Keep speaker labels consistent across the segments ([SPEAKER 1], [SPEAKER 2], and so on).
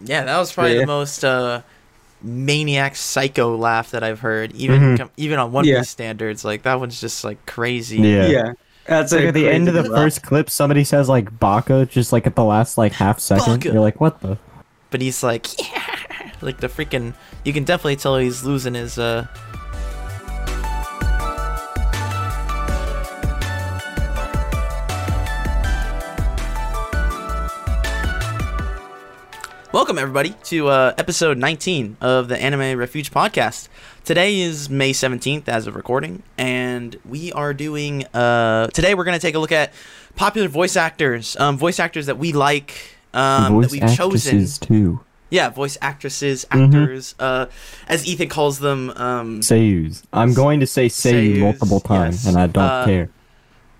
[SPEAKER 1] Yeah, that was probably
[SPEAKER 2] Yeah.
[SPEAKER 1] the most uh, maniac psycho laugh that I've heard. Even
[SPEAKER 3] Mhm.
[SPEAKER 1] com- even on One
[SPEAKER 2] Mm-hmm. Yeah.
[SPEAKER 1] Piece standards, like that one's just like crazy.
[SPEAKER 3] Yeah.
[SPEAKER 2] Yeah. That's
[SPEAKER 3] It's like
[SPEAKER 2] a
[SPEAKER 3] at the end of the
[SPEAKER 2] crazy laugh.
[SPEAKER 3] first clip, somebody says like Baka, just like at the last like half second.
[SPEAKER 1] Baka.
[SPEAKER 3] You're like, what the?
[SPEAKER 1] But he's like, yeah, like the freaking. You can definitely tell he's losing his uh. Welcome everybody to uh, episode 19 of the Anime Refuge podcast. Today is May 17th as of recording, and we are doing. Uh, today we're going to take a look at popular voice actors, um, voice actors that we like, um, that
[SPEAKER 3] Voice
[SPEAKER 1] we've chosen.
[SPEAKER 3] actresses too.
[SPEAKER 1] Yeah, voice actresses,
[SPEAKER 3] Mhm.
[SPEAKER 1] actors, uh, as Ethan calls them. Um,
[SPEAKER 3] Seiyus. I'm going to say Seiyu
[SPEAKER 1] Seiyus,
[SPEAKER 3] multiple times,
[SPEAKER 1] yes.
[SPEAKER 3] and I don't
[SPEAKER 1] Uh,
[SPEAKER 3] care.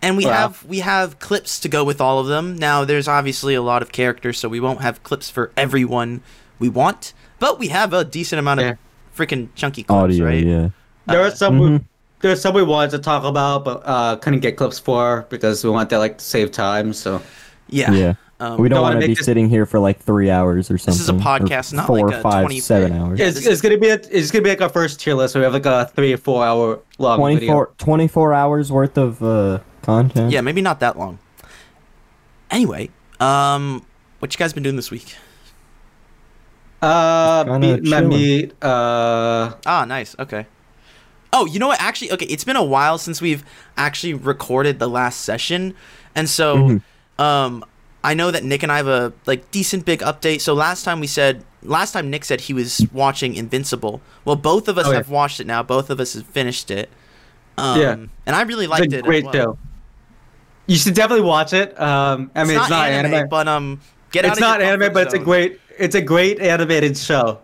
[SPEAKER 1] and we
[SPEAKER 2] Wow.
[SPEAKER 1] have we have clips to go with all of them. Now, there's obviously a lot of characters, so we won't have clips for everyone we want, but we have a decent amount
[SPEAKER 2] Yeah.
[SPEAKER 1] of freaking chunky clips,
[SPEAKER 3] Audio,
[SPEAKER 1] right?
[SPEAKER 3] yeah.
[SPEAKER 2] There
[SPEAKER 1] Uh,
[SPEAKER 2] are some
[SPEAKER 3] mhm.
[SPEAKER 2] we, there are some we wanted to talk about, but uh, couldn't get clips for because we want to like save time. So
[SPEAKER 1] yeah.
[SPEAKER 3] Yeah.
[SPEAKER 1] Um,
[SPEAKER 3] we
[SPEAKER 2] don't wanna
[SPEAKER 3] don't want to
[SPEAKER 2] make
[SPEAKER 3] be
[SPEAKER 2] this-
[SPEAKER 3] sitting here for like three hours or something.
[SPEAKER 1] is a
[SPEAKER 3] or
[SPEAKER 1] podcast, not
[SPEAKER 3] four,
[SPEAKER 1] like a
[SPEAKER 3] five,
[SPEAKER 1] 20
[SPEAKER 3] seven hours.
[SPEAKER 1] Yeah,
[SPEAKER 2] it's,
[SPEAKER 1] this-
[SPEAKER 2] it's gonna be a, it's gonna be like a first tier list. We have like a three or four hour long
[SPEAKER 3] 24, 24 hours worth of uh, content.
[SPEAKER 1] yeah, maybe not that long. Anyway, um, what you guys been doing this week?
[SPEAKER 2] video. Uh,
[SPEAKER 3] Kinda
[SPEAKER 2] meet, my
[SPEAKER 3] chilling.
[SPEAKER 2] meet. Uh,
[SPEAKER 1] Ah, nice. Okay. Oh, you know what? Actually, okay, it's been a while since we've actually recorded the last session, and so,
[SPEAKER 2] Mm-hmm.
[SPEAKER 1] um, I know that Nick and I have a like decent big update. So last time we said, last time Nick said he was watching Invincible. Well, both of us
[SPEAKER 2] Oh, yeah.
[SPEAKER 1] have watched it now. Both of us have finished it. Um,
[SPEAKER 2] Yeah.
[SPEAKER 1] and I really liked
[SPEAKER 2] it's a
[SPEAKER 1] it. as
[SPEAKER 2] great
[SPEAKER 1] well.
[SPEAKER 2] show. You should definitely watch it. Um, I mean, it's, not anime.
[SPEAKER 1] but um, get out.
[SPEAKER 2] it's
[SPEAKER 1] of your
[SPEAKER 2] not anime,
[SPEAKER 1] comfort
[SPEAKER 2] but it's a
[SPEAKER 1] zone.
[SPEAKER 2] great it's a great animated show.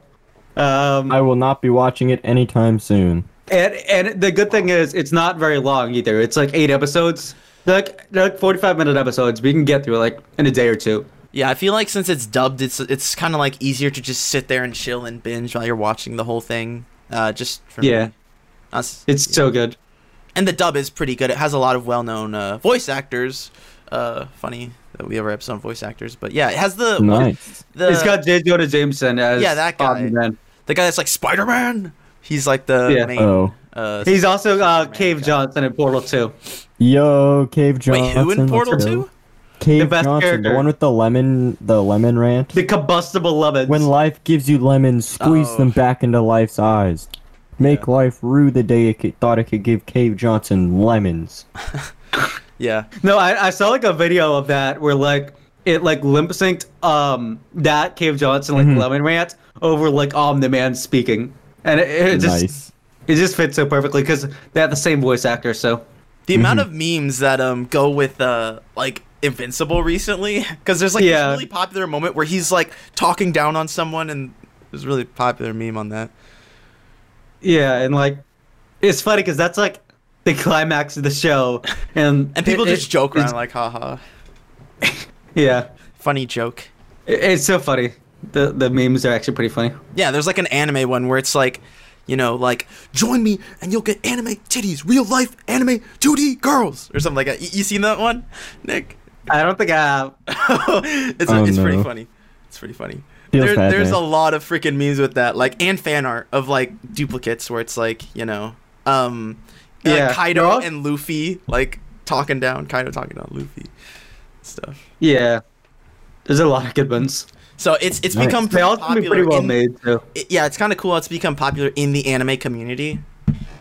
[SPEAKER 2] Um,
[SPEAKER 3] I will not be watching it anytime soon.
[SPEAKER 2] And and the good thing is it's not very long either. It's like eight episodes. They're like they're like forty five minute episodes. We can get through like in a day or two.
[SPEAKER 1] Yeah, I feel like since it's dubbed, it's it's kind of like easier to just sit there and chill and binge while you're watching the whole thing. Uh, just for
[SPEAKER 2] Yeah.
[SPEAKER 1] me. Us-
[SPEAKER 2] It's so good.
[SPEAKER 1] and the dub is pretty good. It has a lot of well-known uh, voice actors. Uh, funny that we ever have some voice actors, but yeah, it has the
[SPEAKER 3] Nice.
[SPEAKER 1] the
[SPEAKER 2] it's got J. Jonah Jameson as
[SPEAKER 1] Yeah, that guy.
[SPEAKER 2] Omni-Man.
[SPEAKER 1] the guy that's like Spider-Man. He's like the
[SPEAKER 2] Yeah.
[SPEAKER 1] main.
[SPEAKER 3] Oh.
[SPEAKER 1] Uh,
[SPEAKER 2] He's also uh,
[SPEAKER 1] Superman
[SPEAKER 2] Cave
[SPEAKER 1] guy.
[SPEAKER 2] Johnson in Portal Two.
[SPEAKER 3] Yo, Cave Johnson.
[SPEAKER 1] wait, who in
[SPEAKER 3] let's
[SPEAKER 1] Portal
[SPEAKER 3] go.
[SPEAKER 1] Two?
[SPEAKER 3] Cave
[SPEAKER 2] The best
[SPEAKER 3] Johnson,
[SPEAKER 2] character.
[SPEAKER 3] the one with the lemon, the lemon rant.
[SPEAKER 2] The combustible lemons.
[SPEAKER 3] When life gives you lemons, squeeze
[SPEAKER 1] Oh.
[SPEAKER 3] them back into life's eyes. Make life rue the day it could- thought it could give Cave Johnson lemons.
[SPEAKER 1] Yeah,
[SPEAKER 2] no, I, I saw like a video of that where like it like limp synced um that Cave Johnson like
[SPEAKER 3] Mhm.
[SPEAKER 2] lemon rant over like Omni Man speaking, and it, it just
[SPEAKER 3] nice.
[SPEAKER 2] it just fits so perfectly because they have the same voice actor. So
[SPEAKER 1] the amount
[SPEAKER 2] Mm-hmm.
[SPEAKER 1] of memes that um go with uh like Invincible recently, because there's like
[SPEAKER 2] Yeah.
[SPEAKER 1] this really popular moment where he's like talking down on someone, and there's a really popular meme on that.
[SPEAKER 2] Yeah, and like, it's funny because that's like the climax of the show, and
[SPEAKER 1] And people
[SPEAKER 2] it-
[SPEAKER 1] just joke
[SPEAKER 2] it's-
[SPEAKER 1] around like, haha,
[SPEAKER 2] yeah,
[SPEAKER 1] funny joke.
[SPEAKER 2] It- it's so funny. The the memes are actually pretty funny.
[SPEAKER 1] Yeah, there's like an anime one where it's like, you know, like join me and you'll get anime titties, real life anime 2D girls or something like that. Y- you seen that one, Nick?
[SPEAKER 2] I don't think I have.
[SPEAKER 1] it's
[SPEAKER 3] Oh,
[SPEAKER 1] it's pretty
[SPEAKER 3] no.
[SPEAKER 1] funny. It's pretty funny.
[SPEAKER 3] Feels
[SPEAKER 1] There,
[SPEAKER 3] bad,
[SPEAKER 1] there's
[SPEAKER 3] man.
[SPEAKER 1] a lot of freaking memes with that, like and fan art of like duplicates where it's like you know, um, yeah,
[SPEAKER 2] Yeah.
[SPEAKER 1] Kaido
[SPEAKER 2] Well-
[SPEAKER 1] and Luffy like talking down, Kaido talking down Luffy, stuff.
[SPEAKER 2] Yeah, there's a lot of good ones.
[SPEAKER 1] So it's it's
[SPEAKER 3] Nice.
[SPEAKER 1] become
[SPEAKER 2] They
[SPEAKER 1] pretty
[SPEAKER 2] all seem to be
[SPEAKER 1] popular.
[SPEAKER 2] pretty well
[SPEAKER 1] in-
[SPEAKER 2] made too.
[SPEAKER 1] it- yeah, it's kind of cool. It's become popular in the anime community,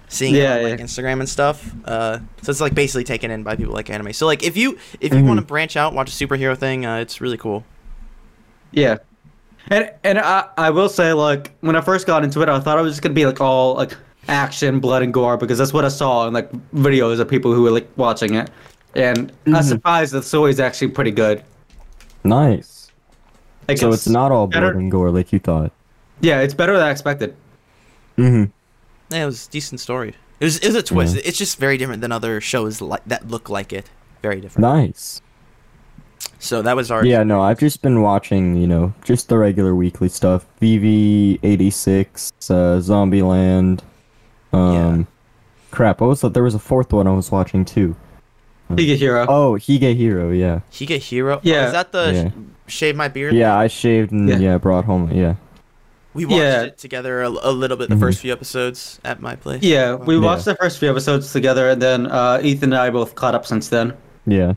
[SPEAKER 1] seeing
[SPEAKER 2] Yeah,
[SPEAKER 1] it on like
[SPEAKER 2] yeah.
[SPEAKER 1] Instagram and stuff. Uh, so it's like basically taken in by people like anime. So like if you if you
[SPEAKER 3] Mhm.
[SPEAKER 1] want to branch out, watch a superhero thing, uh, it's really cool.
[SPEAKER 2] Yeah. And and I, I will say like when I first got into it I thought it was just gonna be like all like action, blood and gore because that's what I saw in like videos of people who were like watching it. And I
[SPEAKER 1] Mm-hmm.
[SPEAKER 2] was
[SPEAKER 3] Mhm.
[SPEAKER 2] surprised the story's actually pretty good.
[SPEAKER 3] Nice.
[SPEAKER 2] Like,
[SPEAKER 3] So it's not all
[SPEAKER 2] better-
[SPEAKER 3] blood and gore like you thought.
[SPEAKER 2] Yeah, it's better than I expected.
[SPEAKER 3] Mm-hmm.
[SPEAKER 1] Yeah, it was a decent story. It was it was a twist. It's just very different than other shows like that look like it. Very different.
[SPEAKER 3] Nice.
[SPEAKER 1] So that was our
[SPEAKER 3] Yeah, no, I've just been watching, you know, just the regular weekly stuff. VV86, uh, Zombieland. Um, crap, what was the, there was a fourth one I was watching too.
[SPEAKER 2] Hero.
[SPEAKER 3] Oh, Hige Hero, yeah.
[SPEAKER 1] Higa Hero. Oh,
[SPEAKER 2] Yeah.
[SPEAKER 1] is that the
[SPEAKER 3] Yeah.
[SPEAKER 1] sh- shave my beard?
[SPEAKER 3] Yeah, I shaved and
[SPEAKER 2] Yeah.
[SPEAKER 3] yeah, brought home. Yeah.
[SPEAKER 1] We watched
[SPEAKER 2] Yeah.
[SPEAKER 1] it together a, a little bit the
[SPEAKER 3] Mhm.
[SPEAKER 1] first few episodes at my place.
[SPEAKER 2] Yeah, we
[SPEAKER 3] Yeah.
[SPEAKER 2] watched the first few episodes together, and then uh, Ethan and I both caught up since then.
[SPEAKER 3] Yeah.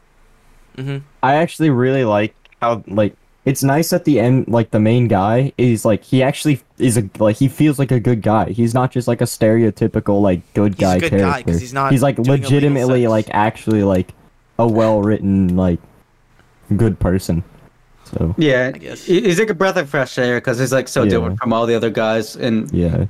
[SPEAKER 1] hmm
[SPEAKER 3] I actually really like how like it's nice at the end like the main guy is like he actually is a like he feels like a good guy. He's not just like a stereotypical like good
[SPEAKER 1] He's
[SPEAKER 3] guy
[SPEAKER 1] a good guy
[SPEAKER 3] character.
[SPEAKER 1] because he's not.
[SPEAKER 3] he's like
[SPEAKER 1] doing illegal
[SPEAKER 3] legitimately
[SPEAKER 1] sex.
[SPEAKER 3] like actually like a well written like good person. So
[SPEAKER 2] Yeah,
[SPEAKER 1] I guess.
[SPEAKER 2] he- he's like a breath of fresh air because he's like so
[SPEAKER 3] Yeah.
[SPEAKER 2] different from all the other guys, and
[SPEAKER 3] yeah,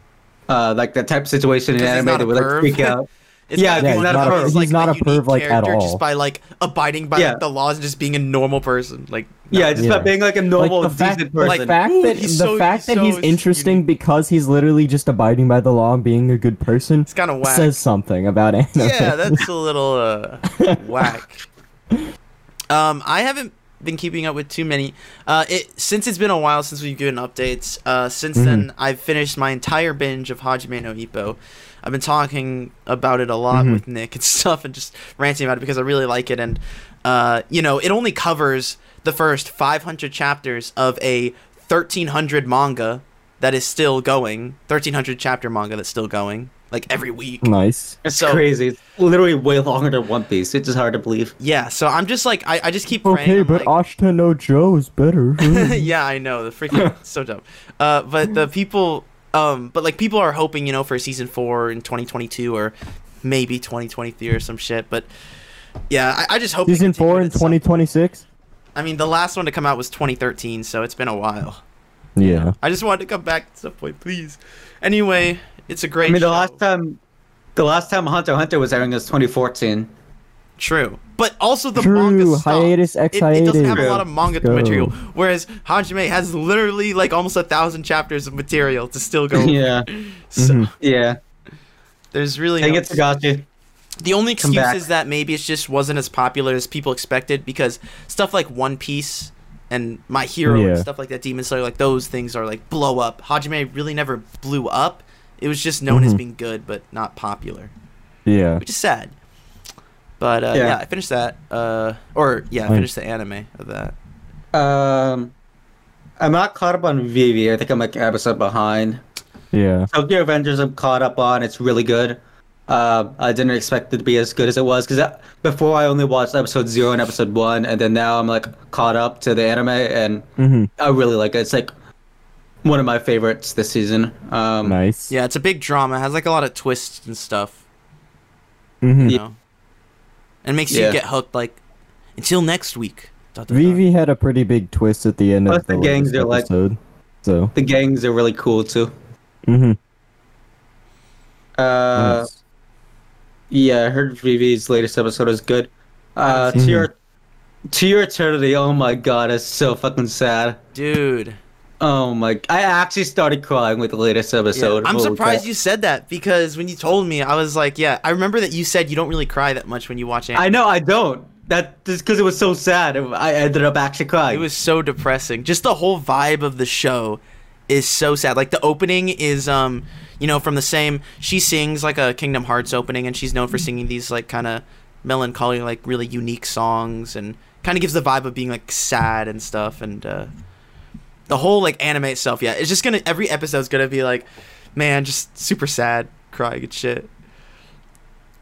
[SPEAKER 2] uh, like that type of situation in
[SPEAKER 1] 'Cause he's
[SPEAKER 2] anime
[SPEAKER 1] not
[SPEAKER 2] that
[SPEAKER 1] a
[SPEAKER 2] would like
[SPEAKER 1] perv.
[SPEAKER 2] freak out.
[SPEAKER 1] It's
[SPEAKER 2] Yeah,
[SPEAKER 1] gotta be
[SPEAKER 2] he's
[SPEAKER 1] one of
[SPEAKER 2] not a
[SPEAKER 1] those,
[SPEAKER 2] perv. He's
[SPEAKER 3] not a
[SPEAKER 1] unique
[SPEAKER 3] perv, like, at
[SPEAKER 1] character Just
[SPEAKER 3] all.
[SPEAKER 1] by like abiding by like,
[SPEAKER 2] Yeah.
[SPEAKER 1] the laws and just being a normal person. Like no.
[SPEAKER 2] Yeah, just by
[SPEAKER 3] Yeah.
[SPEAKER 2] being like a
[SPEAKER 3] like
[SPEAKER 2] normal,
[SPEAKER 3] the fact,
[SPEAKER 2] decent
[SPEAKER 3] the
[SPEAKER 2] person.
[SPEAKER 3] fact
[SPEAKER 1] Ooh,
[SPEAKER 3] that the
[SPEAKER 1] he's so-
[SPEAKER 3] fact
[SPEAKER 1] he's
[SPEAKER 3] that he's
[SPEAKER 1] so
[SPEAKER 3] interesting
[SPEAKER 1] unique.
[SPEAKER 3] because he's literally just abiding by the law and being a good person
[SPEAKER 1] it's kind of whack.
[SPEAKER 3] says something about anime.
[SPEAKER 1] yeah, that's a little uh, whack. Um, I haven't been keeping up with too many. Uh, it since it's been a while since we've given updates. Uh, since then, I've finished my entire binge of Hajime no Ippo. I've been talking about it a lot
[SPEAKER 3] Mhm.
[SPEAKER 1] with Nick and stuff, and just ranting about it because I really like it. And uh, you know, it only covers the first 500 chapters of a 1300 manga that is still going. 1300 chapter manga that's still going, like every week.
[SPEAKER 3] nice.
[SPEAKER 2] it's
[SPEAKER 1] so-
[SPEAKER 2] crazy. It's literally way longer than One Piece. It's just hard to believe.
[SPEAKER 1] Yeah, so I'm just like I, I just keep praying.
[SPEAKER 3] Okay,
[SPEAKER 1] I'm
[SPEAKER 3] but
[SPEAKER 1] like,
[SPEAKER 3] Ashta no Joe is better. Hmm.
[SPEAKER 1] yeah, I know the freaking so dumb. Uh, but the people, um, but like people are hoping you know for season four in 2022 or maybe 2023 or some shit. But yeah, I, I just hope they
[SPEAKER 3] Season
[SPEAKER 1] continue
[SPEAKER 3] four in
[SPEAKER 1] it at some-
[SPEAKER 3] twenty twenty six.
[SPEAKER 1] I mean, the last one to come out was 2013, so it's been a while.
[SPEAKER 3] Yeah.
[SPEAKER 1] I just wanted to come back to some point, please. Anyway, it's a great.
[SPEAKER 2] I mean, the
[SPEAKER 1] show.
[SPEAKER 2] last time, the last time Hunter x Hunter was airing was 2014.
[SPEAKER 1] True. But also the
[SPEAKER 3] True.
[SPEAKER 1] manga stopped.
[SPEAKER 3] Hiatus ex
[SPEAKER 1] it, it doesn't have a
[SPEAKER 2] hiatus.
[SPEAKER 1] lot of manga
[SPEAKER 3] Let's go.
[SPEAKER 1] material, whereas Hajime has literally like almost a thousand chapters of material to still go.
[SPEAKER 2] yeah,
[SPEAKER 1] So
[SPEAKER 3] Mhm.
[SPEAKER 2] yeah.
[SPEAKER 1] there's really
[SPEAKER 2] Dang
[SPEAKER 1] no-
[SPEAKER 2] it, Tagachi.
[SPEAKER 1] the only
[SPEAKER 2] Come
[SPEAKER 1] excuse
[SPEAKER 2] back.
[SPEAKER 1] is that maybe it just wasn't as popular as people expected because stuff like One Piece and My Hero and
[SPEAKER 3] Yeah.
[SPEAKER 1] stuff like that, Demon Slayer, like those things are like blow up. Hajime really never blew up. It was just known as
[SPEAKER 3] Mhm.
[SPEAKER 1] being good but not popular,
[SPEAKER 3] Yeah.
[SPEAKER 1] which is sad. But uh, yeah.
[SPEAKER 2] Yeah.
[SPEAKER 1] I finished that. Uh, or yeah, I
[SPEAKER 3] Fine.
[SPEAKER 1] finished the anime of that.
[SPEAKER 2] Um, I'm not caught up on Vivi. I think I'm like an episode behind.
[SPEAKER 3] Yeah.
[SPEAKER 2] Tokyo Avengers I'm caught up on. It's really good. Uh, I didn't expect it to be as good as it was because before I only watched episode zero and episode one, and then now I'm like caught up to the anime, and
[SPEAKER 3] hmm
[SPEAKER 2] I really like it. It's like one of my favorites this season. Um,
[SPEAKER 3] Nice.
[SPEAKER 1] Yeah, it's a big drama. It has like a lot of twists and stuff,
[SPEAKER 3] hmm
[SPEAKER 1] you know. And makes you
[SPEAKER 2] Yeah.
[SPEAKER 1] get hooked. Like until next week. Dot, dot, dot.
[SPEAKER 3] Vivi had a pretty big twist at the end
[SPEAKER 2] Plus
[SPEAKER 3] of
[SPEAKER 2] the
[SPEAKER 3] the,
[SPEAKER 2] gangs
[SPEAKER 3] latest
[SPEAKER 2] are like-
[SPEAKER 3] episode. so.
[SPEAKER 2] The gangs are really cool too.
[SPEAKER 3] hmm
[SPEAKER 2] Uh, Yeah, I heard Vivi's latest episode is good. Uh, to
[SPEAKER 3] Mhm.
[SPEAKER 2] your to your eternity. Oh my god, it's so fucking sad.
[SPEAKER 1] Dude,
[SPEAKER 2] Oh my! I actually started crying with the latest episode.
[SPEAKER 1] I'm
[SPEAKER 2] Holy
[SPEAKER 1] surprised
[SPEAKER 2] crap.
[SPEAKER 1] you said that because when you told me, I was like, yeah, I remember that you said you don't really cry that much when you watch anime.
[SPEAKER 2] I know I don't. That just because it was so sad. I ended up actually crying.
[SPEAKER 1] It was so depressing. Just the whole vibe of the show is so sad. Like the opening is um, you know, from the same she sings like a Kingdom Hearts opening and she's known for singing these like kind of melancholy like really unique songs and kind of gives the vibe of being like sad and stuff and uh the whole like anime itself, yeah. It's just going to every episode's going to be like man, just super sad, crying and shit.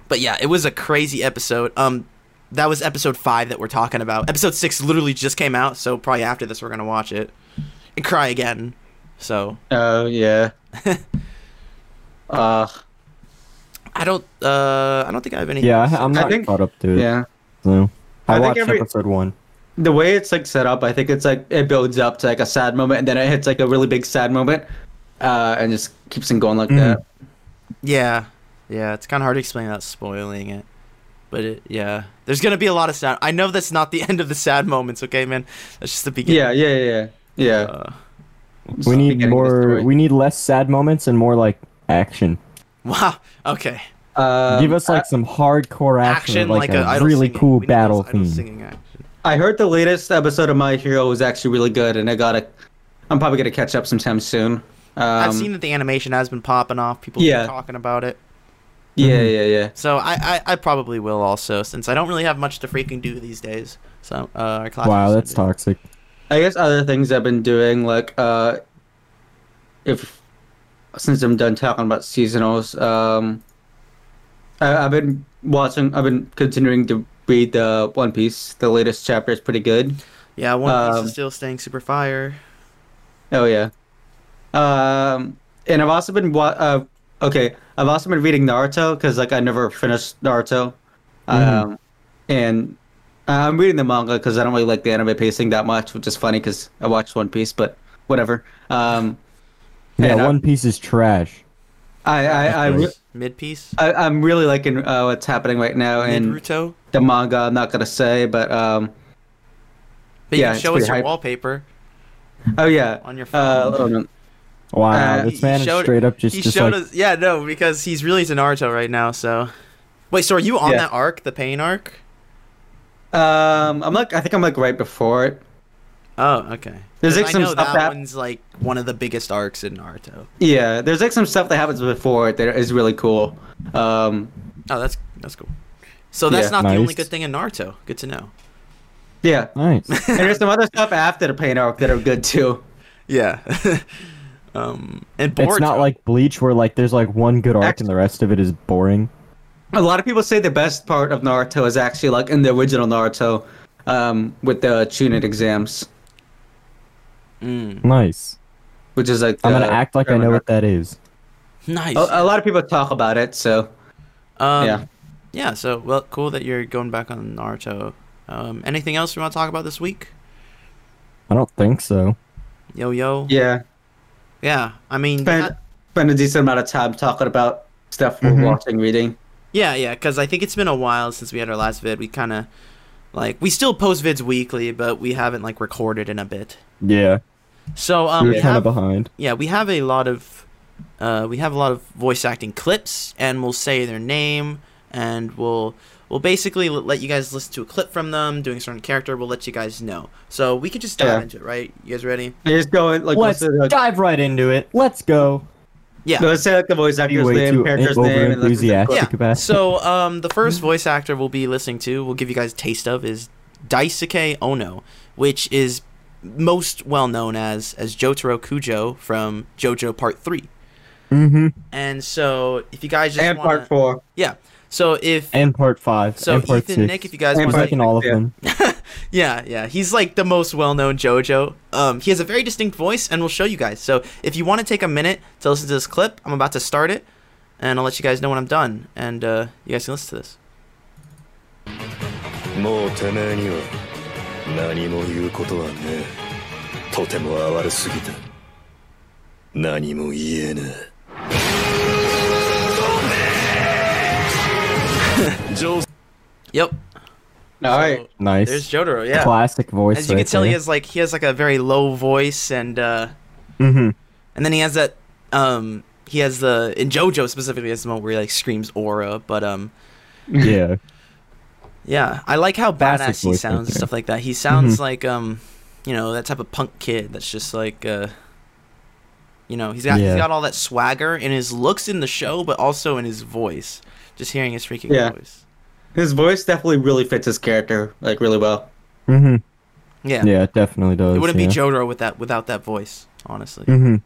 [SPEAKER 1] But yeah, it was a crazy episode. Um, that was episode five that we're talking about. Episode six literally just came out, so probably after this we're gonna watch it and cry again. So
[SPEAKER 2] Oh yeah. uh
[SPEAKER 1] I don't, uh, I don't think I have any.
[SPEAKER 3] Yeah, I- I'm
[SPEAKER 2] I
[SPEAKER 3] not
[SPEAKER 2] think-
[SPEAKER 3] caught up to it.
[SPEAKER 2] yeah.
[SPEAKER 3] So.
[SPEAKER 2] I
[SPEAKER 3] I,
[SPEAKER 2] think
[SPEAKER 3] watched
[SPEAKER 2] every-
[SPEAKER 3] episode one.
[SPEAKER 2] The way it's like set up, I think it's like it builds up to like a sad moment, and then it hits like a really big sad moment, uh, and just keeps on going like
[SPEAKER 3] Mhm.
[SPEAKER 2] that.
[SPEAKER 1] yeah, yeah. It's kind of hard to explain without spoiling it, but it, yeah, there's gonna be a lot of sad. I know that's not the end of the sad moments, okay, man. That's just the beginning.
[SPEAKER 2] Yeah, yeah, yeah, yeah.
[SPEAKER 1] Uh,
[SPEAKER 2] Just
[SPEAKER 3] We
[SPEAKER 2] the
[SPEAKER 3] need
[SPEAKER 2] beginning of the
[SPEAKER 3] more.
[SPEAKER 2] story.
[SPEAKER 3] We need less sad moments and more like action.
[SPEAKER 1] wow. Okay.
[SPEAKER 2] Um,
[SPEAKER 3] Give us like some hardcore action,
[SPEAKER 1] Action
[SPEAKER 3] with,
[SPEAKER 1] like, a,
[SPEAKER 3] a
[SPEAKER 1] idol
[SPEAKER 3] really
[SPEAKER 1] singing.
[SPEAKER 3] cool
[SPEAKER 1] We need those
[SPEAKER 3] battle
[SPEAKER 1] idol
[SPEAKER 3] theme.
[SPEAKER 1] singing action.
[SPEAKER 2] I heard the latest episode of My Hero was actually really good, and I gotta. I'm probably gonna catch up sometime soon. Um,
[SPEAKER 1] I've seen that the animation has been popping off. People
[SPEAKER 2] yeah.
[SPEAKER 1] keep talking about it.
[SPEAKER 2] Yeah, yeah, yeah.
[SPEAKER 1] So I, I, I probably will also, since I don't really have much to freaking do these days. So uh, our class.
[SPEAKER 3] Wow, that's toxic.
[SPEAKER 2] I guess other things I've been doing, like uh, if since I'm done talking about seasonals, um, I, I've been watching. I've been continuing to read the One Piece. The latest chapter is pretty good.
[SPEAKER 1] Yeah, One Piece
[SPEAKER 2] Um,
[SPEAKER 1] is still staying super fire.
[SPEAKER 2] Oh yeah. Um, and I've also been wa- uh, okay. I've also been reading Naruto because like I never finished Naruto, um, and I'm reading the manga because I don't really like the anime pacing that much, which is funny because I watched One Piece, but whatever. Um,
[SPEAKER 3] Yeah,
[SPEAKER 2] and
[SPEAKER 1] uh,
[SPEAKER 2] I-
[SPEAKER 3] One Piece is trash.
[SPEAKER 2] I I, I, re-
[SPEAKER 1] Mid piece.
[SPEAKER 2] I I'm really liking uh, what's happening right now
[SPEAKER 1] Mid
[SPEAKER 2] and
[SPEAKER 1] Ruto.
[SPEAKER 2] the manga. I'm not gonna say, but um,
[SPEAKER 1] But you
[SPEAKER 2] yeah,
[SPEAKER 1] can
[SPEAKER 2] it's
[SPEAKER 1] show us
[SPEAKER 2] pretty
[SPEAKER 1] your
[SPEAKER 2] hype.
[SPEAKER 1] wallpaper
[SPEAKER 2] oh yeah,
[SPEAKER 1] on your phone.
[SPEAKER 2] uh, hold on.
[SPEAKER 3] Wow,
[SPEAKER 2] Uh,
[SPEAKER 3] this
[SPEAKER 1] he
[SPEAKER 3] man is
[SPEAKER 1] showed-
[SPEAKER 3] straight up just
[SPEAKER 1] he
[SPEAKER 3] just
[SPEAKER 1] showed
[SPEAKER 3] like
[SPEAKER 1] us. Yeah, no, because he's really into Naruto right now. So, wait, so are you on
[SPEAKER 2] Yeah.
[SPEAKER 1] that arc, the pain arc?
[SPEAKER 2] um, I'm like I think I'm like right before it.
[SPEAKER 1] Oh, okay.
[SPEAKER 2] There's
[SPEAKER 1] 'Cause
[SPEAKER 2] like
[SPEAKER 1] I
[SPEAKER 2] some
[SPEAKER 1] know
[SPEAKER 2] stuff
[SPEAKER 1] that,
[SPEAKER 2] that-
[SPEAKER 1] one's like one of the biggest arcs in Naruto.
[SPEAKER 2] Yeah, there's like some stuff that happens before it that is really cool. Um,
[SPEAKER 1] Oh, that's that's cool. So that's
[SPEAKER 2] Yeah.
[SPEAKER 1] not the only
[SPEAKER 3] Nice.
[SPEAKER 1] good thing in Naruto. Good to know.
[SPEAKER 2] yeah,
[SPEAKER 3] nice.
[SPEAKER 2] and there's some other stuff after the pain arc that are good too.
[SPEAKER 1] Yeah. um, and Boruto.
[SPEAKER 3] it's not like Bleach where like there's like one good arc and the rest of it is boring.
[SPEAKER 2] A lot of people say the best part of Naruto is actually like in the original Naruto, um, with the Chunin exams,
[SPEAKER 1] Mm.
[SPEAKER 3] Nice.
[SPEAKER 2] which is like.
[SPEAKER 3] I'm gonna
[SPEAKER 2] the
[SPEAKER 3] act like I know what that is.
[SPEAKER 1] nice.
[SPEAKER 2] A, a lot of people talk about it, so
[SPEAKER 1] Oh, um,
[SPEAKER 2] yeah.
[SPEAKER 1] yeah. Yeah. So well, cool that you're going back on Naruto. Um, anything else you want to talk about this week?
[SPEAKER 3] I don't think so.
[SPEAKER 1] Yo yo.
[SPEAKER 2] yeah.
[SPEAKER 1] Yeah, I mean.
[SPEAKER 2] Spend, spend a decent amount of time talking about stuff we're
[SPEAKER 3] Mhm.
[SPEAKER 2] watching, reading.
[SPEAKER 1] Yeah, yeah, because I think it's been a while since we had our last vid. We kind of like we still post vids weekly, but we haven't like recorded in a bit.
[SPEAKER 3] Yeah,
[SPEAKER 1] So um,
[SPEAKER 3] we
[SPEAKER 1] we
[SPEAKER 3] were kind of
[SPEAKER 1] have-
[SPEAKER 3] behind.
[SPEAKER 1] yeah, we have a lot of uh, we have a lot of voice acting clips, and we'll say their name, and we'll we'll basically l- let you guys listen to a clip from them doing a certain character. We'll let you guys know. So we could just dive
[SPEAKER 2] Yeah.
[SPEAKER 1] into it, right? You guys ready?
[SPEAKER 2] I just go in, like
[SPEAKER 3] Let's
[SPEAKER 2] let's say, like,
[SPEAKER 3] dive right into it. Let's go.
[SPEAKER 1] Yeah.
[SPEAKER 2] let's say like the voice actor's
[SPEAKER 3] way
[SPEAKER 2] name,
[SPEAKER 3] too
[SPEAKER 2] character's
[SPEAKER 3] over
[SPEAKER 2] name, and let's just
[SPEAKER 3] enthusiastic.
[SPEAKER 1] yeah.
[SPEAKER 3] Jessica Baskin.
[SPEAKER 1] So, um, the first voice actor we'll be listening to, we'll give you guys a taste of, is Daisuke Ono, which is most well known as as Jotaro Kujo from JoJo Part Three.
[SPEAKER 3] Mm-hmm.
[SPEAKER 1] And so, if you guys just
[SPEAKER 2] and
[SPEAKER 1] wanna-
[SPEAKER 2] part four.
[SPEAKER 1] yeah. So if
[SPEAKER 3] And part five.
[SPEAKER 1] so,
[SPEAKER 3] and part
[SPEAKER 1] Ethan,
[SPEAKER 3] six.
[SPEAKER 1] Nick, if you guys
[SPEAKER 2] And
[SPEAKER 3] He's
[SPEAKER 1] want,
[SPEAKER 2] part-
[SPEAKER 3] like in all of
[SPEAKER 2] yeah.
[SPEAKER 3] them.
[SPEAKER 1] yeah, yeah, he's like the most well known JoJo. Um, he has a very distinct voice, and we'll show you guys. So if you want to take a minute to listen to this clip, I'm about to start it, and I'll let you guys know when I'm done, and uh, you guys can listen to this.
[SPEAKER 4] もうてめえには何も言うことはねえとても哀れすぎた何も言えねえ上
[SPEAKER 1] Yep.
[SPEAKER 2] All right.
[SPEAKER 1] So
[SPEAKER 3] Nice.
[SPEAKER 1] There's Jotaro. Yeah.
[SPEAKER 3] Classic voice.
[SPEAKER 1] As you can
[SPEAKER 3] right
[SPEAKER 1] tell, he
[SPEAKER 3] there.
[SPEAKER 1] has like he has like a very low voice, and uh,
[SPEAKER 3] Mhm.
[SPEAKER 1] and then he has that um he has the in JoJo specifically he has the moment where he like screams aura, but um
[SPEAKER 3] Yeah.
[SPEAKER 1] yeah, I like how
[SPEAKER 3] Classic
[SPEAKER 1] badass he
[SPEAKER 3] voice Mm-hmm. right
[SPEAKER 1] sounds and
[SPEAKER 3] there.
[SPEAKER 1] stuff like that. He sounds like um you know that type of punk kid that's just like uh you know he's got
[SPEAKER 3] Yeah.
[SPEAKER 1] he's got all that swagger in his looks in the show, but also in his voice. Just hearing his freaking
[SPEAKER 2] Yeah.
[SPEAKER 1] voice.
[SPEAKER 2] His voice definitely really fits his character, like really well.
[SPEAKER 3] Mm-hmm.
[SPEAKER 1] Yeah.
[SPEAKER 3] Yeah, it definitely does.
[SPEAKER 1] It wouldn't
[SPEAKER 3] yeah.
[SPEAKER 1] be Jotaro with that without that voice, honestly.
[SPEAKER 3] Mm-hmm.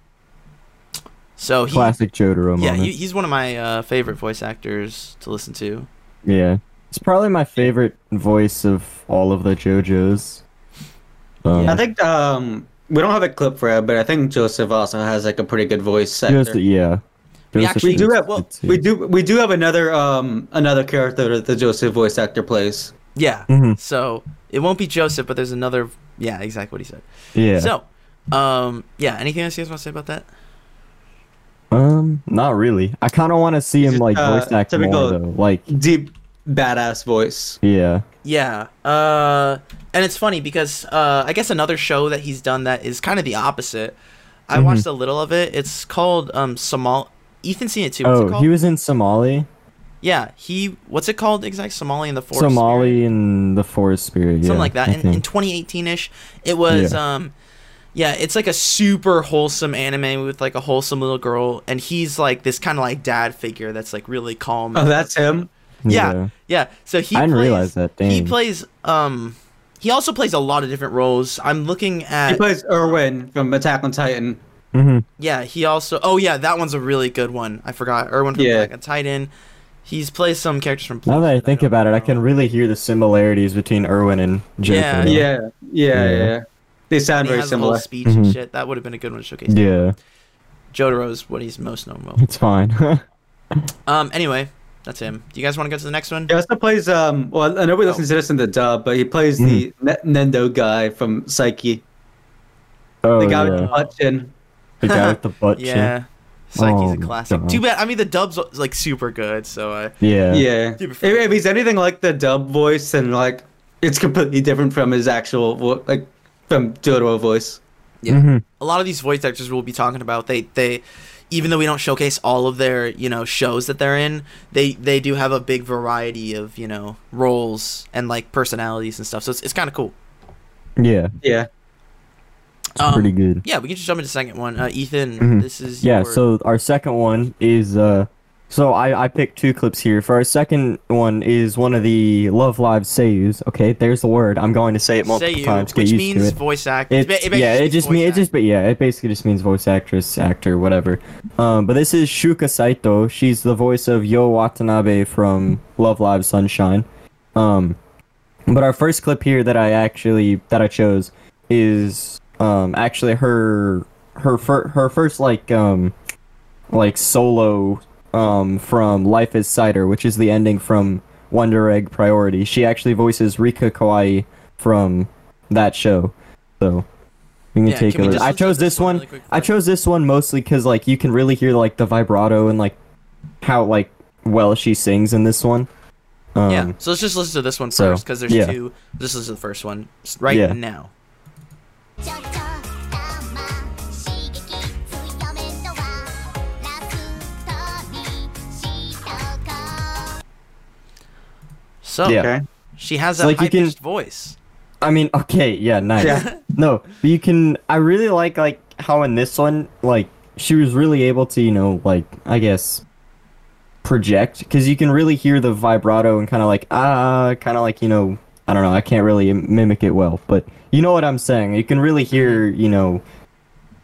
[SPEAKER 1] So he
[SPEAKER 3] Classic Jotaro
[SPEAKER 1] Yeah,
[SPEAKER 3] moment.
[SPEAKER 1] he, he's one of my uh, favorite voice actors to listen to.
[SPEAKER 3] Yeah. It's probably my favorite voice of all of the JoJo's. Um,
[SPEAKER 1] Yeah.
[SPEAKER 2] I think um we don't have a clip for it, but I think Joseph also has like a pretty good voice actor.
[SPEAKER 3] Joseph- yeah.
[SPEAKER 1] We
[SPEAKER 3] Joseph
[SPEAKER 1] actually
[SPEAKER 2] we do
[SPEAKER 3] is-
[SPEAKER 2] have well,
[SPEAKER 3] it's-
[SPEAKER 2] we do we do have another um another character that the Joseph voice actor plays.
[SPEAKER 1] Yeah.
[SPEAKER 3] Mhm.
[SPEAKER 1] So it won't be Joseph, but there's another. Yeah, exactly what he said.
[SPEAKER 3] Yeah.
[SPEAKER 1] So, um, yeah. Anything else you guys want to say about that?
[SPEAKER 3] um, not really. I kind of want to see him
[SPEAKER 2] Just,
[SPEAKER 3] like
[SPEAKER 2] uh,
[SPEAKER 3] voice act
[SPEAKER 2] typical-
[SPEAKER 3] more though. Like,
[SPEAKER 2] Deep badass voice.
[SPEAKER 3] yeah.
[SPEAKER 1] Yeah. Uh, and it's funny because uh, I guess another show that he's done that is kind of the opposite. I
[SPEAKER 3] Mm-hmm.
[SPEAKER 1] watched a little of it. It's called um Somal. Ethan's seen it too. What's it
[SPEAKER 3] Oh,
[SPEAKER 1] called?
[SPEAKER 3] he was in Somali,
[SPEAKER 1] yeah. He. What's it called? Exact Somali in the forest.
[SPEAKER 3] Somali in the Forest Spirit. Yeah,
[SPEAKER 1] something like that.
[SPEAKER 3] I
[SPEAKER 1] In, in
[SPEAKER 3] think.
[SPEAKER 1] 2018 ish, it was. Um, Yeah, it's like a super wholesome anime with like a wholesome little girl, and he's like this kind of like dad figure that's like really calm.
[SPEAKER 2] Oh, that's him.
[SPEAKER 1] yeah,
[SPEAKER 3] Yeah.
[SPEAKER 1] yeah. So he
[SPEAKER 3] I didn't
[SPEAKER 1] plays,
[SPEAKER 3] realize that,
[SPEAKER 1] He
[SPEAKER 3] dang.
[SPEAKER 1] plays um he also plays a lot of different roles. I'm looking at
[SPEAKER 2] He plays Erwin from Attack on Titan.
[SPEAKER 3] Mm-hmm.
[SPEAKER 1] Yeah, he also Oh yeah, that one's a really good one. I forgot. Erwin from
[SPEAKER 2] Yeah.
[SPEAKER 1] Attack on Titan. He's plays some characters from
[SPEAKER 3] Now that I think
[SPEAKER 1] don't
[SPEAKER 3] about it, I
[SPEAKER 1] know.
[SPEAKER 3] can really hear the similarities between Irwin and Jacob.
[SPEAKER 1] Yeah.
[SPEAKER 2] Yeah, yeah,
[SPEAKER 3] Yeah.
[SPEAKER 2] yeah. They sound
[SPEAKER 1] And he
[SPEAKER 2] very
[SPEAKER 1] has a whole
[SPEAKER 2] similar.
[SPEAKER 1] speech and
[SPEAKER 3] Mhm.
[SPEAKER 1] shit. That would have been a good one to showcase.
[SPEAKER 3] Yeah,
[SPEAKER 1] Jotaro's what he's most known for.
[SPEAKER 3] it's fine.
[SPEAKER 1] Um anyway, that's him. Do you guys want to go to the next one?
[SPEAKER 2] He also plays um. Well, I know we listen to this in the dub, but he plays the
[SPEAKER 3] Mm.
[SPEAKER 2] N- Nendo guy from Psyche,
[SPEAKER 3] oh,
[SPEAKER 2] the guy with the
[SPEAKER 3] yeah.
[SPEAKER 2] butt chin.
[SPEAKER 3] the guy with the butt
[SPEAKER 1] Yeah. Psyche's
[SPEAKER 3] Oh,
[SPEAKER 1] a classic.
[SPEAKER 3] God.
[SPEAKER 1] Too bad. I mean, the dub's like super good, so I.
[SPEAKER 3] chin.
[SPEAKER 2] Yeah.
[SPEAKER 3] Yeah.
[SPEAKER 1] Yeah,
[SPEAKER 2] If,
[SPEAKER 1] before-
[SPEAKER 2] if he's anything like the dub voice, and like it's completely different from his actual vo- like from Jotaro voice.
[SPEAKER 1] Yeah.
[SPEAKER 3] Mhm.
[SPEAKER 1] A lot of these voice actors we'll be talking about, they they, even though we don't showcase all of their you know shows that they're in, they they do have a big variety of you know roles and like personalities and stuff. So it's it's kind of cool.
[SPEAKER 3] Yeah.
[SPEAKER 2] Yeah.
[SPEAKER 3] It's
[SPEAKER 1] Um,
[SPEAKER 3] pretty good.
[SPEAKER 1] Yeah, we can just jump into the second one. Uh, Ethan,
[SPEAKER 3] Mhm.
[SPEAKER 1] this is
[SPEAKER 3] Yeah,
[SPEAKER 1] your-
[SPEAKER 3] so our second one is uh so I, I picked two clips here. For our second one is one of the Love Live Seiyus. Okay, there's the word. I'm going to say it multiple
[SPEAKER 1] Seiyu,
[SPEAKER 3] times. Get
[SPEAKER 1] which
[SPEAKER 3] used
[SPEAKER 1] means
[SPEAKER 3] to it.
[SPEAKER 1] voice actor.
[SPEAKER 3] It, yeah, it just means it just but yeah, it basically just means voice actress, actor, whatever. Um, but this is Shuka Saito. She's the voice of Yo Watanabe from Love Live Sunshine. Um, but our first clip here that I actually that I chose is um actually her her fir- her first like um like solo um from Life is Cider, which is the ending from Wonder Egg Priority. She actually voices Rika Kawaii from that show. So we can
[SPEAKER 1] Yeah,
[SPEAKER 3] take
[SPEAKER 1] can we
[SPEAKER 3] a
[SPEAKER 1] just
[SPEAKER 3] I
[SPEAKER 1] listen
[SPEAKER 3] chose
[SPEAKER 1] to this
[SPEAKER 3] this
[SPEAKER 1] one
[SPEAKER 3] one.
[SPEAKER 1] really quick
[SPEAKER 3] I
[SPEAKER 1] first?
[SPEAKER 3] chose this one mostly cuz like you can really hear like the vibrato and like how like well she sings in this one. Um,
[SPEAKER 1] yeah. So let's just listen to this one
[SPEAKER 3] so,
[SPEAKER 1] first because there's
[SPEAKER 3] yeah.
[SPEAKER 1] two. Just listen to the first one s- right
[SPEAKER 3] Yeah.
[SPEAKER 1] now.
[SPEAKER 5] ちょっと魂刺激強めのはラストにしとこう
[SPEAKER 1] So
[SPEAKER 3] Yeah.
[SPEAKER 2] Okay.
[SPEAKER 1] she has
[SPEAKER 3] So,
[SPEAKER 1] a
[SPEAKER 3] like,
[SPEAKER 1] high
[SPEAKER 3] you can-
[SPEAKER 1] pitched voice.
[SPEAKER 3] I mean, okay, yeah, nice.
[SPEAKER 2] Yeah.
[SPEAKER 3] No, but you can. I really like like how in this one, like she was really able to, you know, like I guess project because you can really hear the vibrato and kind of like ah, kind of like you know, I don't know, I can't really im- mimic it well, but you know what I'm saying. You can really hear, you know,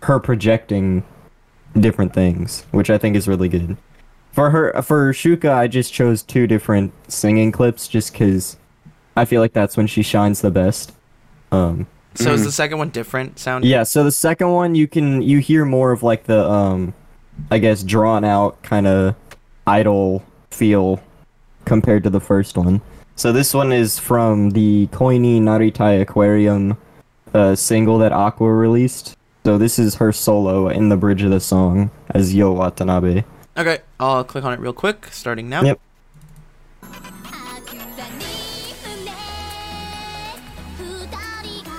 [SPEAKER 3] her projecting different things, which I think is really good. For her, for Shuka, I just chose two different singing clips just because I feel like that's when she shines the best. Um,
[SPEAKER 1] So is the second one different sound?
[SPEAKER 3] yeah. So the second one, you can you hear more of like the um, I guess drawn out kind of idle feel compared to the first one. So this one is from the Koini Naritai Aquarium uh, single that Aqua released. So this is her solo in the bridge of the song as Yo Watanabe.
[SPEAKER 1] Okay, I'll click on it real quick, starting now.
[SPEAKER 3] Yep.
[SPEAKER 5] 「あくらに船二人が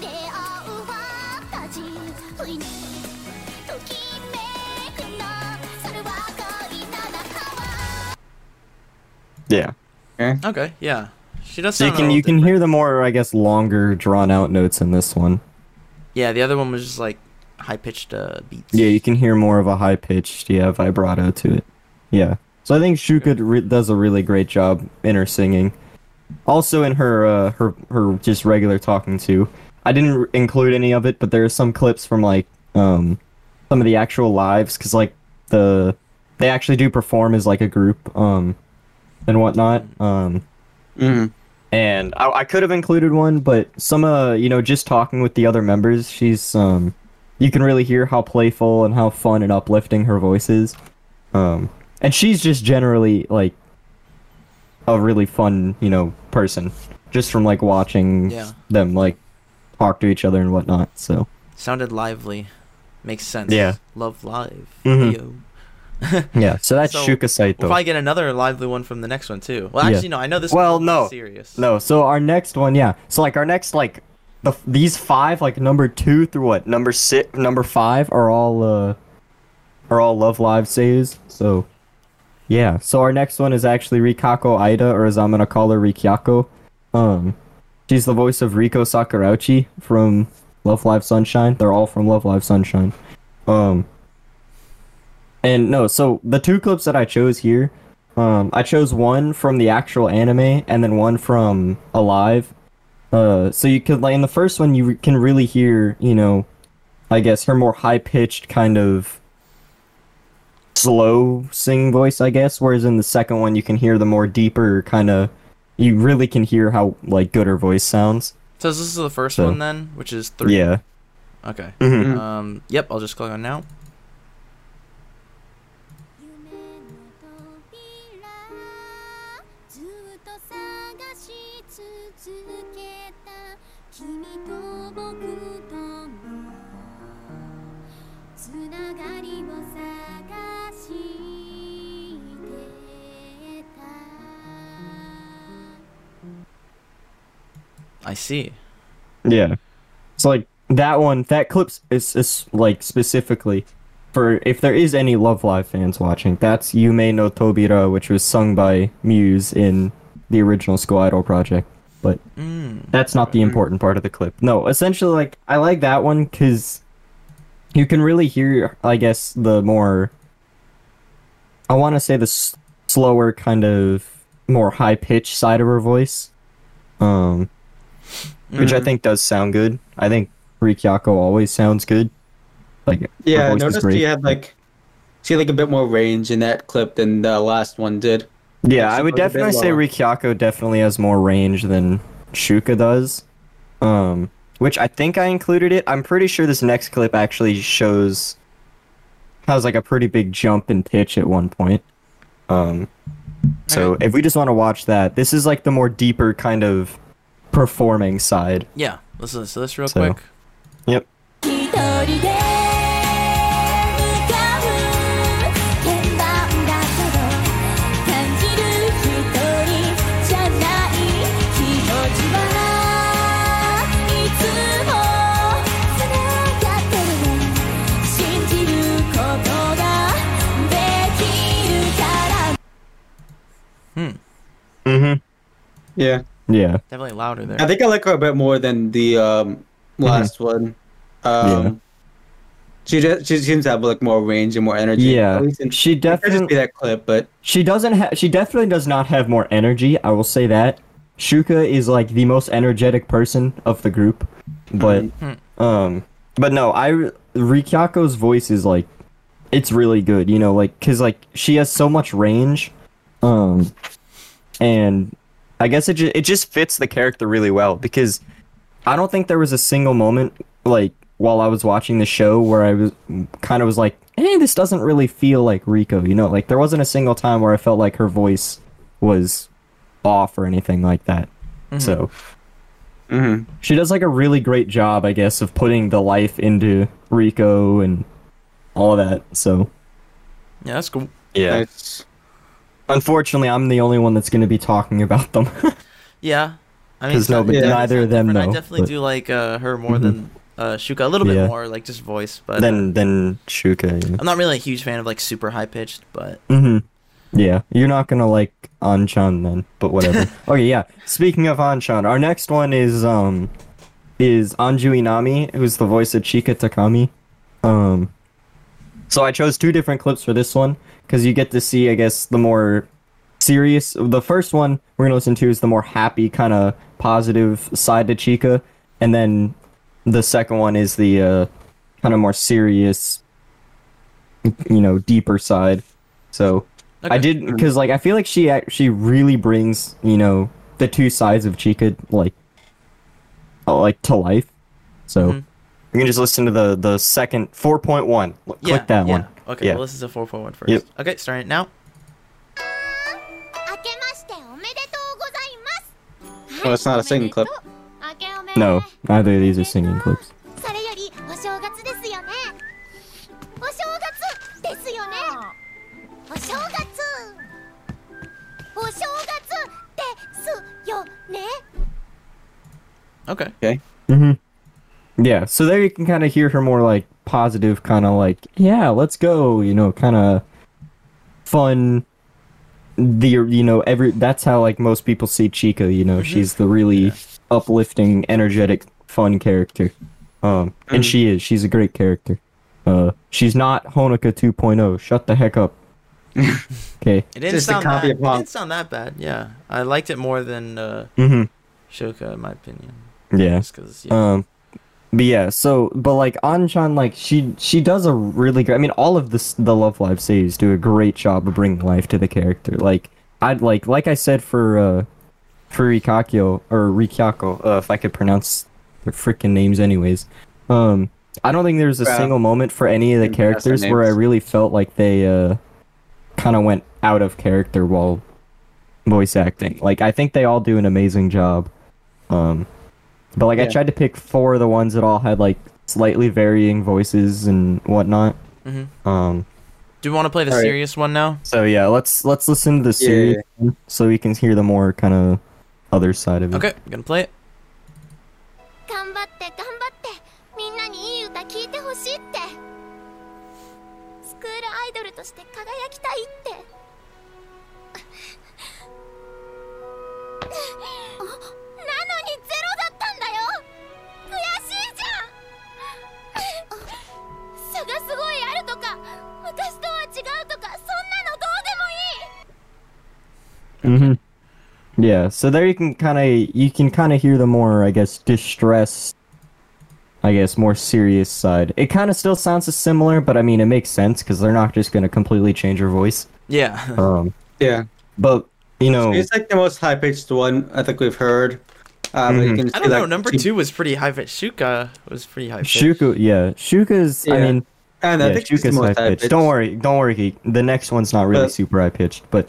[SPEAKER 5] 出会うファンタジー」「不意にときめくのそれは恋の中は」
[SPEAKER 3] Yeah.
[SPEAKER 1] Okay, yeah. She does
[SPEAKER 3] So you
[SPEAKER 1] sound
[SPEAKER 3] can you can hear the more I guess longer drawn out notes in this one.
[SPEAKER 1] Yeah, the other one was just like high pitched uh, beats.
[SPEAKER 3] Yeah, you can hear more of a high pitched, yeah, vibrato to it. Yeah. So I think Shuka re- does a really great job in her singing. Also in her uh, her her just regular talking too. I didn't r- include any of it, but there are some clips from like um some of the actual lives cuz like the they actually do perform as like a group um and whatnot. Um
[SPEAKER 2] hmm
[SPEAKER 3] and I, I could have included one, but some uh, you know, just talking with the other members, she's um, you can really hear how playful and how fun and uplifting her voice is, um, and she's just generally like a really fun, you know, person, just from like watching
[SPEAKER 1] Yeah.
[SPEAKER 3] them like talk to each other and whatnot. So
[SPEAKER 1] Sounded lively. Makes sense.
[SPEAKER 3] Yeah.
[SPEAKER 1] Love live.
[SPEAKER 3] Mhm.
[SPEAKER 1] Yo.
[SPEAKER 3] yeah, so that's
[SPEAKER 1] So,
[SPEAKER 3] Shuka Saito.
[SPEAKER 1] We'll probably get another lively one from the next one too. Well,
[SPEAKER 3] Yeah.
[SPEAKER 1] actually, no. I know this.
[SPEAKER 3] Well,
[SPEAKER 1] one's
[SPEAKER 3] no.
[SPEAKER 1] Serious.
[SPEAKER 3] No, so our next one, yeah. So like our next like the f- these five like number 2 through what? Number 6, number 5 are all uh are all Love Live saves. So yeah, so our next one is actually Rikako Aida or as I'm going to call her Rikyako. Um she's the voice of Riko Sakurauchi from Love Live Sunshine. They're all from Love Live Sunshine. Um, and no, so the two clips that I chose here, um, I chose one from the actual anime and then one from Alive. Uh, so you could like in the first one you can really hear, you know, I guess her more high pitched kind of slow sing voice, I guess. Whereas in the second one you can hear the more deeper kind of. You really can hear how like good her voice sounds.
[SPEAKER 1] So this is the first
[SPEAKER 3] So-
[SPEAKER 1] one then, which is three.
[SPEAKER 3] Yeah.
[SPEAKER 1] Okay.
[SPEAKER 3] Mhm.
[SPEAKER 1] Um. Yep. I'll just click on now.
[SPEAKER 5] 夢の扉ずっと探し続けた君と僕とのつながりを探してた
[SPEAKER 1] I see.
[SPEAKER 3] Yeah. It's like that one, that clips is, is like specifically for if there is any Love Live fans watching, that's Yume no Tobira, which was sung by Muse in the original School Idol project. But
[SPEAKER 1] Mm.
[SPEAKER 3] that's not the important part of the clip. No, essentially, like, I like that one because you can really hear, I guess, the more. I want to say the s- slower, kind of more high pitched side of her voice. Um, which I think does sound good. I think Rikyako always sounds good. Like
[SPEAKER 2] Yeah, I
[SPEAKER 3] voice is
[SPEAKER 2] noticed
[SPEAKER 3] great.
[SPEAKER 2] she had like she had like a bit more range in that clip than the last one did.
[SPEAKER 3] yeah,
[SPEAKER 2] It's
[SPEAKER 3] I would
[SPEAKER 2] a bit
[SPEAKER 3] definitely say
[SPEAKER 2] lower.
[SPEAKER 3] Rikyako definitely has more range than Shuka does. Um, which I think I included it. I'm pretty sure this next clip actually shows has like a pretty big jump in pitch at one point. Um, so if we just want to watch that, this is like the more deeper kind of performing side.
[SPEAKER 1] Yeah. Let's listen to this real
[SPEAKER 3] So-
[SPEAKER 1] quick.
[SPEAKER 5] 一人で向かう鍵盤だけど感じる一人じゃない気持ちはいつも繋がってるね信じることができるから
[SPEAKER 3] Mm-hmm.
[SPEAKER 2] Yeah,
[SPEAKER 3] Yeah.
[SPEAKER 1] Definitely louder there.
[SPEAKER 2] I think I like her a bit more than the um, last one. Um,
[SPEAKER 3] Mm-hmm. Yeah.
[SPEAKER 2] She just she seems to have like more range and more energy.
[SPEAKER 3] Yeah.
[SPEAKER 2] At least in-
[SPEAKER 3] She
[SPEAKER 2] it could just
[SPEAKER 3] definitely
[SPEAKER 2] be that clip, but
[SPEAKER 3] She doesn't have. She definitely does not have more energy. I will say that. Shuka is like the most energetic person of the group, but um, but no, I re- Rikyako's voice is like, it's really good. You know, like because like she has so much range, um, and I guess it ju- it just fits the character really well because I don't think there was a single moment like while I was watching the show where I was kind of was like, "Hey, this doesn't really feel like Rico." You know, like there wasn't a single time where I felt like her voice was off or anything like that.
[SPEAKER 1] Mm-hmm.
[SPEAKER 3] So
[SPEAKER 2] Mhm.
[SPEAKER 3] she does like a really great job, I guess, of putting the life into Rico and all of that. So
[SPEAKER 1] Yeah, that's cool.
[SPEAKER 3] yeah,
[SPEAKER 2] it's,
[SPEAKER 3] unfortunately, I'm the only one that's going to be talking about them.
[SPEAKER 1] Yeah. I mean,
[SPEAKER 3] 'Cause
[SPEAKER 1] it's not-
[SPEAKER 3] nobody-
[SPEAKER 1] it's
[SPEAKER 2] Yeah.
[SPEAKER 1] not
[SPEAKER 3] neither of them
[SPEAKER 1] different. I
[SPEAKER 3] know,
[SPEAKER 1] definitely
[SPEAKER 3] but- Mm-hmm.
[SPEAKER 1] do like uh, her more than uh, Shuka a little bit
[SPEAKER 3] Yeah.
[SPEAKER 1] more, like just voice. But
[SPEAKER 3] then then Shuka. Yeah.
[SPEAKER 1] I'm not really a huge fan of like super high pitched. But
[SPEAKER 3] Mm-hmm. Yeah, you're not gonna like Anchan then, but whatever. okay, yeah. Speaking of Anchan, our next one is um is Anju Inami, who's the voice of Chika Takami. Um, so I chose two different clips for this one because you get to see, I guess, the more serious. The first one we're gonna listen to is the more happy, kind of positive side to Chika, and then the second one is the uh, kind of more serious, you know, deeper side. So
[SPEAKER 1] Okay.
[SPEAKER 3] I did because like I feel like she ac- she really brings you know the two sides of Chica like uh, like to life. So
[SPEAKER 1] Mhm.
[SPEAKER 3] you can just listen to the the second four point one. Click
[SPEAKER 1] yeah,
[SPEAKER 3] that
[SPEAKER 1] yeah.
[SPEAKER 3] one.
[SPEAKER 1] Okay,
[SPEAKER 3] Yeah.
[SPEAKER 1] well, this is a 4.1 first.
[SPEAKER 3] Yep.
[SPEAKER 1] Okay, starting it now.
[SPEAKER 5] 明けましておめでとうございます
[SPEAKER 2] Well, it's not a singing clip.
[SPEAKER 5] 明けおめでとう
[SPEAKER 3] No, neither of these are singing clips.
[SPEAKER 5] それよりお正月ですよねお正月ですよねお正月お正月ですよね
[SPEAKER 1] Okay.
[SPEAKER 3] Yeah, so there you can kind of hear her more like positive, kind of like yeah, let's go, you know, kind of fun. The you know every that's how like most people see Chica. You know, she's the really uplifting, energetic, fun character. Um, and she is. She's a great character. Uh, she's not Honoka 2.0. Shut the heck up. okay.
[SPEAKER 1] It didn't
[SPEAKER 2] Just a
[SPEAKER 1] sound
[SPEAKER 2] copy
[SPEAKER 1] that,
[SPEAKER 2] of Hawk.
[SPEAKER 1] it didn't sound that bad. Yeah, I liked it more than uh,
[SPEAKER 3] Mm-hmm.
[SPEAKER 1] Shoka, in my opinion.
[SPEAKER 3] Yeah.
[SPEAKER 1] Just 'cause, yeah.
[SPEAKER 3] Um, but yeah, so but like Anchan, like she she does a really great. I mean, all of this the Love Live series do a great job of bringing life to the character. Like I'd like like I said for uh for Rikakyo or Rikyako, uh, if I could pronounce their freaking names, anyways. Um, I don't think there's a
[SPEAKER 2] Bruh.
[SPEAKER 3] single moment for any of the
[SPEAKER 2] Didn't pronounce their
[SPEAKER 3] characters where I
[SPEAKER 2] names.
[SPEAKER 3] really felt like they uh kind of went out of character while voice acting. Like I think they all do an amazing job. Um, but like I
[SPEAKER 2] Yeah.
[SPEAKER 3] tried to pick four of the ones that all had like slightly varying voices and whatnot.
[SPEAKER 1] Mhm.
[SPEAKER 2] Mm-hmm.
[SPEAKER 3] Um,
[SPEAKER 1] Do you want to play the
[SPEAKER 2] Alright.
[SPEAKER 1] serious one now?
[SPEAKER 3] so yeah, let's let's listen to the
[SPEAKER 2] Yeah, yeah,
[SPEAKER 3] series one so we can hear the more kind of other side of it.
[SPEAKER 1] Okay, I'm gonna play it.
[SPEAKER 5] 頑張って頑張ってみんなにいい歌聴いてほしいってスクールアイドルとして輝きたいってなのにゼロだったんだよ悔しいじゃん差がすごいあるとか昔とは違うとかそんなのどうでもいい
[SPEAKER 3] Yeah, so there you can kind of you can kind of hear the more I guess distressed, I guess more serious side. It kind of still sounds similar, but I mean it makes sense because they're not just gonna completely change her voice.
[SPEAKER 1] Yeah.
[SPEAKER 3] Um,
[SPEAKER 2] Yeah.
[SPEAKER 3] but you know,
[SPEAKER 2] Uh-huh. It's like the most high pitched one I think we've heard. Um, you
[SPEAKER 3] Mm-hmm.
[SPEAKER 2] can
[SPEAKER 1] I
[SPEAKER 2] see,
[SPEAKER 1] don't know.
[SPEAKER 2] like,
[SPEAKER 1] Number
[SPEAKER 2] she-
[SPEAKER 1] two was pretty high pitched. Shuka was pretty high pitched.
[SPEAKER 3] Shuka, yeah, Shuka's. I
[SPEAKER 2] Yeah.
[SPEAKER 3] mean,
[SPEAKER 2] And I
[SPEAKER 3] yeah,
[SPEAKER 2] think she's the
[SPEAKER 3] Shuka's high
[SPEAKER 2] most high
[SPEAKER 3] pitched.
[SPEAKER 2] pitched.
[SPEAKER 3] Don't worry, don't worry. Geek. The next one's not really
[SPEAKER 2] But-
[SPEAKER 3] super high pitched, but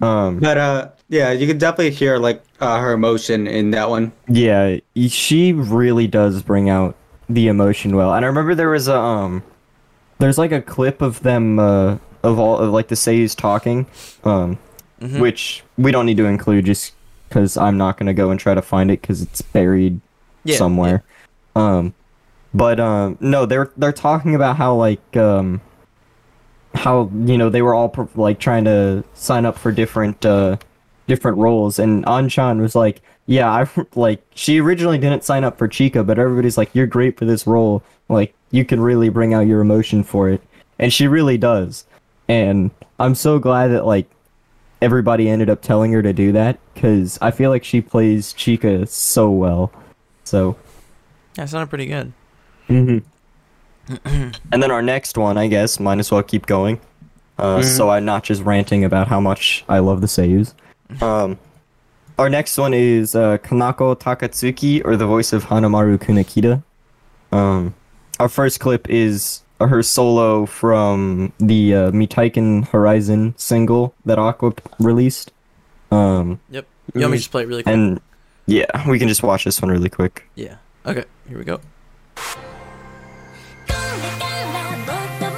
[SPEAKER 3] um,
[SPEAKER 2] But uh, yeah, you can definitely hear like uh, her emotion in that one.
[SPEAKER 3] Yeah, y- she really does bring out the emotion well. And I remember there was a um there's like a clip of them uh of all of like the Seiyu's talking um which we don't need to include just cuz I'm not going to go and try to find it cuz it's buried
[SPEAKER 1] Yeah,
[SPEAKER 3] somewhere. Um but um no, they're they're talking about how like um how you know they were all pro- like trying to sign up for different uh different roles and Anchan was like yeah I like she originally didn't sign up for Chica but everybody's like you're great for this role like you can really bring out your emotion for it and she really does and I'm so glad that like everybody ended up telling her to do that cuz I feel like she plays Chica so well so
[SPEAKER 1] Yeah, it sounded pretty good.
[SPEAKER 3] And then our next one, I guess, might as well keep going. Uh, So I'm not just ranting about how much I love the Seiyus. Um, our next one is uh, Kanako Takatsuki, or the voice of Hanamaru Kunakita. Um, our first clip is her solo from the uh, Mitaiken Horizon single that Aqua p- released. Um,
[SPEAKER 1] Yep.
[SPEAKER 2] Mm.
[SPEAKER 1] You want me to just play it really quick?
[SPEAKER 3] and yeah, we can just watch this one really quick.
[SPEAKER 1] Yeah. Okay, here we go.
[SPEAKER 5] これからもっともっと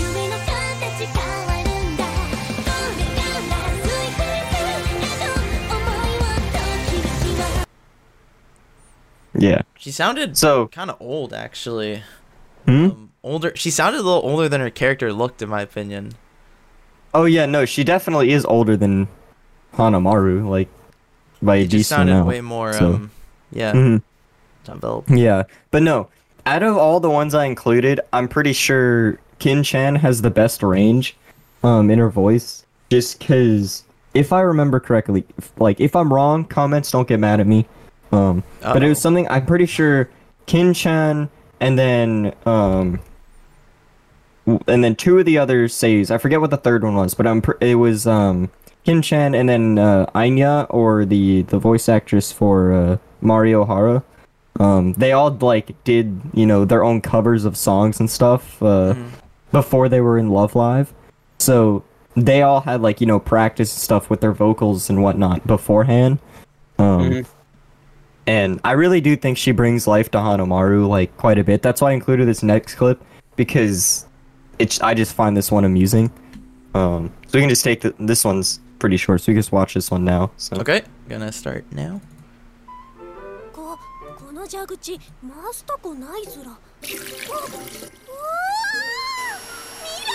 [SPEAKER 5] 夢の形変わるんだこれから吸い込みたいなど思いをときめきを
[SPEAKER 3] Yeah.
[SPEAKER 1] She sounded
[SPEAKER 3] So-
[SPEAKER 1] kind of old, actually.
[SPEAKER 3] Hmm?
[SPEAKER 1] Um, older. She sounded a little older than her character looked, in my opinion.
[SPEAKER 3] Oh yeah, no, she definitely is older than Hanamaru, like by a
[SPEAKER 1] It just
[SPEAKER 3] decent
[SPEAKER 1] sounded
[SPEAKER 3] amount.
[SPEAKER 1] way more.
[SPEAKER 3] so-
[SPEAKER 1] Um, yeah.
[SPEAKER 3] Mhm.
[SPEAKER 1] Developed.
[SPEAKER 3] Yeah, but no, out of all the ones I included, I'm pretty sure Kin Chan has the best range, um, in her voice. Just cause, if I remember correctly, if- like if I'm wrong, comments don't get mad at me. Um, but it was
[SPEAKER 1] Uh-oh.
[SPEAKER 3] something I'm pretty sure Kin Chan and then um, w- and then two of the other saves. I forget what the third one was, but I'm pr- it was um Kim Chan and then uh, Anya or the the voice actress for uh, Mario Hara. Um, they all like did you know their own covers of songs and stuff uh, before they were in Love Live, so they all had like you know practice and stuff with their vocals and whatnot beforehand. Um, and I really do think she brings life to Hanomaru like quite a bit. That's why I included this next clip because it's I just find this one amusing. Um, so we can just take the, this one's pretty short, so we can just watch this one now. So
[SPEAKER 1] Okay, gonna start now.
[SPEAKER 5] ここの蛇口回すとこないずらおおー未来ずら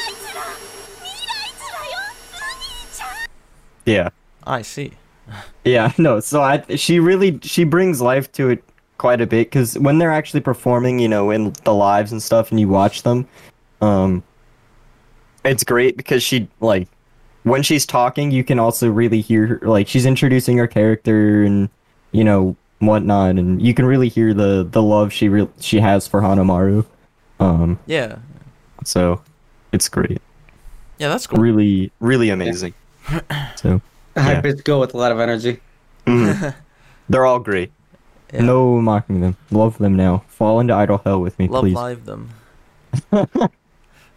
[SPEAKER 5] 未来ずらよお兄ちゃん
[SPEAKER 3] yeah,
[SPEAKER 1] I see.
[SPEAKER 3] yeah, no. So I she really she brings life to it quite a bit because when they're actually performing, you know, in the lives and stuff, and you watch them, um, it's great because she like when she's talking, you can also really hear her, like she's introducing her character and you know whatnot, and you can really hear the the love she re- she has for Hanamaru. Um,
[SPEAKER 1] Yeah.
[SPEAKER 3] so it's great,
[SPEAKER 1] Yeah, that's cool.
[SPEAKER 3] really, really amazing. So
[SPEAKER 2] Hype it go with a lot of energy.
[SPEAKER 3] they're all great.
[SPEAKER 1] Yeah.
[SPEAKER 3] No mocking them. Love them now. Fall into idle hell with me,
[SPEAKER 1] Love
[SPEAKER 3] please.
[SPEAKER 1] live them.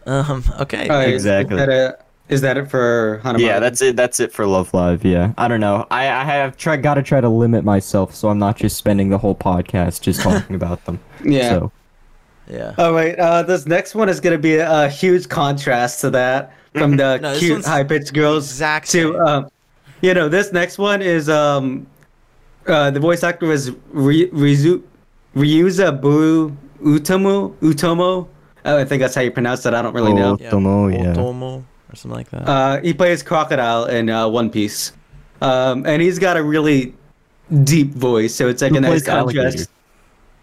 [SPEAKER 1] um, okay.
[SPEAKER 2] All right,
[SPEAKER 3] Exactly.
[SPEAKER 2] Oh, Is that, it? Is that it for Hanamaru?
[SPEAKER 3] Yeah, that's it. That's it for Love Live. Yeah, I don't know. I I have try got to try to limit myself so I'm not just spending the whole podcast just talking about them.
[SPEAKER 2] Yeah.
[SPEAKER 3] So
[SPEAKER 1] yeah.
[SPEAKER 3] Oh,
[SPEAKER 2] All right. Uh, this next one is going to be a, a huge contrast to that from the
[SPEAKER 1] Mm-hmm. No, this
[SPEAKER 2] cute
[SPEAKER 1] one's
[SPEAKER 2] high pitched girls
[SPEAKER 1] exact
[SPEAKER 2] to,
[SPEAKER 1] same.
[SPEAKER 2] um, you know, this next one is um, uh, the voice actor is Ry- Rizu- Ryuza Buru Utomo. Utomo. Oh, I think that's how you pronounce that. I don't really know.
[SPEAKER 1] yeah.
[SPEAKER 3] Otomo, yeah.
[SPEAKER 1] Otomo or something like that.
[SPEAKER 2] Uh, he plays Crocodile in uh, One Piece, um, and he's got a really deep voice, so it's like
[SPEAKER 3] Who
[SPEAKER 2] a nice
[SPEAKER 3] plays Alligator?
[SPEAKER 2] contrast.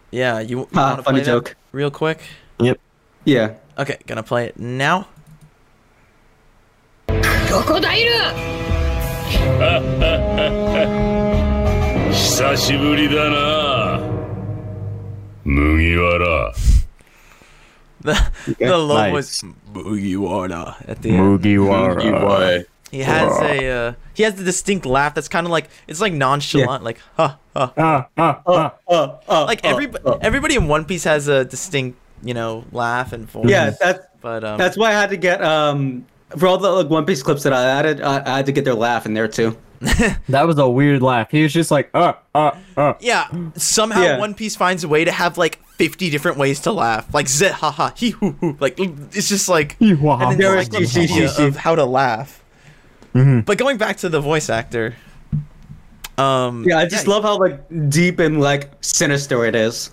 [SPEAKER 1] yeah, you, you
[SPEAKER 2] ah,
[SPEAKER 1] wanna
[SPEAKER 2] funny
[SPEAKER 1] play that
[SPEAKER 2] joke.
[SPEAKER 1] real quick?
[SPEAKER 3] yep.
[SPEAKER 2] Yeah.
[SPEAKER 1] Okay, gonna play it now.
[SPEAKER 6] ここだいる
[SPEAKER 7] 久しぶりだな麦わら
[SPEAKER 1] The, the low
[SPEAKER 3] Nice.
[SPEAKER 1] was Mugiwara at the end.
[SPEAKER 3] Mm-hmm. Mugiwara.
[SPEAKER 1] He has a uh, he has the distinct laugh that's kind of like it's like nonchalant, like huh, huh.
[SPEAKER 3] Ah, ah, ah.
[SPEAKER 2] Uh, uh,
[SPEAKER 1] Like
[SPEAKER 2] uh,
[SPEAKER 1] everybody,
[SPEAKER 2] uh.
[SPEAKER 1] everybody in One Piece has a distinct, you know, laugh and voice.
[SPEAKER 2] Yeah, that's
[SPEAKER 1] but um,
[SPEAKER 2] That's why I had to get um for all the like, One Piece clips that I added, I, I had to get their laugh in there too.
[SPEAKER 3] That was a weird laugh. He was just like ah, ah, ah.
[SPEAKER 1] yeah. Somehow
[SPEAKER 2] Yeah.
[SPEAKER 1] One Piece finds a way to have like fifty different ways to laugh, like zit, ha ha, he hoo hoo. Like it's just like
[SPEAKER 3] Hee, wah,
[SPEAKER 1] an
[SPEAKER 3] wah, wah,
[SPEAKER 2] was
[SPEAKER 3] wah,
[SPEAKER 2] she-
[SPEAKER 1] encyclopedia
[SPEAKER 2] she- she-
[SPEAKER 1] of how to laugh.
[SPEAKER 2] Mm-hmm.
[SPEAKER 1] But going back to the voice actor, um,
[SPEAKER 2] Yeah, I just love how like deep and like sinister it is.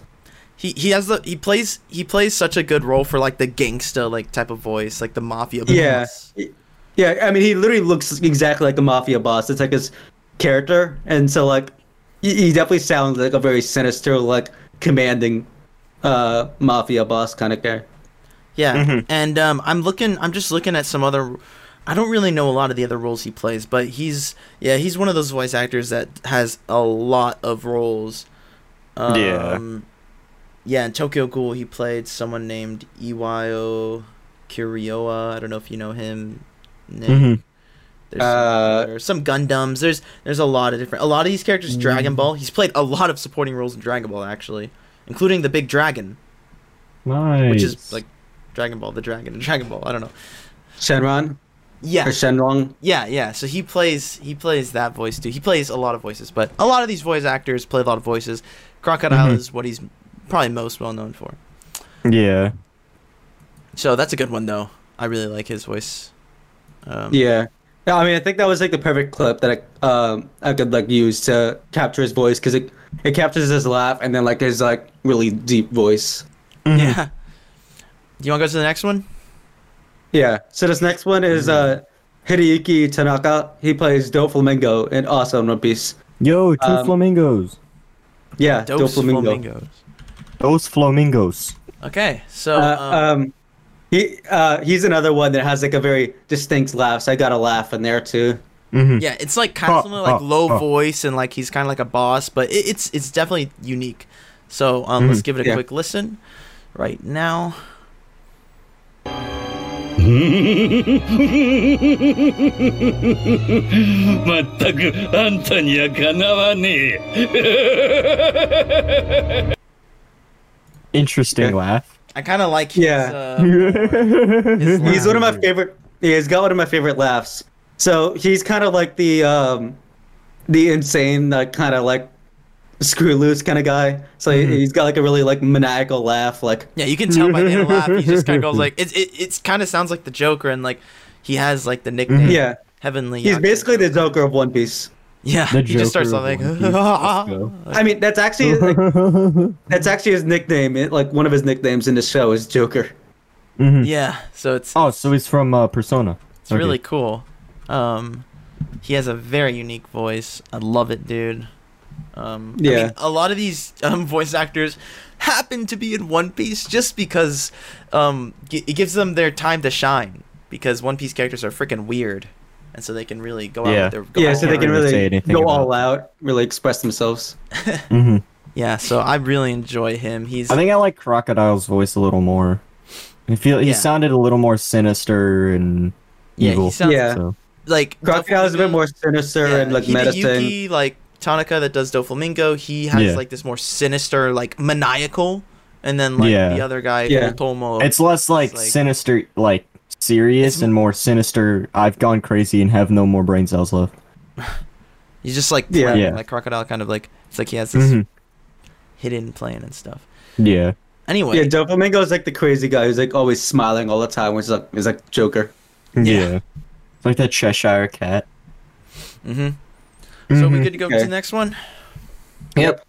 [SPEAKER 1] he he has the he plays he plays such a good role for like the gangsta like type of voice, like the mafia.
[SPEAKER 2] Yeah.
[SPEAKER 1] boss.
[SPEAKER 2] Yeah, I mean he literally looks exactly like a mafia boss. It's like his character, and so like he, he definitely sounds like a very sinister, like commanding, uh, mafia boss kind of guy.
[SPEAKER 1] Yeah, and um, I'm looking. I'm just looking at some other. I don't really know a lot of the other roles he plays, but he's yeah, he's one of those voice actors that has a lot of roles. Um,
[SPEAKER 3] Yeah.
[SPEAKER 1] Yeah, in Tokyo Ghoul, he played someone named Iwao Kirioa. I don't know if you know him. Nick.
[SPEAKER 3] Mhm.
[SPEAKER 1] There's some
[SPEAKER 2] Uh, Mm-hmm.
[SPEAKER 1] other- some Gundams. There's there's a lot of different. A lot of these characters, Dragon Ball. He's played a lot of supporting roles in Dragon Ball, actually, including the Big Dragon
[SPEAKER 3] Nice.
[SPEAKER 1] which is like Dragon Ball, the Dragon, and Dragon Ball. I don't know.
[SPEAKER 2] Shenron or
[SPEAKER 1] Yeah,
[SPEAKER 2] Shenrong.
[SPEAKER 1] yeah, yeah. So he plays he plays that voice too. He plays a lot of voices, but a lot of these voice actors play a lot of voices. Crocodile
[SPEAKER 2] Mm-hmm.
[SPEAKER 1] is what he's probably most well known for.
[SPEAKER 3] yeah.
[SPEAKER 1] So that's a good one though. I really like his voice. Um,
[SPEAKER 2] Yeah. Yeah, I mean, I think that was like the perfect clip that I, um, I could like use to capture his voice because it, it captures his laugh and then like his like really deep voice. Mm-hmm.
[SPEAKER 1] yeah. Do you want to go to the next one?
[SPEAKER 2] Yeah. So this next one is uh, Hideyuki Tanaka. He plays Doflamingo in Awesome One Piece.
[SPEAKER 3] Yo, two
[SPEAKER 2] Um,
[SPEAKER 3] flamingos.
[SPEAKER 2] Yeah,
[SPEAKER 1] Dose
[SPEAKER 2] Doflamingo.
[SPEAKER 1] Flamingos.
[SPEAKER 3] Those flamingos.
[SPEAKER 1] Okay, so
[SPEAKER 2] Uh,
[SPEAKER 1] um,
[SPEAKER 2] um, he uh, he's another one that has like a very distinct laugh. So I got a laugh in there too.
[SPEAKER 1] yeah, it's like kind of
[SPEAKER 3] Hmm. Huh,
[SPEAKER 1] similar, like
[SPEAKER 3] huh,
[SPEAKER 1] low
[SPEAKER 3] huh.
[SPEAKER 1] voice and like he's kind of like a boss, but it, it's it's definitely unique. So um,
[SPEAKER 3] Hmm,
[SPEAKER 1] let's give it a
[SPEAKER 2] yeah.
[SPEAKER 1] quick listen right now.
[SPEAKER 7] まったくあんたにはかなわねえ
[SPEAKER 3] Interesting
[SPEAKER 2] Yeah.
[SPEAKER 3] laugh.
[SPEAKER 1] I kind of like his.
[SPEAKER 2] Yeah.
[SPEAKER 1] Uh, his
[SPEAKER 2] He's one of my
[SPEAKER 1] laugh.
[SPEAKER 2] favorite. Yeah, he's got one of my favorite laughs. So he's kind of like the um, the insane, like kind of like screw loose kind of guy. So
[SPEAKER 3] Mm-hmm.
[SPEAKER 2] he- he's got like a really like maniacal laugh. Like
[SPEAKER 1] Yeah, you can tell by the laugh. He just kind of goes like it. It it's kind of sounds like the Joker, and like he has like the
[SPEAKER 3] Hmm. Mm-hmm.
[SPEAKER 1] nickname.
[SPEAKER 2] yeah,
[SPEAKER 1] Heavenly.
[SPEAKER 2] he's
[SPEAKER 1] Yakuza.
[SPEAKER 2] basically the Joker of One Piece.
[SPEAKER 1] Yeah.
[SPEAKER 3] The
[SPEAKER 1] he just starts
[SPEAKER 3] Joker of
[SPEAKER 1] laughing.
[SPEAKER 3] One Piece. Let's go.
[SPEAKER 2] I mean, that's actually like,
[SPEAKER 3] Mm-hmm.
[SPEAKER 2] that's actually his nickname. It, like one of his nicknames in the show is Joker.
[SPEAKER 1] yeah. So it's
[SPEAKER 3] Oh, so he's from uh, Persona.
[SPEAKER 1] it's really cool. Um, he has a very unique voice. I love it, dude. Um, I
[SPEAKER 2] Yeah.
[SPEAKER 1] mean, a lot of these um, voice actors happen to be in One Piece just because um, gi- it gives them their time to shine because One Piece characters are freaking weird, and so they can really go out
[SPEAKER 3] Yeah.
[SPEAKER 1] with their go
[SPEAKER 2] Yeah,
[SPEAKER 1] out
[SPEAKER 2] so
[SPEAKER 1] there.
[SPEAKER 2] they can
[SPEAKER 3] really say
[SPEAKER 2] really
[SPEAKER 3] anything
[SPEAKER 2] go
[SPEAKER 3] about
[SPEAKER 2] all out, really express themselves.
[SPEAKER 3] hmm
[SPEAKER 1] yeah. So I really enjoy him. He's
[SPEAKER 3] I think I like Crocodile's voice a little more. I feel he
[SPEAKER 1] Yeah.
[SPEAKER 3] sounded a little more sinister and
[SPEAKER 1] yeah,
[SPEAKER 3] evil.
[SPEAKER 1] he sounds
[SPEAKER 2] Yeah.
[SPEAKER 3] So
[SPEAKER 1] like
[SPEAKER 2] Crocodile's a bit more sinister
[SPEAKER 1] Yeah,
[SPEAKER 2] and like
[SPEAKER 1] he did
[SPEAKER 2] menacing.
[SPEAKER 1] Yuki, like Tanaka that does Doflamingo, he has
[SPEAKER 3] Yeah.
[SPEAKER 1] like this more sinister, like maniacal, and then like
[SPEAKER 3] Yeah.
[SPEAKER 1] the other guy,
[SPEAKER 2] Yeah.
[SPEAKER 1] Otomo.
[SPEAKER 3] it's less like,
[SPEAKER 1] like-
[SPEAKER 3] sinister, like serious, and more sinister. I've gone crazy and have no more brain cells left.
[SPEAKER 1] he's just like
[SPEAKER 2] Yeah.
[SPEAKER 1] playing,
[SPEAKER 3] Yeah. Mm-hmm.
[SPEAKER 1] like crocodile, kind of like it's like he has this hidden plan and stuff.
[SPEAKER 3] Yeah,
[SPEAKER 1] Anyway,
[SPEAKER 2] Yeah, Doflamingo is like the crazy guy who's like always smiling all the time, which is like is like Joker.
[SPEAKER 3] yeah. It's like that Cheshire cat.
[SPEAKER 1] hmm so we
[SPEAKER 3] Mhm.
[SPEAKER 1] good to go
[SPEAKER 2] Okay.
[SPEAKER 1] to the next one.
[SPEAKER 2] Yep.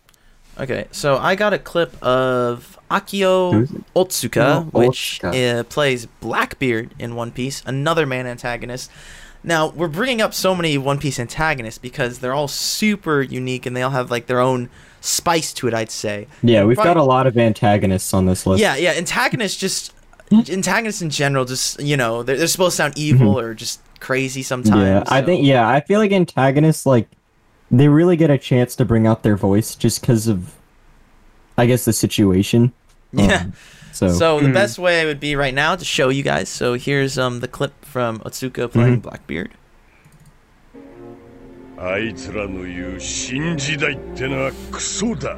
[SPEAKER 1] Okay, so I got a clip of Akio
[SPEAKER 3] Who's it?
[SPEAKER 1] Otsuka,
[SPEAKER 3] Oh,
[SPEAKER 1] which
[SPEAKER 3] Otsuka.
[SPEAKER 1] uh, plays Blackbeard in One Piece, another man antagonist. Now, we're bringing up so many One Piece antagonists because they're all super unique and they all have like their own spice to it, I'd say.
[SPEAKER 3] Yeah, we've
[SPEAKER 1] Right.
[SPEAKER 3] got a lot of antagonists on this list.
[SPEAKER 1] Yeah, yeah, antagonists just antagonists in general just, you know, they're, they're supposed to sound evil or just crazy sometimes.
[SPEAKER 3] Mm-hmm. yeah. I
[SPEAKER 1] so-
[SPEAKER 3] think yeah, I feel like antagonists like they really get a chance to bring out their voice just because of, I guess, the situation.
[SPEAKER 1] Yeah.
[SPEAKER 3] Um, so,
[SPEAKER 1] So the
[SPEAKER 2] Mm.
[SPEAKER 1] best way would be right now to show you guys. So here's um the clip from Otsuka playing
[SPEAKER 3] Mhm.
[SPEAKER 1] Blackbeard.
[SPEAKER 7] あいつらの言う新時代ってのはクソだ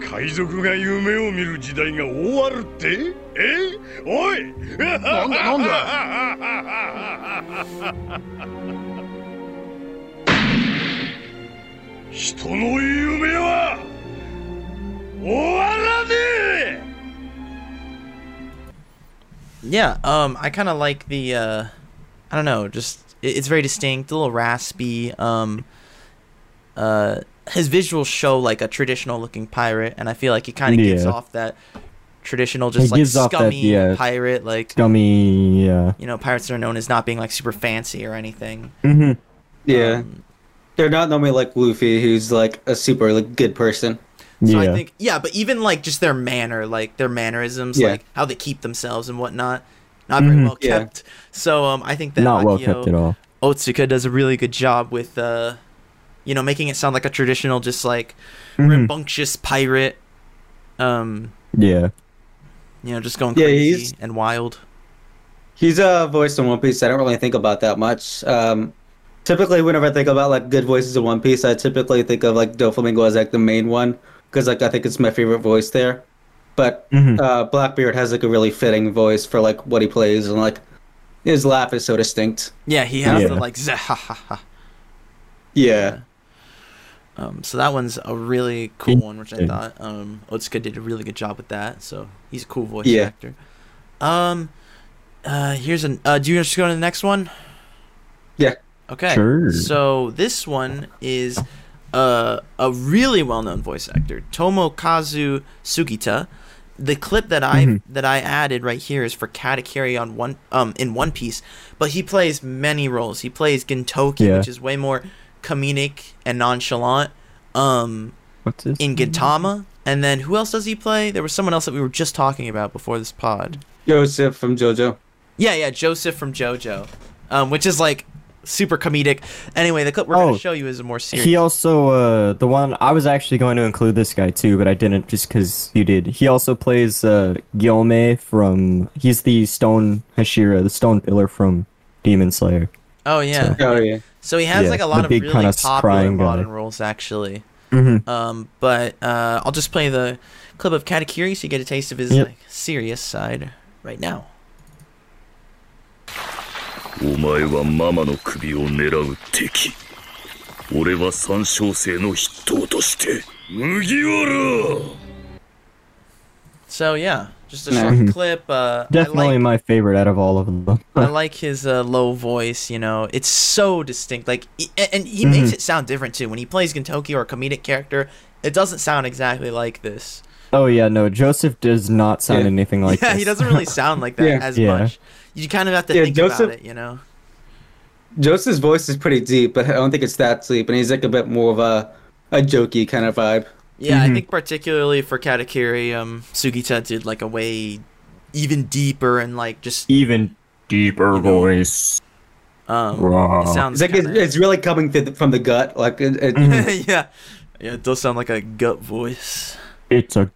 [SPEAKER 7] 海賊が夢を見る時代が終わるってえおいなんだなんだ 人の夢は終わらねえ
[SPEAKER 1] Yeah, um, I kind of like the, uh, I don't know, just it, it's very distinct, a little raspy. Um, uh, his visuals show like a traditional looking pirate, and I feel like he kind of gives
[SPEAKER 3] Yeah.
[SPEAKER 1] off that traditional, just
[SPEAKER 3] He
[SPEAKER 1] like
[SPEAKER 3] gives off that,
[SPEAKER 1] scummy
[SPEAKER 3] yeah.
[SPEAKER 1] pirate. Like
[SPEAKER 3] gummy. Yeah.
[SPEAKER 1] you know, pirates are known as not being like super fancy or anything.
[SPEAKER 3] Mm-hmm.
[SPEAKER 2] Yeah.
[SPEAKER 1] Um,
[SPEAKER 2] They're not normally like Luffy, who's like a super like good
[SPEAKER 1] so
[SPEAKER 2] person.
[SPEAKER 3] Mm, yeah.
[SPEAKER 1] I think yeah, but even like just their manner, like their mannerisms,
[SPEAKER 2] Yeah.
[SPEAKER 1] like how they keep themselves and whatnot, not very
[SPEAKER 3] Mhm.
[SPEAKER 1] well
[SPEAKER 2] Yeah.
[SPEAKER 1] kept. So um, I think that
[SPEAKER 3] not well
[SPEAKER 1] Akio-
[SPEAKER 3] kept at all.
[SPEAKER 1] Otsuka does a really good job with, uh, you know, making it sound like a traditional, just like
[SPEAKER 3] Mhm.
[SPEAKER 1] rambunctious pirate. Um,
[SPEAKER 3] Yeah.
[SPEAKER 1] you know, just going
[SPEAKER 2] Yeah,
[SPEAKER 1] crazy
[SPEAKER 2] he's-
[SPEAKER 1] and wild.
[SPEAKER 2] He's a voice in One Piece. I don't really think about that much. Um, typically, whenever I think about like good voices in One Piece, I typically think of like Doflamingo as like the main one because like I think it's my favorite voice there. But
[SPEAKER 3] Mhm.
[SPEAKER 2] uh, Blackbeard has like a really fitting voice for like what he plays and like his laugh is so distinct.
[SPEAKER 1] Yeah, he has the
[SPEAKER 3] Yeah.
[SPEAKER 1] like zah ha ha ha.
[SPEAKER 2] Yeah,
[SPEAKER 1] Um, so that one's a really cool one, which I
[SPEAKER 3] Interesting.
[SPEAKER 1] thought um, Otsuka did a really good job with that. So he's a cool voice
[SPEAKER 2] Yeah.
[SPEAKER 1] actor. Um, uh, here's an. Uh, do you just go to the next one?
[SPEAKER 2] Yeah.
[SPEAKER 1] Okay.
[SPEAKER 3] Sure.
[SPEAKER 1] So this one is uh, a really well-known voice actor, Tomokazu Sugita. The clip that I
[SPEAKER 3] Mhm.
[SPEAKER 1] that I added right here is for Katakiri on one um in One Piece, but he plays many roles. He plays Gintoki,
[SPEAKER 3] Yeah.
[SPEAKER 1] which is way more comedic and nonchalant. Um,
[SPEAKER 3] What's this?
[SPEAKER 1] in Gintama, and then who else does he play? There was someone else that we were just talking about before this pod.
[SPEAKER 2] Joseph from JoJo.
[SPEAKER 1] Yeah, yeah, Joseph from JoJo, um, which is like super comedic. Anyway, the clip we're
[SPEAKER 3] Oh.
[SPEAKER 1] gonna show you is a more serious.
[SPEAKER 3] He also uh the one I was actually going to include this guy too, but I didn't just because you did. He also plays uh Gyome from he's the Stone Hashira, the Stone Pillar from Demon Slayer.
[SPEAKER 1] oh yeah. So,
[SPEAKER 2] Oh yeah,
[SPEAKER 1] he has
[SPEAKER 3] Yeah,
[SPEAKER 1] like a
[SPEAKER 3] the
[SPEAKER 1] lot of
[SPEAKER 3] big
[SPEAKER 1] really
[SPEAKER 3] kinda s-
[SPEAKER 1] popular
[SPEAKER 3] crying guy.
[SPEAKER 1] modern roles actually.
[SPEAKER 3] Mm-hmm.
[SPEAKER 1] Um, but uh, I'll just play the clip of Katakiri so you get a taste of his
[SPEAKER 3] Yep.
[SPEAKER 1] like serious side right now.
[SPEAKER 7] お前はママの首を狙う敵俺は三小生の筆頭として麦わら
[SPEAKER 1] So yeah, just a
[SPEAKER 2] Yeah.
[SPEAKER 1] short
[SPEAKER 3] Mhm.
[SPEAKER 1] clip. Uh, I
[SPEAKER 3] Definitely
[SPEAKER 1] like-
[SPEAKER 3] my favorite out of all of them.
[SPEAKER 1] I like his uh, low voice. You know, it's so distinct. Like, he, a- and
[SPEAKER 3] Mm-hmm.
[SPEAKER 1] he makes it sound different too. When he plays Gintoki or a comedic character, it doesn't sound exactly like this.
[SPEAKER 3] oh yeah, no, Joseph does not sound
[SPEAKER 2] Yeah.
[SPEAKER 3] anything like
[SPEAKER 1] yeah,
[SPEAKER 3] this.
[SPEAKER 1] he doesn't really sound like that
[SPEAKER 2] Yeah.
[SPEAKER 1] as
[SPEAKER 3] Yeah.
[SPEAKER 1] much. You kind of have to
[SPEAKER 2] Yeah,
[SPEAKER 1] think
[SPEAKER 2] Joseph-
[SPEAKER 1] about it. You know.
[SPEAKER 2] Joseph's voice is pretty deep, but I don't think it's that deep, and he's like a bit more of a a jokey kind of vibe.
[SPEAKER 1] Yeah,
[SPEAKER 3] Mm-hmm.
[SPEAKER 1] I think particularly for Katakiri, um, Sugita did like a way even deeper and like just
[SPEAKER 3] Even deeper voice.
[SPEAKER 1] um,
[SPEAKER 3] Wow.
[SPEAKER 1] it sounds
[SPEAKER 2] It's like
[SPEAKER 1] kinda-
[SPEAKER 2] it's, mm-hmm. it's really coming through the, from the gut, like it, it,
[SPEAKER 1] yeah, yeah, it does sound like a gut voice.
[SPEAKER 3] It's a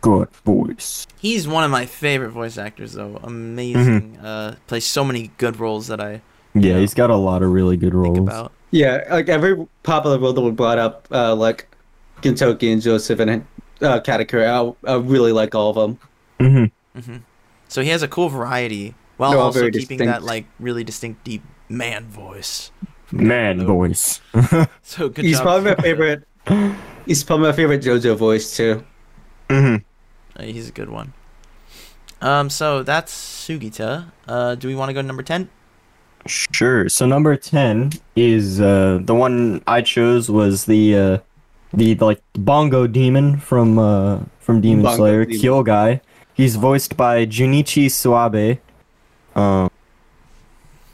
[SPEAKER 3] good voice.
[SPEAKER 1] He's one of my favorite voice actors, though. Amazing.
[SPEAKER 2] Mm-hmm.
[SPEAKER 1] Uh, plays so many good roles that I
[SPEAKER 3] Yeah, he's got a lot of really good roles.
[SPEAKER 1] think about.
[SPEAKER 2] Yeah, like every popular role that we brought up, uh, like Kentucky and Joseph and uh, Katakuri, I, I really like all of them.
[SPEAKER 3] Mhm.
[SPEAKER 1] Mm-hmm. So he has a cool variety while
[SPEAKER 2] They're all
[SPEAKER 1] also
[SPEAKER 2] very
[SPEAKER 1] keeping that
[SPEAKER 2] distinct.
[SPEAKER 1] like really distinct deep man voice.
[SPEAKER 3] Man voice.
[SPEAKER 1] So good
[SPEAKER 2] he's
[SPEAKER 1] job.
[SPEAKER 2] probably my favorite. he's probably my favorite JoJo voice too.
[SPEAKER 1] Uh, he's a good one. Um, so that's Sugita. Uh, do we want to go to number ten?
[SPEAKER 3] Sure. So number ten is uh the one I chose was the uh the like bongo demon from uh from Demon
[SPEAKER 2] Bongo
[SPEAKER 3] Slayer,
[SPEAKER 2] Demon.
[SPEAKER 3] Kyogai. He's voiced by Junichi Suabe. Um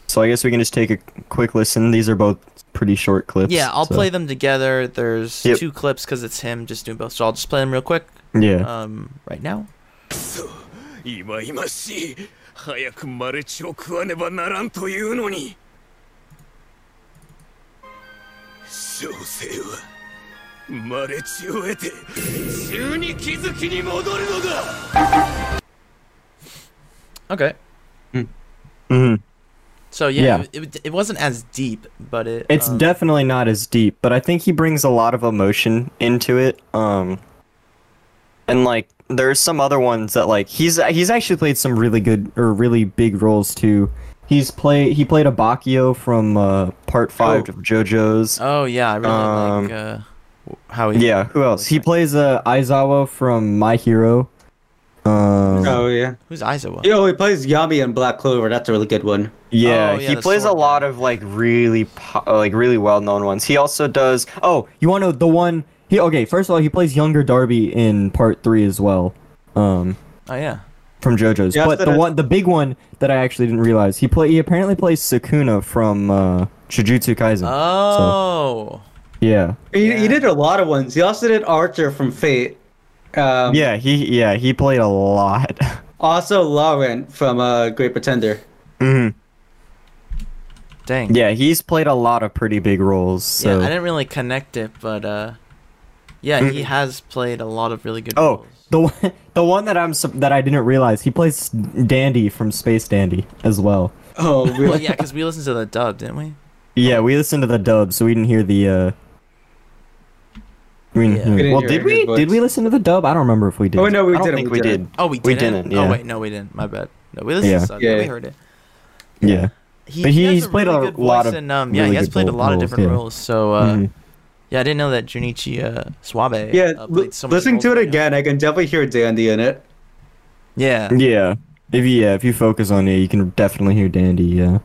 [SPEAKER 3] so I guess we can just take a quick listen. These are both pretty short clips.
[SPEAKER 1] Yeah, I'll
[SPEAKER 3] so-
[SPEAKER 2] uh,
[SPEAKER 1] play them together. There's
[SPEAKER 3] Yep.
[SPEAKER 1] two clips because it's him just doing both. So I'll just play them real quick.
[SPEAKER 3] Yeah.
[SPEAKER 1] Um, right now.
[SPEAKER 4] いまいましい早くマルチを食わねばならんというのに小生はマルチを得て中に気づきに戻るのだ
[SPEAKER 1] Okay.
[SPEAKER 3] hmm
[SPEAKER 1] So yeah,
[SPEAKER 3] Yeah.
[SPEAKER 1] It, it, it wasn't as deep, but it
[SPEAKER 3] It's
[SPEAKER 1] um,
[SPEAKER 3] definitely not as deep, but I think he brings a lot of emotion into it. Um, and like there's some other ones that like he's he's actually played some really good or really big roles too. He's play he played Abakio from uh, Part Five
[SPEAKER 2] Oh.
[SPEAKER 3] of JoJo's.
[SPEAKER 1] Oh yeah, I really like
[SPEAKER 3] Um,
[SPEAKER 1] uh, w- how he.
[SPEAKER 3] yeah, who else? He plays uh, Aizawa from My Hero. Um,
[SPEAKER 2] Oh yeah.
[SPEAKER 1] Who's Aizawa?
[SPEAKER 2] Oh, he plays Yami in Black Clover. That's a really good one.
[SPEAKER 3] Yeah,
[SPEAKER 1] Oh, yeah,
[SPEAKER 3] he
[SPEAKER 1] the
[SPEAKER 3] plays a
[SPEAKER 1] sword
[SPEAKER 3] lot of like really po- like really well known ones. He also does. Oh, you want to know the one? He okay. First of all, he plays younger Darby in part three as well, um,
[SPEAKER 1] Oh yeah.
[SPEAKER 3] from JoJo's.
[SPEAKER 2] Yeah,
[SPEAKER 3] but
[SPEAKER 2] so
[SPEAKER 3] the
[SPEAKER 2] that-
[SPEAKER 3] one, the big one that I actually didn't realize, he play he apparently plays Sukuna from uh, Jujutsu Kaisen.
[SPEAKER 1] Oh.
[SPEAKER 3] Yeah,
[SPEAKER 2] He,
[SPEAKER 1] Yeah.
[SPEAKER 2] he did a lot of ones. He also did Archer from Fate. Um,
[SPEAKER 3] yeah, he yeah he played a lot.
[SPEAKER 2] Also Lauren from uh, Great Pretender.
[SPEAKER 1] Dang.
[SPEAKER 3] yeah, he's played a lot of pretty big roles.
[SPEAKER 1] Yeah,
[SPEAKER 3] So
[SPEAKER 1] I didn't really connect it, but uh, yeah, he has played a lot of really good.
[SPEAKER 3] oh.
[SPEAKER 1] roles.
[SPEAKER 3] The one, the one that I'm sup- that I didn't realize he plays Dandy from Space Dandy as well.
[SPEAKER 2] Oh,
[SPEAKER 1] well,
[SPEAKER 2] really?
[SPEAKER 1] yeah, because we listened to the dub, didn't we?
[SPEAKER 3] Yeah, we listened to the dub, so we didn't hear the. uh we didn't
[SPEAKER 1] Yeah.
[SPEAKER 3] hear-
[SPEAKER 1] We
[SPEAKER 2] didn't
[SPEAKER 3] well,
[SPEAKER 2] hear
[SPEAKER 3] did
[SPEAKER 2] his
[SPEAKER 3] we?
[SPEAKER 2] voice.
[SPEAKER 3] Did we listen to the dub? I don't remember if we did.
[SPEAKER 2] Oh, no, we
[SPEAKER 3] I don't
[SPEAKER 2] didn't,
[SPEAKER 3] think
[SPEAKER 2] we
[SPEAKER 3] we did.
[SPEAKER 2] didn't.
[SPEAKER 1] Oh, we didn't.
[SPEAKER 3] We didn't,
[SPEAKER 1] Oh
[SPEAKER 3] yeah.
[SPEAKER 1] wait, no, we didn't. My bad. No, we listened
[SPEAKER 3] Yeah.
[SPEAKER 1] to the dub. Yeah.
[SPEAKER 2] Yeah.
[SPEAKER 1] We heard it.
[SPEAKER 3] Yeah.
[SPEAKER 1] He,
[SPEAKER 3] But
[SPEAKER 1] he
[SPEAKER 3] he-
[SPEAKER 1] has
[SPEAKER 3] he's
[SPEAKER 1] a
[SPEAKER 3] played
[SPEAKER 1] really
[SPEAKER 3] a
[SPEAKER 1] good
[SPEAKER 3] lot
[SPEAKER 1] voice
[SPEAKER 3] of
[SPEAKER 1] and, um, yeah, he
[SPEAKER 3] really
[SPEAKER 1] has
[SPEAKER 3] good
[SPEAKER 1] played a
[SPEAKER 3] vo-
[SPEAKER 1] lot of
[SPEAKER 3] roles,
[SPEAKER 1] different
[SPEAKER 3] yeah.
[SPEAKER 1] roles. So uh,
[SPEAKER 3] Mhm.
[SPEAKER 1] yeah, I didn't know that Junichi uh, Suabe.
[SPEAKER 2] Yeah,
[SPEAKER 1] uh,
[SPEAKER 2] li-
[SPEAKER 1] played so many
[SPEAKER 2] listening to
[SPEAKER 1] roles that
[SPEAKER 2] it
[SPEAKER 1] we know.
[SPEAKER 2] again, I can definitely hear Dandy in it.
[SPEAKER 1] Yeah,
[SPEAKER 3] Yeah. If you, yeah, if you focus on it, you can definitely hear Dandy. Yeah.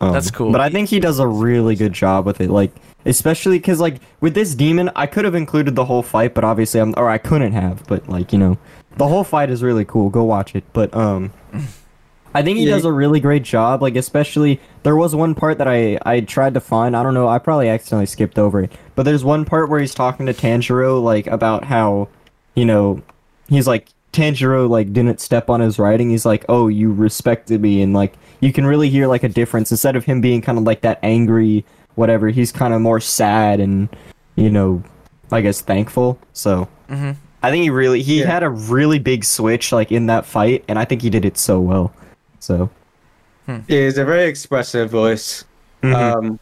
[SPEAKER 3] Um,
[SPEAKER 1] That's cool.
[SPEAKER 3] But I think he does a really good job with it, like especially because like with this demon, I could have included the whole fight, but obviously I'm or I couldn't have, but like you know, the whole fight is really cool. Go watch it. But um, I think he
[SPEAKER 2] Yeah.
[SPEAKER 3] does a really great job. Like especially there was one part that I I tried to find. I don't know. I probably accidentally skipped over it. But there's one part where he's talking to Tanjiro like about how you know he's like Tanjiro like didn't step on his writing. He's like, "Oh, you respected me," and like you can really hear like a difference. Instead of him being kind of like that angry whatever, he's kind of more sad and you know, I guess thankful. So
[SPEAKER 1] Mhm.
[SPEAKER 3] I think he really he
[SPEAKER 2] Mm-hmm. Yeah.
[SPEAKER 3] had a really big switch like in that fight, and I think he did it so well. So
[SPEAKER 1] Mm-hmm.
[SPEAKER 2] Yeah, he's a very expressive voice.
[SPEAKER 3] Mm-hmm.
[SPEAKER 1] Uh,
[SPEAKER 2] Um,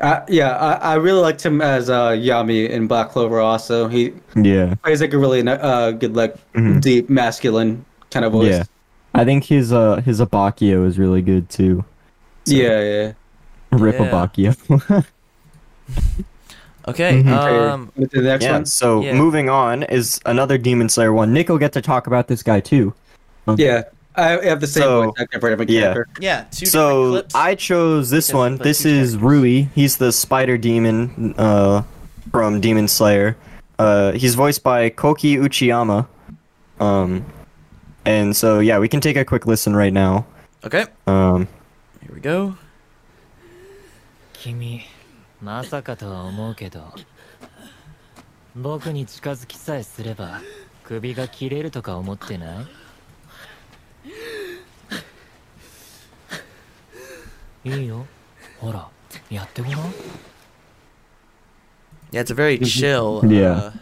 [SPEAKER 2] I, yeah, I, I really liked him as uh, Yami in Black Clover. Also, he
[SPEAKER 3] yeah,
[SPEAKER 2] plays like a really uh, good, like deep, masculine kind of voice.
[SPEAKER 3] Mm-hmm. yeah. I think his uh his Abakio is really good too.
[SPEAKER 2] yeah, yeah.
[SPEAKER 3] Rip
[SPEAKER 1] Yeah.
[SPEAKER 3] Abakio.
[SPEAKER 1] Okay.
[SPEAKER 2] Okay,
[SPEAKER 1] Um,
[SPEAKER 2] on to the next
[SPEAKER 3] yeah.
[SPEAKER 2] one.
[SPEAKER 3] So
[SPEAKER 1] Yeah.
[SPEAKER 3] moving on is another Demon Slayer one. Nick will get to talk about this guy too.
[SPEAKER 2] Yeah, I have the same
[SPEAKER 3] So,
[SPEAKER 2] voice actor for every
[SPEAKER 3] yeah.
[SPEAKER 2] character.
[SPEAKER 1] yeah. Two different
[SPEAKER 3] so
[SPEAKER 1] clips.
[SPEAKER 3] I chose this
[SPEAKER 1] Because
[SPEAKER 3] one.
[SPEAKER 1] the
[SPEAKER 3] This
[SPEAKER 1] two
[SPEAKER 3] is Rui. He's the spider demon uh, from Demon Slayer. Uh, he's voiced by Koki Uchiyama. Um, and so yeah, we can take a quick listen right now.
[SPEAKER 1] okay.
[SPEAKER 3] Um,
[SPEAKER 1] Here we go.
[SPEAKER 6] 君まさかとは思うけど僕に近づきさえすれば首が切れるとか思ってないいいよほらやってごらん
[SPEAKER 1] Yeah, it's a very
[SPEAKER 2] Mm-hmm.
[SPEAKER 1] chill.
[SPEAKER 3] Yeah.
[SPEAKER 1] Uh,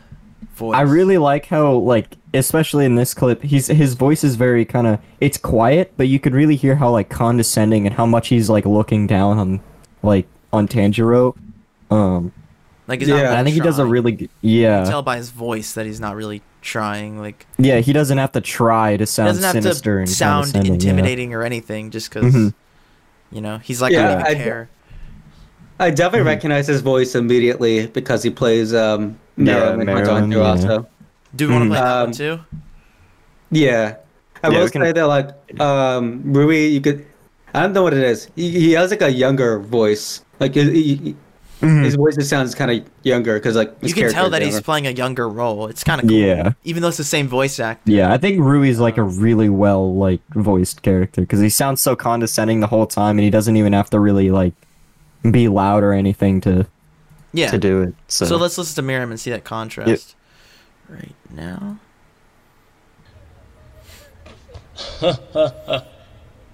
[SPEAKER 1] voice.
[SPEAKER 3] I really like how, like, especially in this clip, he's his voice is very kind of it's quiet, but you could really hear how like condescending and how much he's like looking down on, like, on Tanjiro. Um,
[SPEAKER 1] like. He's not
[SPEAKER 2] Yeah.
[SPEAKER 1] really
[SPEAKER 3] I think he does a
[SPEAKER 1] trying.
[SPEAKER 3] really uh, g-
[SPEAKER 1] You
[SPEAKER 3] yeah
[SPEAKER 1] can tell by his voice that he's not really trying. Like
[SPEAKER 3] yeah he doesn't have to try to
[SPEAKER 1] he
[SPEAKER 3] sound
[SPEAKER 1] doesn't have
[SPEAKER 3] sinister
[SPEAKER 1] to
[SPEAKER 3] and
[SPEAKER 1] sound
[SPEAKER 3] condescending, yeah.
[SPEAKER 1] intimidating or anything, just because
[SPEAKER 3] Mhm.
[SPEAKER 1] you know he's like
[SPEAKER 2] Yeah,
[SPEAKER 1] I don't
[SPEAKER 2] I-
[SPEAKER 1] even care.
[SPEAKER 2] I definitely
[SPEAKER 3] Mm-hmm.
[SPEAKER 2] recognize his voice immediately because he plays um, Meron in
[SPEAKER 3] Meron,
[SPEAKER 2] Hunter
[SPEAKER 3] yeah.
[SPEAKER 2] x Hunter also.
[SPEAKER 1] Do we want to
[SPEAKER 3] Mhm.
[SPEAKER 1] play that one
[SPEAKER 2] Um,
[SPEAKER 1] too?
[SPEAKER 2] Yeah. I
[SPEAKER 3] Yeah,
[SPEAKER 2] will
[SPEAKER 3] we can-
[SPEAKER 2] say that, like, um, Rui, you could. I don't know what it is. He, he has, like, a younger voice. Like, he, he-
[SPEAKER 3] Mm-hmm.
[SPEAKER 2] his voice just sounds kind of younger because, like, his
[SPEAKER 1] You can tell
[SPEAKER 2] character
[SPEAKER 1] that
[SPEAKER 2] is
[SPEAKER 1] he's
[SPEAKER 2] younger.
[SPEAKER 1] playing a younger role. It's kind of cool.
[SPEAKER 3] Yeah.
[SPEAKER 1] Even though it's the same voice actor.
[SPEAKER 3] Yeah, I think Rui's like a really well like voiced character because he sounds so condescending the whole time, and he doesn't even have to really like be loud or anything to
[SPEAKER 1] Yeah.
[SPEAKER 3] to do it. So,
[SPEAKER 1] So let's listen to Miriam and see that contrast right now.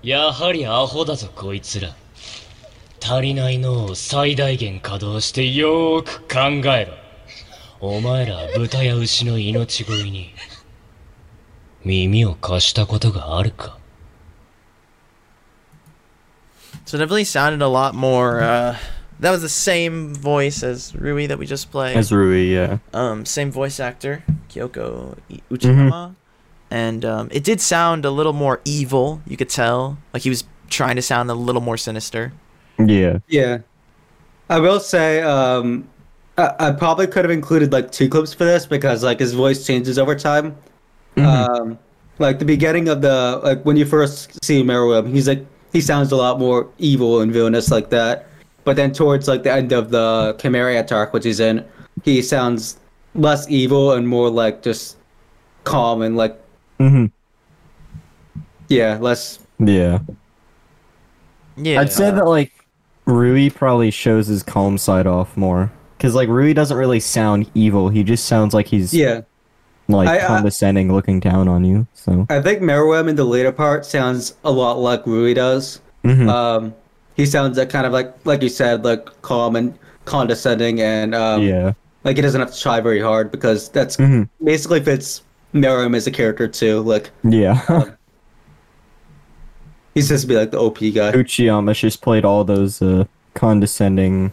[SPEAKER 8] やはりアホだぞこいつら足りない脳を最大限稼働してよーく考えろお前ら豚や牛の命乞いに耳を貸したことがあるか
[SPEAKER 1] So it definitely sounded a lot more. Uh, that was the same voice as Rui that we just played.
[SPEAKER 3] as Rui, yeah,
[SPEAKER 1] um, same voice actor, Kyoko I-
[SPEAKER 3] Mm-hmm.
[SPEAKER 1] Uchiyama. And um, it did sound a little more evil, you could tell. Like he was trying to sound a little more sinister.
[SPEAKER 3] yeah,
[SPEAKER 2] Yeah. I will say, um, I, I probably could have included, like, two clips for this because, like, his voice changes over time. Um, like, the beginning of the. Like, when you first see Meruem, he's like. He sounds a lot more evil and villainous like that. But then, towards, like, the end of the Chimera attack, which he's in, he sounds less evil and more, like, just calm and, like,
[SPEAKER 3] mm-hmm.
[SPEAKER 2] yeah, less.
[SPEAKER 3] yeah.
[SPEAKER 1] Yeah.
[SPEAKER 3] I'd say that like Rui probably shows his calm side off more because like Rui doesn't really sound evil; he just sounds like he's
[SPEAKER 2] Yeah.
[SPEAKER 3] like
[SPEAKER 2] I- I-
[SPEAKER 3] condescending, looking down on you. So
[SPEAKER 2] I think Meruem in the later part sounds a lot like Rui does.
[SPEAKER 3] Mhm.
[SPEAKER 2] Um, he sounds like kind of like like you said, like calm and condescending, and um,
[SPEAKER 3] yeah,
[SPEAKER 2] like he doesn't have to try very hard because that's
[SPEAKER 3] Mhm.
[SPEAKER 2] basically fits Meruem as a character too. Like
[SPEAKER 3] yeah.
[SPEAKER 2] Um, he's just be like the OP guy.
[SPEAKER 3] Uchiyama's just played all those uh, condescending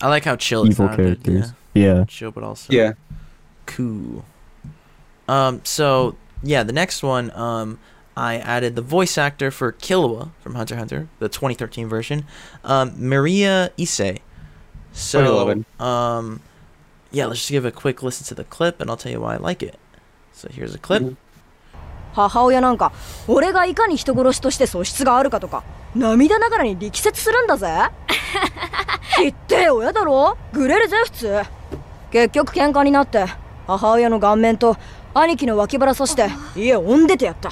[SPEAKER 1] I like how chill it
[SPEAKER 3] evil
[SPEAKER 1] sounded.
[SPEAKER 3] characters.
[SPEAKER 1] Yeah.
[SPEAKER 3] Yeah.
[SPEAKER 1] Chill, but also
[SPEAKER 2] Yeah,
[SPEAKER 1] cool. Um, so yeah, the next one, um, I added the voice actor for Killua from Hunter x Hunter, the 2013 version, um, Maria Issei. So,
[SPEAKER 2] 2011.
[SPEAKER 1] um, yeah, let's just give a quick listen to the clip, and I'll tell you why I like it. So here's a clip.
[SPEAKER 9] 母親なんか俺がいかに人殺しとして素質があるかとか涙ながらに力説するんだぜ言ってえ親だろグレるぜ普通結局喧嘩になって母親の顔面と兄貴の脇腹刺して家をんでてやった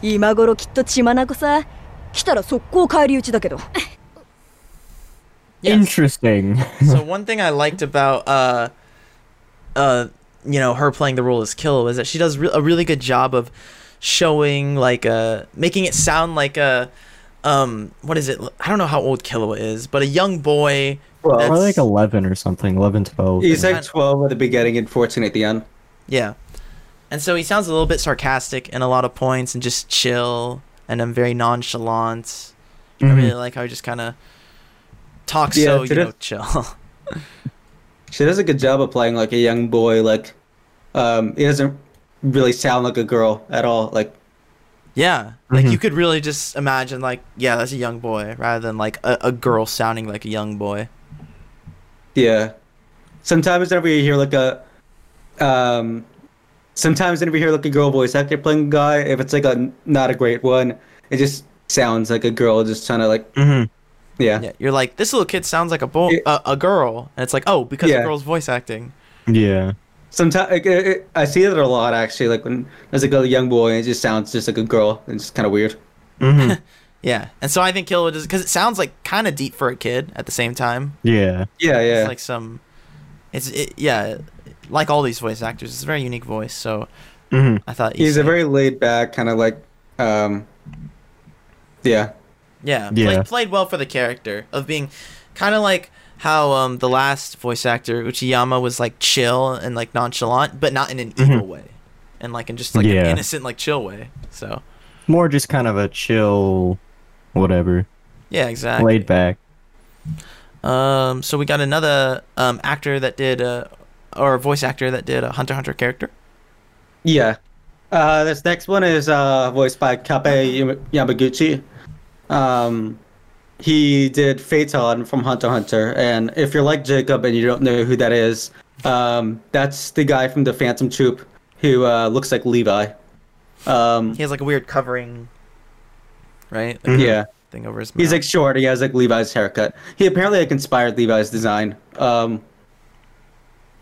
[SPEAKER 9] 今頃きっと血眼さ来たら速攻返り討ちだけど
[SPEAKER 1] Yeah.
[SPEAKER 3] Interesting.
[SPEAKER 1] so one thing I liked about uh, uh, you know, her playing the role as Killua is that she does re- a really good job of showing like uh making it sound like a um what is it? I don't know how old Killua is, but a young boy.
[SPEAKER 2] Well,
[SPEAKER 1] that's-
[SPEAKER 3] Probably like 11 or something, 11, 12.
[SPEAKER 2] he's like twelve at the beginning and fourteen at the end.
[SPEAKER 1] yeah, and so he sounds a little bit sarcastic in a lot of points and just chill and I'm very nonchalant. I really like how he just kind of talks
[SPEAKER 2] Mm-hmm. Yeah,
[SPEAKER 1] so you
[SPEAKER 2] to the-
[SPEAKER 1] know chill.
[SPEAKER 2] She does a good job of playing like a young boy. Like um, he doesn't really sound like a girl at all. Like
[SPEAKER 1] Yeah, like
[SPEAKER 2] Mm-hmm.
[SPEAKER 1] you could really just imagine, like, yeah, that's a young boy, rather than like a, a girl sounding like a young boy.
[SPEAKER 2] Yeah. Sometimes whenever you hear like a um sometimes whenever you hear like a girl voice actor playing a guy, if it's like a not a great one, it just sounds like a girl just trying to like yeah.
[SPEAKER 1] Yeah, you're like, this little kid sounds like a boy,
[SPEAKER 2] Yeah.
[SPEAKER 1] uh, a girl, and it's like, oh, because the
[SPEAKER 2] Yeah.
[SPEAKER 1] girl's voice acting.
[SPEAKER 3] Yeah.
[SPEAKER 2] Sometimes like, it, it, I see that a lot actually like when there's like a young boy and it just sounds just like a girl and it's kind of weird.
[SPEAKER 1] Yeah, and so I think Killua does because it sounds like kind of deep for a kid at the same time.
[SPEAKER 3] Yeah.
[SPEAKER 2] Yeah, yeah.
[SPEAKER 1] It's like some, it's it, yeah, like all these voice actors, it's a very unique voice. So
[SPEAKER 3] hmm
[SPEAKER 1] I thought
[SPEAKER 2] He's a
[SPEAKER 1] Issei-
[SPEAKER 2] very laid back kind of like, um, yeah,
[SPEAKER 1] yeah,
[SPEAKER 3] Yeah.
[SPEAKER 1] Played, played well for the character of being kind of like how um the last voice actor Uchiyama was like chill and like nonchalant, but not in an evil way, and like in just like an
[SPEAKER 3] Yeah.
[SPEAKER 1] innocent like chill way. So
[SPEAKER 3] More just kind of a chill, whatever,
[SPEAKER 1] yeah,
[SPEAKER 2] Uh,
[SPEAKER 1] exactly.
[SPEAKER 3] laid back.
[SPEAKER 1] Um, so we got another um actor that did uh or voice actor that did a Hunter x Hunter character.
[SPEAKER 2] yeah. Uh, this next one is uh, voiced by Kape Yam- Yamaguchi. Um, he did Phaeton from Hunter x Hunter, and if you're like Jacob and you don't know who that is, um, that's the guy from the Phantom Troop who uh, looks like Levi. Um,
[SPEAKER 1] He has like a weird covering, right?
[SPEAKER 3] Mm-hmm.
[SPEAKER 1] Like,
[SPEAKER 2] yeah.
[SPEAKER 1] Thing over his mouth.
[SPEAKER 2] Mm-hmm. He's like short. He has like Levi's haircut. He apparently like inspired Levi's design. Um,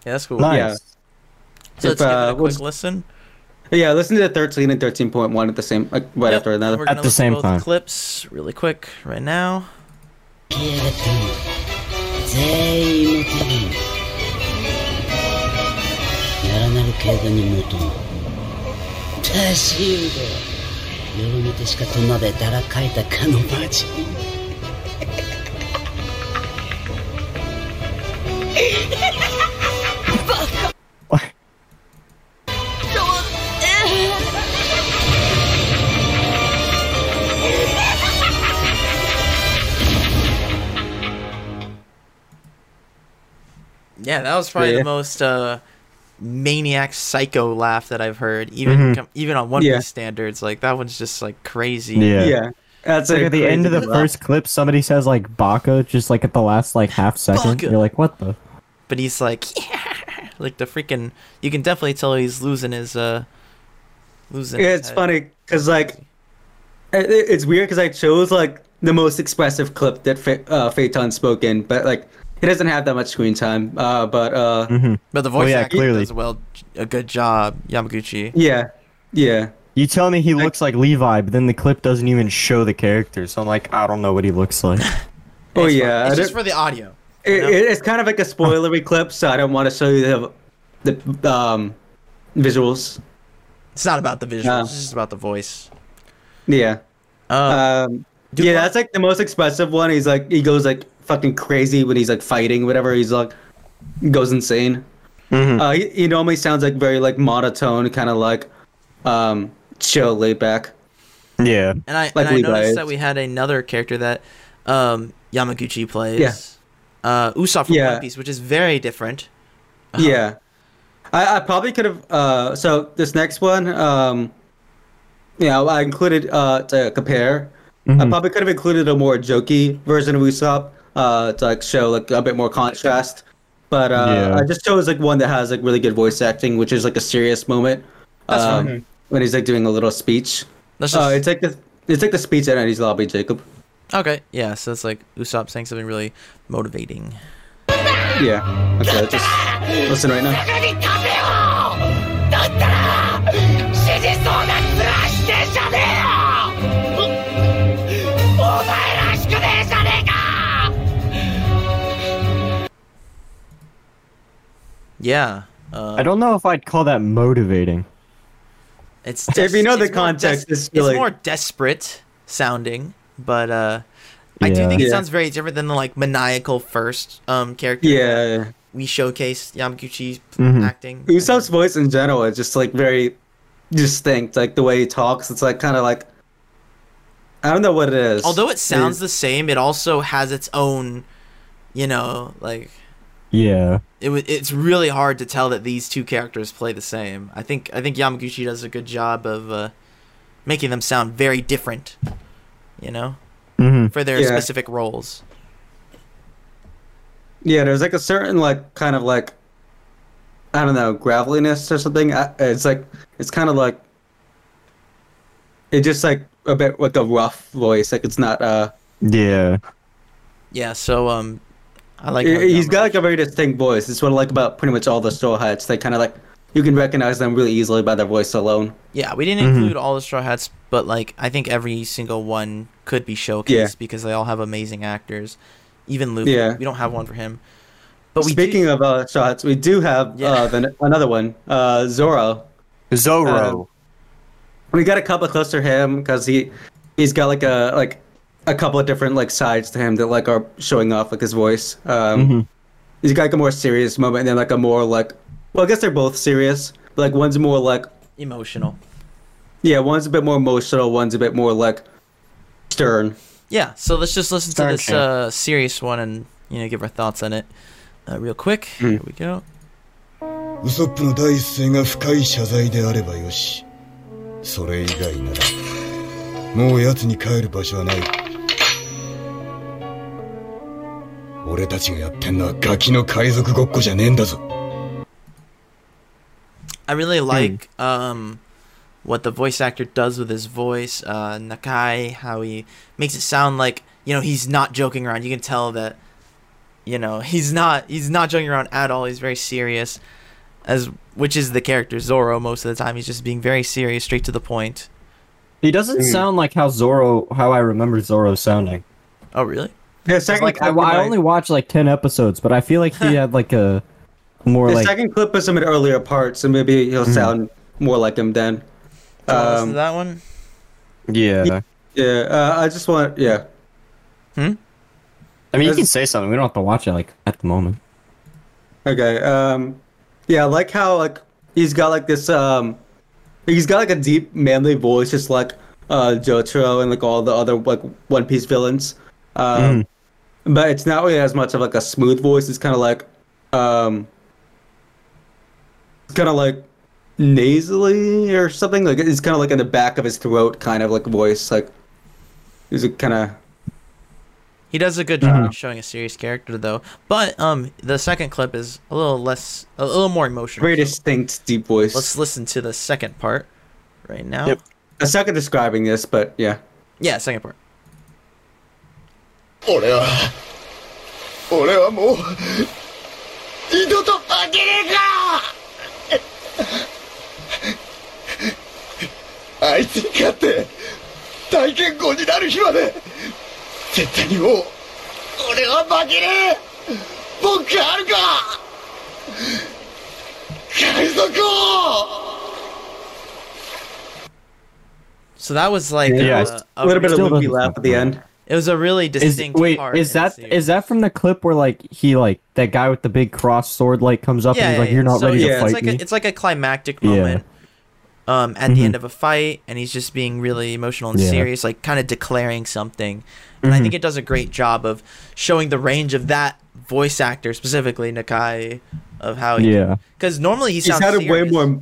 [SPEAKER 1] yeah, that's cool.
[SPEAKER 3] Nice.
[SPEAKER 2] Yeah.
[SPEAKER 1] So let's
[SPEAKER 2] If,
[SPEAKER 1] give it
[SPEAKER 2] uh,
[SPEAKER 1] a quick
[SPEAKER 2] what's-
[SPEAKER 1] listen.
[SPEAKER 2] yeah, listen to 13 and 13.1 at the same like right
[SPEAKER 1] Yep,
[SPEAKER 2] after another.
[SPEAKER 1] We're gonna
[SPEAKER 3] At the
[SPEAKER 1] listen to
[SPEAKER 3] same
[SPEAKER 1] both
[SPEAKER 3] time.
[SPEAKER 1] Clips really quick right now.
[SPEAKER 5] 消えて全員の手にならなる怪我にもとも多しゆで夜の手しかとまでだらかいたかのバチ
[SPEAKER 1] Yeah, that was probably
[SPEAKER 2] Yeah.
[SPEAKER 1] the most uh, maniac psycho laugh that I've heard, even
[SPEAKER 3] Mhm.
[SPEAKER 1] com- even on One
[SPEAKER 2] Mm-hmm. Yeah.
[SPEAKER 1] Piece standards. Like that one's just like crazy.
[SPEAKER 3] Yeah.
[SPEAKER 2] Yeah. That's
[SPEAKER 3] Like
[SPEAKER 2] a
[SPEAKER 3] at the end of the
[SPEAKER 2] crazy laugh.
[SPEAKER 3] first clip, somebody says like "baka" just like at the last like half second.
[SPEAKER 1] Baka.
[SPEAKER 3] You're like, what the?
[SPEAKER 1] But he's like, yeah, like the freaking. You can definitely tell he's losing his uh, losing. his
[SPEAKER 2] It's
[SPEAKER 1] head.
[SPEAKER 2] funny because like it, it- it's weird because I chose like the most expressive clip that Fa- uh, Phaeton spoke in, but like he doesn't have that much screen time. Uh, but uh,
[SPEAKER 1] Mm-hmm. But the voice
[SPEAKER 3] yeah,
[SPEAKER 1] actor
[SPEAKER 3] clearly.
[SPEAKER 1] does well, a good job, Yamaguchi.
[SPEAKER 2] yeah, yeah,
[SPEAKER 3] You tell me he looks like Levi, but then the clip doesn't even show the character. So I'm like, I don't know what he looks like.
[SPEAKER 2] oh
[SPEAKER 1] It's fun.
[SPEAKER 2] yeah.
[SPEAKER 1] it's
[SPEAKER 2] I
[SPEAKER 1] just
[SPEAKER 2] don't-
[SPEAKER 1] for the audio.
[SPEAKER 2] It,
[SPEAKER 1] know?
[SPEAKER 2] it, it's kind of like a spoilery clip, so I don't want to show you the the um visuals.
[SPEAKER 1] It's not about the visuals.
[SPEAKER 2] No.
[SPEAKER 1] It's just about the voice.
[SPEAKER 2] Yeah.
[SPEAKER 1] Um,
[SPEAKER 2] Um.
[SPEAKER 1] do
[SPEAKER 2] yeah,
[SPEAKER 1] you-
[SPEAKER 2] that's like the most expressive one. He's like he goes like fucking crazy when he's like fighting, whatever. He's like goes insane. Uh, he, he normally sounds like very like monotone, kind of like um chill, laid back.
[SPEAKER 3] Yeah.
[SPEAKER 1] and I,
[SPEAKER 2] like
[SPEAKER 1] and I
[SPEAKER 2] Levi
[SPEAKER 1] noticed
[SPEAKER 2] is.
[SPEAKER 1] that we had another character that um, Yamaguchi plays.
[SPEAKER 2] Yeah.
[SPEAKER 1] Uh, Usopp from
[SPEAKER 2] Yeah.
[SPEAKER 1] One Piece, which is very different. Uh-huh.
[SPEAKER 2] Yeah, I, I probably could have. Uh, so this next one, um, yeah, I included uh to compare.
[SPEAKER 1] Mm-hmm.
[SPEAKER 2] I
[SPEAKER 3] Mm-hmm.
[SPEAKER 2] probably could have included a more jokey version of Usopp, uh, to like show like a bit more contrast. But uh,
[SPEAKER 3] Yeah.
[SPEAKER 2] I just chose like one that has like really good voice acting, which is like a serious moment.
[SPEAKER 1] That's
[SPEAKER 2] um,
[SPEAKER 1] fine.
[SPEAKER 2] When he's like doing a little speech.
[SPEAKER 1] Let's just,
[SPEAKER 2] Uh, it's like the it's like the speech at Eddie's lobby, Jacob.
[SPEAKER 1] okay, yeah. So it's like Usopp saying something really motivating.
[SPEAKER 2] Yeah. Okay, just listen right now.
[SPEAKER 5] に立てよだったら死にそうな面してんじゃねえよおお前らしくねえじゃねえか
[SPEAKER 1] Yeah. Uh,
[SPEAKER 3] I don't know if I'd call that motivating.
[SPEAKER 1] It's
[SPEAKER 2] If you know the
[SPEAKER 1] it's more
[SPEAKER 2] context,
[SPEAKER 1] des-
[SPEAKER 2] it's really-
[SPEAKER 1] more desperate sounding, but uh, I do
[SPEAKER 3] Yeah.
[SPEAKER 1] think it
[SPEAKER 2] Yeah.
[SPEAKER 1] sounds very different than the like maniacal first um character.
[SPEAKER 2] Yeah.
[SPEAKER 1] we showcased Yamaguchi's
[SPEAKER 3] Mhm.
[SPEAKER 1] acting.
[SPEAKER 2] Usopp's voice in general is just like very distinct. Like the way he talks, it's like kind of like I don't know what it is.
[SPEAKER 1] Although it sounds the same, it also has its own, you know, like
[SPEAKER 3] Yeah.
[SPEAKER 1] it wa it's really hard to tell that these two characters play the same. I think I think Yamaguchi does a good job of uh, making them sound very different, you know,
[SPEAKER 3] hmm
[SPEAKER 1] for their
[SPEAKER 2] Yeah.
[SPEAKER 1] specific roles.
[SPEAKER 2] yeah, there's like a certain like kind of like I don't know graveliness or something. I, it's like it's kind of like it's just like a bit like a rough voice. Like it's not uh
[SPEAKER 3] Yeah.
[SPEAKER 1] Yeah, so um, I like. how
[SPEAKER 2] he- he's
[SPEAKER 1] Yamaguchi-
[SPEAKER 2] got like a very distinct voice. It's what I like about pretty much all the Straw Hats. They kind of like you can recognize them really easily by their voice alone.
[SPEAKER 1] Yeah, we didn't include all the Straw Hats, but like I think every single one could be showcased
[SPEAKER 2] Yeah.
[SPEAKER 1] because they all have amazing actors. Even Luke,
[SPEAKER 2] Yeah.
[SPEAKER 1] we don't have one for him. But we
[SPEAKER 2] Speaking of uh, shots, we do have
[SPEAKER 1] Yeah.
[SPEAKER 2] uh, the, another one, uh, Zoro. Uh,
[SPEAKER 10] Zorro.
[SPEAKER 2] We got a couple close to him because he he's got like a like a couple of different like sides to him that like are showing off like his voice. Um,
[SPEAKER 3] Mm-hmm.
[SPEAKER 2] He's got like a more serious moment and then like a more like well, I guess they're both serious. But, like one's more like
[SPEAKER 1] do emotional.
[SPEAKER 2] yeah, one's a bit more emotional, one's a bit more like stern.
[SPEAKER 1] Yeah, so let's just listen to this
[SPEAKER 10] Okay.
[SPEAKER 1] uh, serious one and you know give our thoughts on it uh, real quick. Here we go.
[SPEAKER 11] ウソップの第一声が深い謝罪であればよしそれ以外ならもう奴に帰る場所はない俺たちがやってんのはガキの海賊ごっこじゃねえんだぞ
[SPEAKER 1] I really like um, what the voice actor does with his voice, uh, Nakai, how he makes it sound like you know he's not joking around. You can tell that you know he's not he's not joking around at all. He's very serious, as which is the character Zoro most of the time. He's just being very serious, straight to the point.
[SPEAKER 3] He doesn't sound like how Zoro, how I remember Zoro sounding.
[SPEAKER 1] Oh really?
[SPEAKER 2] Yeah,
[SPEAKER 3] 'Cause,
[SPEAKER 2] second
[SPEAKER 3] Like I,
[SPEAKER 2] clip
[SPEAKER 3] I
[SPEAKER 2] might-
[SPEAKER 3] only watched like ten episodes, but I feel like he had like a more
[SPEAKER 2] the
[SPEAKER 3] like Mm-hmm.
[SPEAKER 2] second clip was some in earlier parts, so maybe he'll sound more like him then.
[SPEAKER 1] Do you wanna listen to
[SPEAKER 2] Um,
[SPEAKER 1] that one.
[SPEAKER 10] Yeah.
[SPEAKER 2] yeah, uh, I just want yeah.
[SPEAKER 3] I mean, you
[SPEAKER 2] There's-
[SPEAKER 3] can say something. We don't have to watch it like at the moment.
[SPEAKER 2] Okay. Um yeah, I like how like he's got like this um he's got like a deep manly voice just like uh Jotaro and like all the other like One Piece villains. Um but it's not really as much of like a smooth voice, it's kinda like um it's kinda like nasally or something. Like it's kinda like in the back of his throat kind of like voice, like is it kinda
[SPEAKER 1] He does a good job
[SPEAKER 3] Mm-hmm.
[SPEAKER 1] of showing a serious character though. But um, the second clip is a little less, a little more emotional.
[SPEAKER 2] very
[SPEAKER 1] so
[SPEAKER 2] distinct deep voice.
[SPEAKER 1] Let's listen to the second part right now.
[SPEAKER 10] Yep.
[SPEAKER 2] I suck at describing this, but yeah.
[SPEAKER 1] Yeah, second part.
[SPEAKER 4] 俺は俺はもう二度と負けねえかあいつに勝って大剣豪になる日まで絶対にもう俺は負けねえ文句あるか海賊王
[SPEAKER 1] So that was like
[SPEAKER 3] Yeah,
[SPEAKER 1] uh,
[SPEAKER 3] it's
[SPEAKER 1] a,
[SPEAKER 2] A little bit of
[SPEAKER 3] Still
[SPEAKER 2] loopy
[SPEAKER 3] doesn't
[SPEAKER 2] laugh
[SPEAKER 3] sound
[SPEAKER 2] at the
[SPEAKER 3] familiar.
[SPEAKER 2] end.
[SPEAKER 1] It was a really
[SPEAKER 3] Is
[SPEAKER 1] distinct
[SPEAKER 3] wait,
[SPEAKER 1] part.
[SPEAKER 3] is
[SPEAKER 1] in the
[SPEAKER 3] that
[SPEAKER 1] series.
[SPEAKER 3] is that from the clip where like he like that guy with the big cross sword like comes up
[SPEAKER 1] Yeah,
[SPEAKER 3] and he's
[SPEAKER 1] yeah,
[SPEAKER 3] like,
[SPEAKER 1] yeah.
[SPEAKER 3] "You're not
[SPEAKER 1] So
[SPEAKER 3] ready
[SPEAKER 1] it's
[SPEAKER 3] to fight
[SPEAKER 1] like
[SPEAKER 3] me." Mm-hmm.
[SPEAKER 1] A, it's like a climactic moment. Um, at the end of a fight, and he's just being really emotional and
[SPEAKER 3] Yeah. Mm-hmm.
[SPEAKER 1] serious, like kind of declaring something. And I think it does a great job of showing the range of that voice actor, specifically Nakai, of how he.
[SPEAKER 3] Yeah.
[SPEAKER 1] Because normally he
[SPEAKER 2] He's
[SPEAKER 1] sounds.
[SPEAKER 2] had a way
[SPEAKER 1] serious.
[SPEAKER 2] more.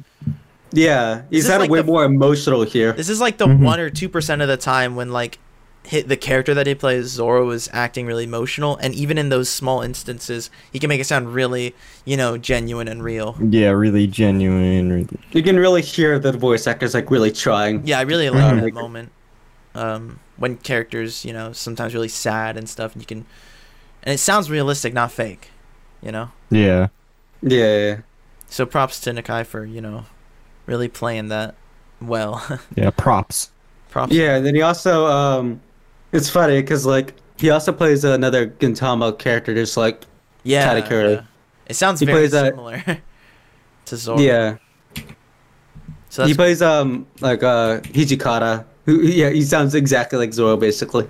[SPEAKER 2] Yeah, he's
[SPEAKER 1] This is
[SPEAKER 2] had
[SPEAKER 1] like
[SPEAKER 2] a way
[SPEAKER 1] the-
[SPEAKER 2] more emotional here.
[SPEAKER 1] This is like the
[SPEAKER 3] Mm-hmm.
[SPEAKER 1] one or two percent of the time when like hit the character that he plays Zoro is acting really emotional, and even in those small instances, he can make it sound really you know genuine and real.
[SPEAKER 3] yeah, really genuine. Really.
[SPEAKER 2] You can really hear the voice actors like really trying.
[SPEAKER 1] Yeah, I really like
[SPEAKER 2] Mhm.
[SPEAKER 1] that moment um, when characters you know sometimes really sad and stuff, and you can and it sounds realistic, not fake. You know,
[SPEAKER 3] Yeah.
[SPEAKER 2] Yeah, yeah.
[SPEAKER 1] so props to Nakai for you know really playing that well.
[SPEAKER 3] Yeah. Props.
[SPEAKER 1] props.
[SPEAKER 2] yeah and then he also um, it's funny because like he also plays another Gintama character, just like
[SPEAKER 1] yeah,
[SPEAKER 2] Katakuri.
[SPEAKER 1] yeah. It sounds
[SPEAKER 2] He
[SPEAKER 1] very
[SPEAKER 2] plays, uh,
[SPEAKER 1] similar to Zoro.
[SPEAKER 2] yeah.
[SPEAKER 1] so that's
[SPEAKER 2] he plays um like uh Hijikata. Who yeah, he sounds exactly like Zoro basically.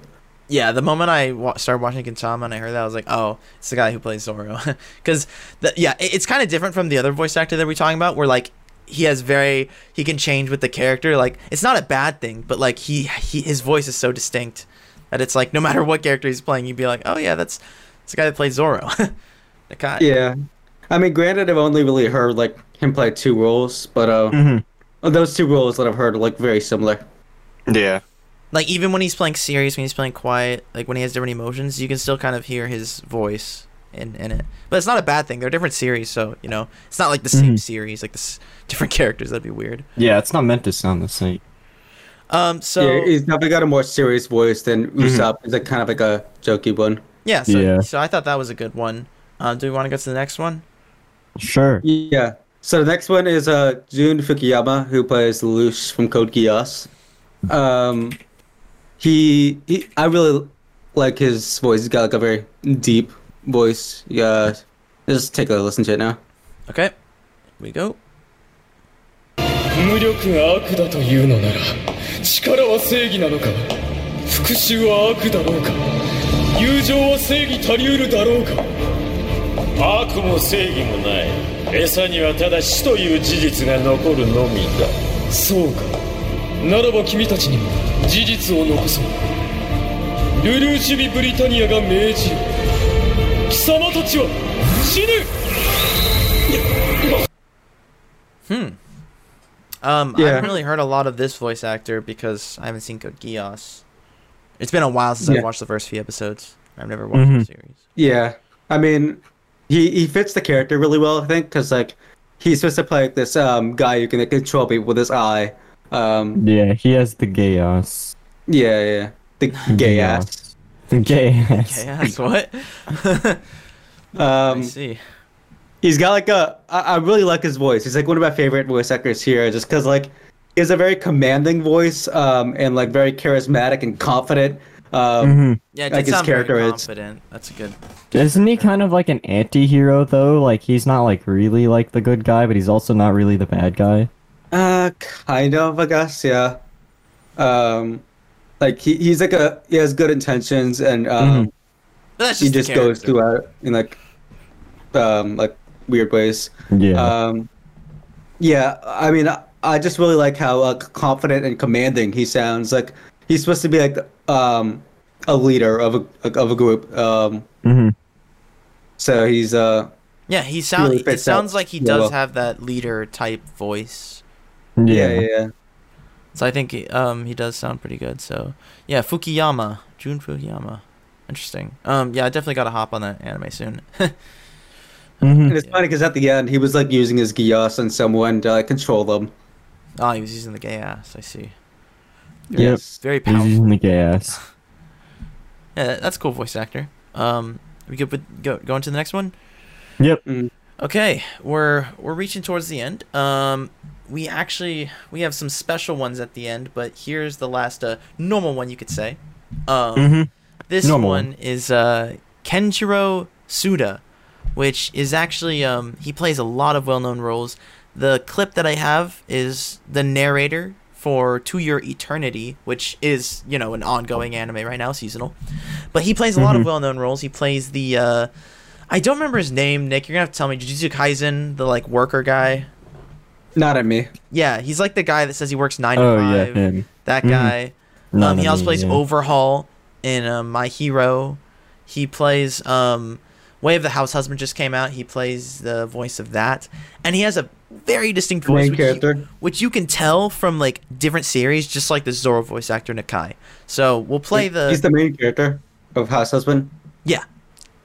[SPEAKER 1] Yeah, the moment I wa- started watching Gintama and I heard that, I was like, oh, it's the guy who plays Zoro. Because, yeah, it, it's kind of different from the other voice actor that we're talking about, where, like, he has very, he can change with the character. Like, it's not a bad thing, but, like, he, he his voice is so distinct that it's like, no matter what character he's playing, you'd be like, oh, yeah, that's, that's the guy that plays Zoro. the guy.
[SPEAKER 2] Yeah, I mean, granted, I've only really heard like him play two roles, but uh, those two roles that I've heard are like very similar.
[SPEAKER 10] Yeah.
[SPEAKER 1] Like, even when he's playing serious, when he's playing quiet, like, when he has different emotions, you can still kind of hear his voice. In, in it, but it's not a bad thing. They're different series, so you know it's not like the same series, like this different characters. That'd be weird.
[SPEAKER 3] Yeah, it's not meant to sound the same.
[SPEAKER 1] Um, so
[SPEAKER 2] yeah,
[SPEAKER 1] yeah,
[SPEAKER 2] he's definitely got a more serious voice than Usopp. He's like kind of like a jokey one.
[SPEAKER 1] so,
[SPEAKER 3] Yeah.
[SPEAKER 1] so I thought that was a good one. Um, do we want to go to the next one?
[SPEAKER 3] Sure.
[SPEAKER 2] Yeah. So the next one is uh Jun Fukuyama, who plays Lelouch from Code Geass. Um, He, he I really like his voice. He's got like a very deep voice. Yeah, just take a listen to it now.
[SPEAKER 1] Okay, here we go.
[SPEAKER 8] 無力が悪だというのなら力は正義なのか復讐は悪だろうか友情は正義足りうるだろうか悪も正義もない餌にはただ死という事実が残るのみだそうかならば君たちにも事実を残そうルルーシビ・ブリタニアが命じる貴様たちは死ぬ
[SPEAKER 1] Hmm. Um, I
[SPEAKER 2] Yeah.
[SPEAKER 1] haven't really heard a lot of this voice actor because I haven't seen Code Geass. It's been a while since
[SPEAKER 2] Yeah.
[SPEAKER 1] I've watched the first few episodes. I've never watched the
[SPEAKER 2] Mhm.
[SPEAKER 1] series.
[SPEAKER 2] Yeah, I mean, he he fits the character really well, I think, because like he's supposed to play like, this um guy who can like, control people with his eye. Um,
[SPEAKER 3] Yeah, he has the gay ass.
[SPEAKER 2] yeah, yeah, the gay ass.
[SPEAKER 3] The gay ass.
[SPEAKER 1] Chaos, what?
[SPEAKER 2] Um,
[SPEAKER 1] see.
[SPEAKER 2] He's got like a. I, I really like his voice. He's like one of my favorite voice actors here, just because like he has a very commanding voice, um, and like very charismatic and confident. Um,
[SPEAKER 1] Yeah, it
[SPEAKER 2] like
[SPEAKER 1] did
[SPEAKER 2] his
[SPEAKER 1] sound very
[SPEAKER 2] character is.
[SPEAKER 1] confident. That's good.
[SPEAKER 3] Mm-hmm. Isn't he kind of like an anti-hero though? Like he's not like really like the good guy, but he's also not really the bad guy.
[SPEAKER 2] Uh, kind of, I guess, yeah. Um, like he, he's like a he has good intentions and um,
[SPEAKER 1] But that's
[SPEAKER 2] he
[SPEAKER 1] Mm-hmm. just the
[SPEAKER 2] just goes
[SPEAKER 1] character.
[SPEAKER 2] throughout in like um like weird ways.
[SPEAKER 3] Yeah.
[SPEAKER 1] Uh,
[SPEAKER 2] Um, yeah. I mean, I, I just really like how uh, confident and commanding he sounds. Like he's supposed to be like um a leader of a of a group. Um,
[SPEAKER 3] Mhm.
[SPEAKER 2] so he's uh
[SPEAKER 1] Yeah, he sounds.
[SPEAKER 2] really
[SPEAKER 1] it
[SPEAKER 2] fits that
[SPEAKER 1] sounds like he
[SPEAKER 2] really
[SPEAKER 1] does
[SPEAKER 2] well.
[SPEAKER 1] have that leader type voice.
[SPEAKER 2] yeah yeah. yeah.
[SPEAKER 1] So I think um he does sound pretty good. So yeah, Fukuyama, Jun Fukuyama, interesting. Um yeah, I definitely got to hop on that anime soon.
[SPEAKER 2] And
[SPEAKER 3] Mm-hmm.
[SPEAKER 2] it's funny because at the end he was like using his Gios on someone to like control them.
[SPEAKER 1] oh, he was using the gay ass. I see. Very,
[SPEAKER 3] Yep.
[SPEAKER 1] Very
[SPEAKER 3] He's
[SPEAKER 1] powerful.
[SPEAKER 3] using the gay ass.
[SPEAKER 1] Yeah, that- that's a cool voice actor. Um, we good with go going to the next one.
[SPEAKER 3] Yep.
[SPEAKER 1] Okay, we're we're reaching towards the end. Um, we actually we have some special ones at the end, but here's the last uh, normal one you could say. Um,
[SPEAKER 3] Mm-hmm.
[SPEAKER 1] This
[SPEAKER 3] Normal
[SPEAKER 1] one is uh, Kenjiro Suda, which is actually um, he plays a lot of well-known roles. The clip that I have is the narrator for To Your Eternity, which is you know an ongoing anime right now, seasonal. But he plays a
[SPEAKER 3] Mm-hmm.
[SPEAKER 1] lot of well-known roles. He plays the uh, I don't remember his name, Nick. You're gonna have to tell me. Jujutsu Kaisen, the like worker guy.
[SPEAKER 2] Not at me.
[SPEAKER 1] Yeah, he's like the guy that says he works nine
[SPEAKER 3] Oh,
[SPEAKER 1] to
[SPEAKER 3] yeah,
[SPEAKER 1] five.
[SPEAKER 3] him.
[SPEAKER 1] That
[SPEAKER 3] Mhm.
[SPEAKER 1] guy.
[SPEAKER 3] Not
[SPEAKER 1] Um, he
[SPEAKER 3] at
[SPEAKER 1] also
[SPEAKER 3] me,
[SPEAKER 1] plays
[SPEAKER 3] yeah.
[SPEAKER 1] Overhaul in uh, My Hero. He plays um, Way of the House Husband just came out. He plays the voice of that, and he has a very distinct voice,
[SPEAKER 2] Main
[SPEAKER 1] which you-
[SPEAKER 2] character.
[SPEAKER 1] which you can tell from like different series, just like the Zoro voice actor Nakai. So we'll play the
[SPEAKER 2] He's the main character of House Husband.
[SPEAKER 1] yeah.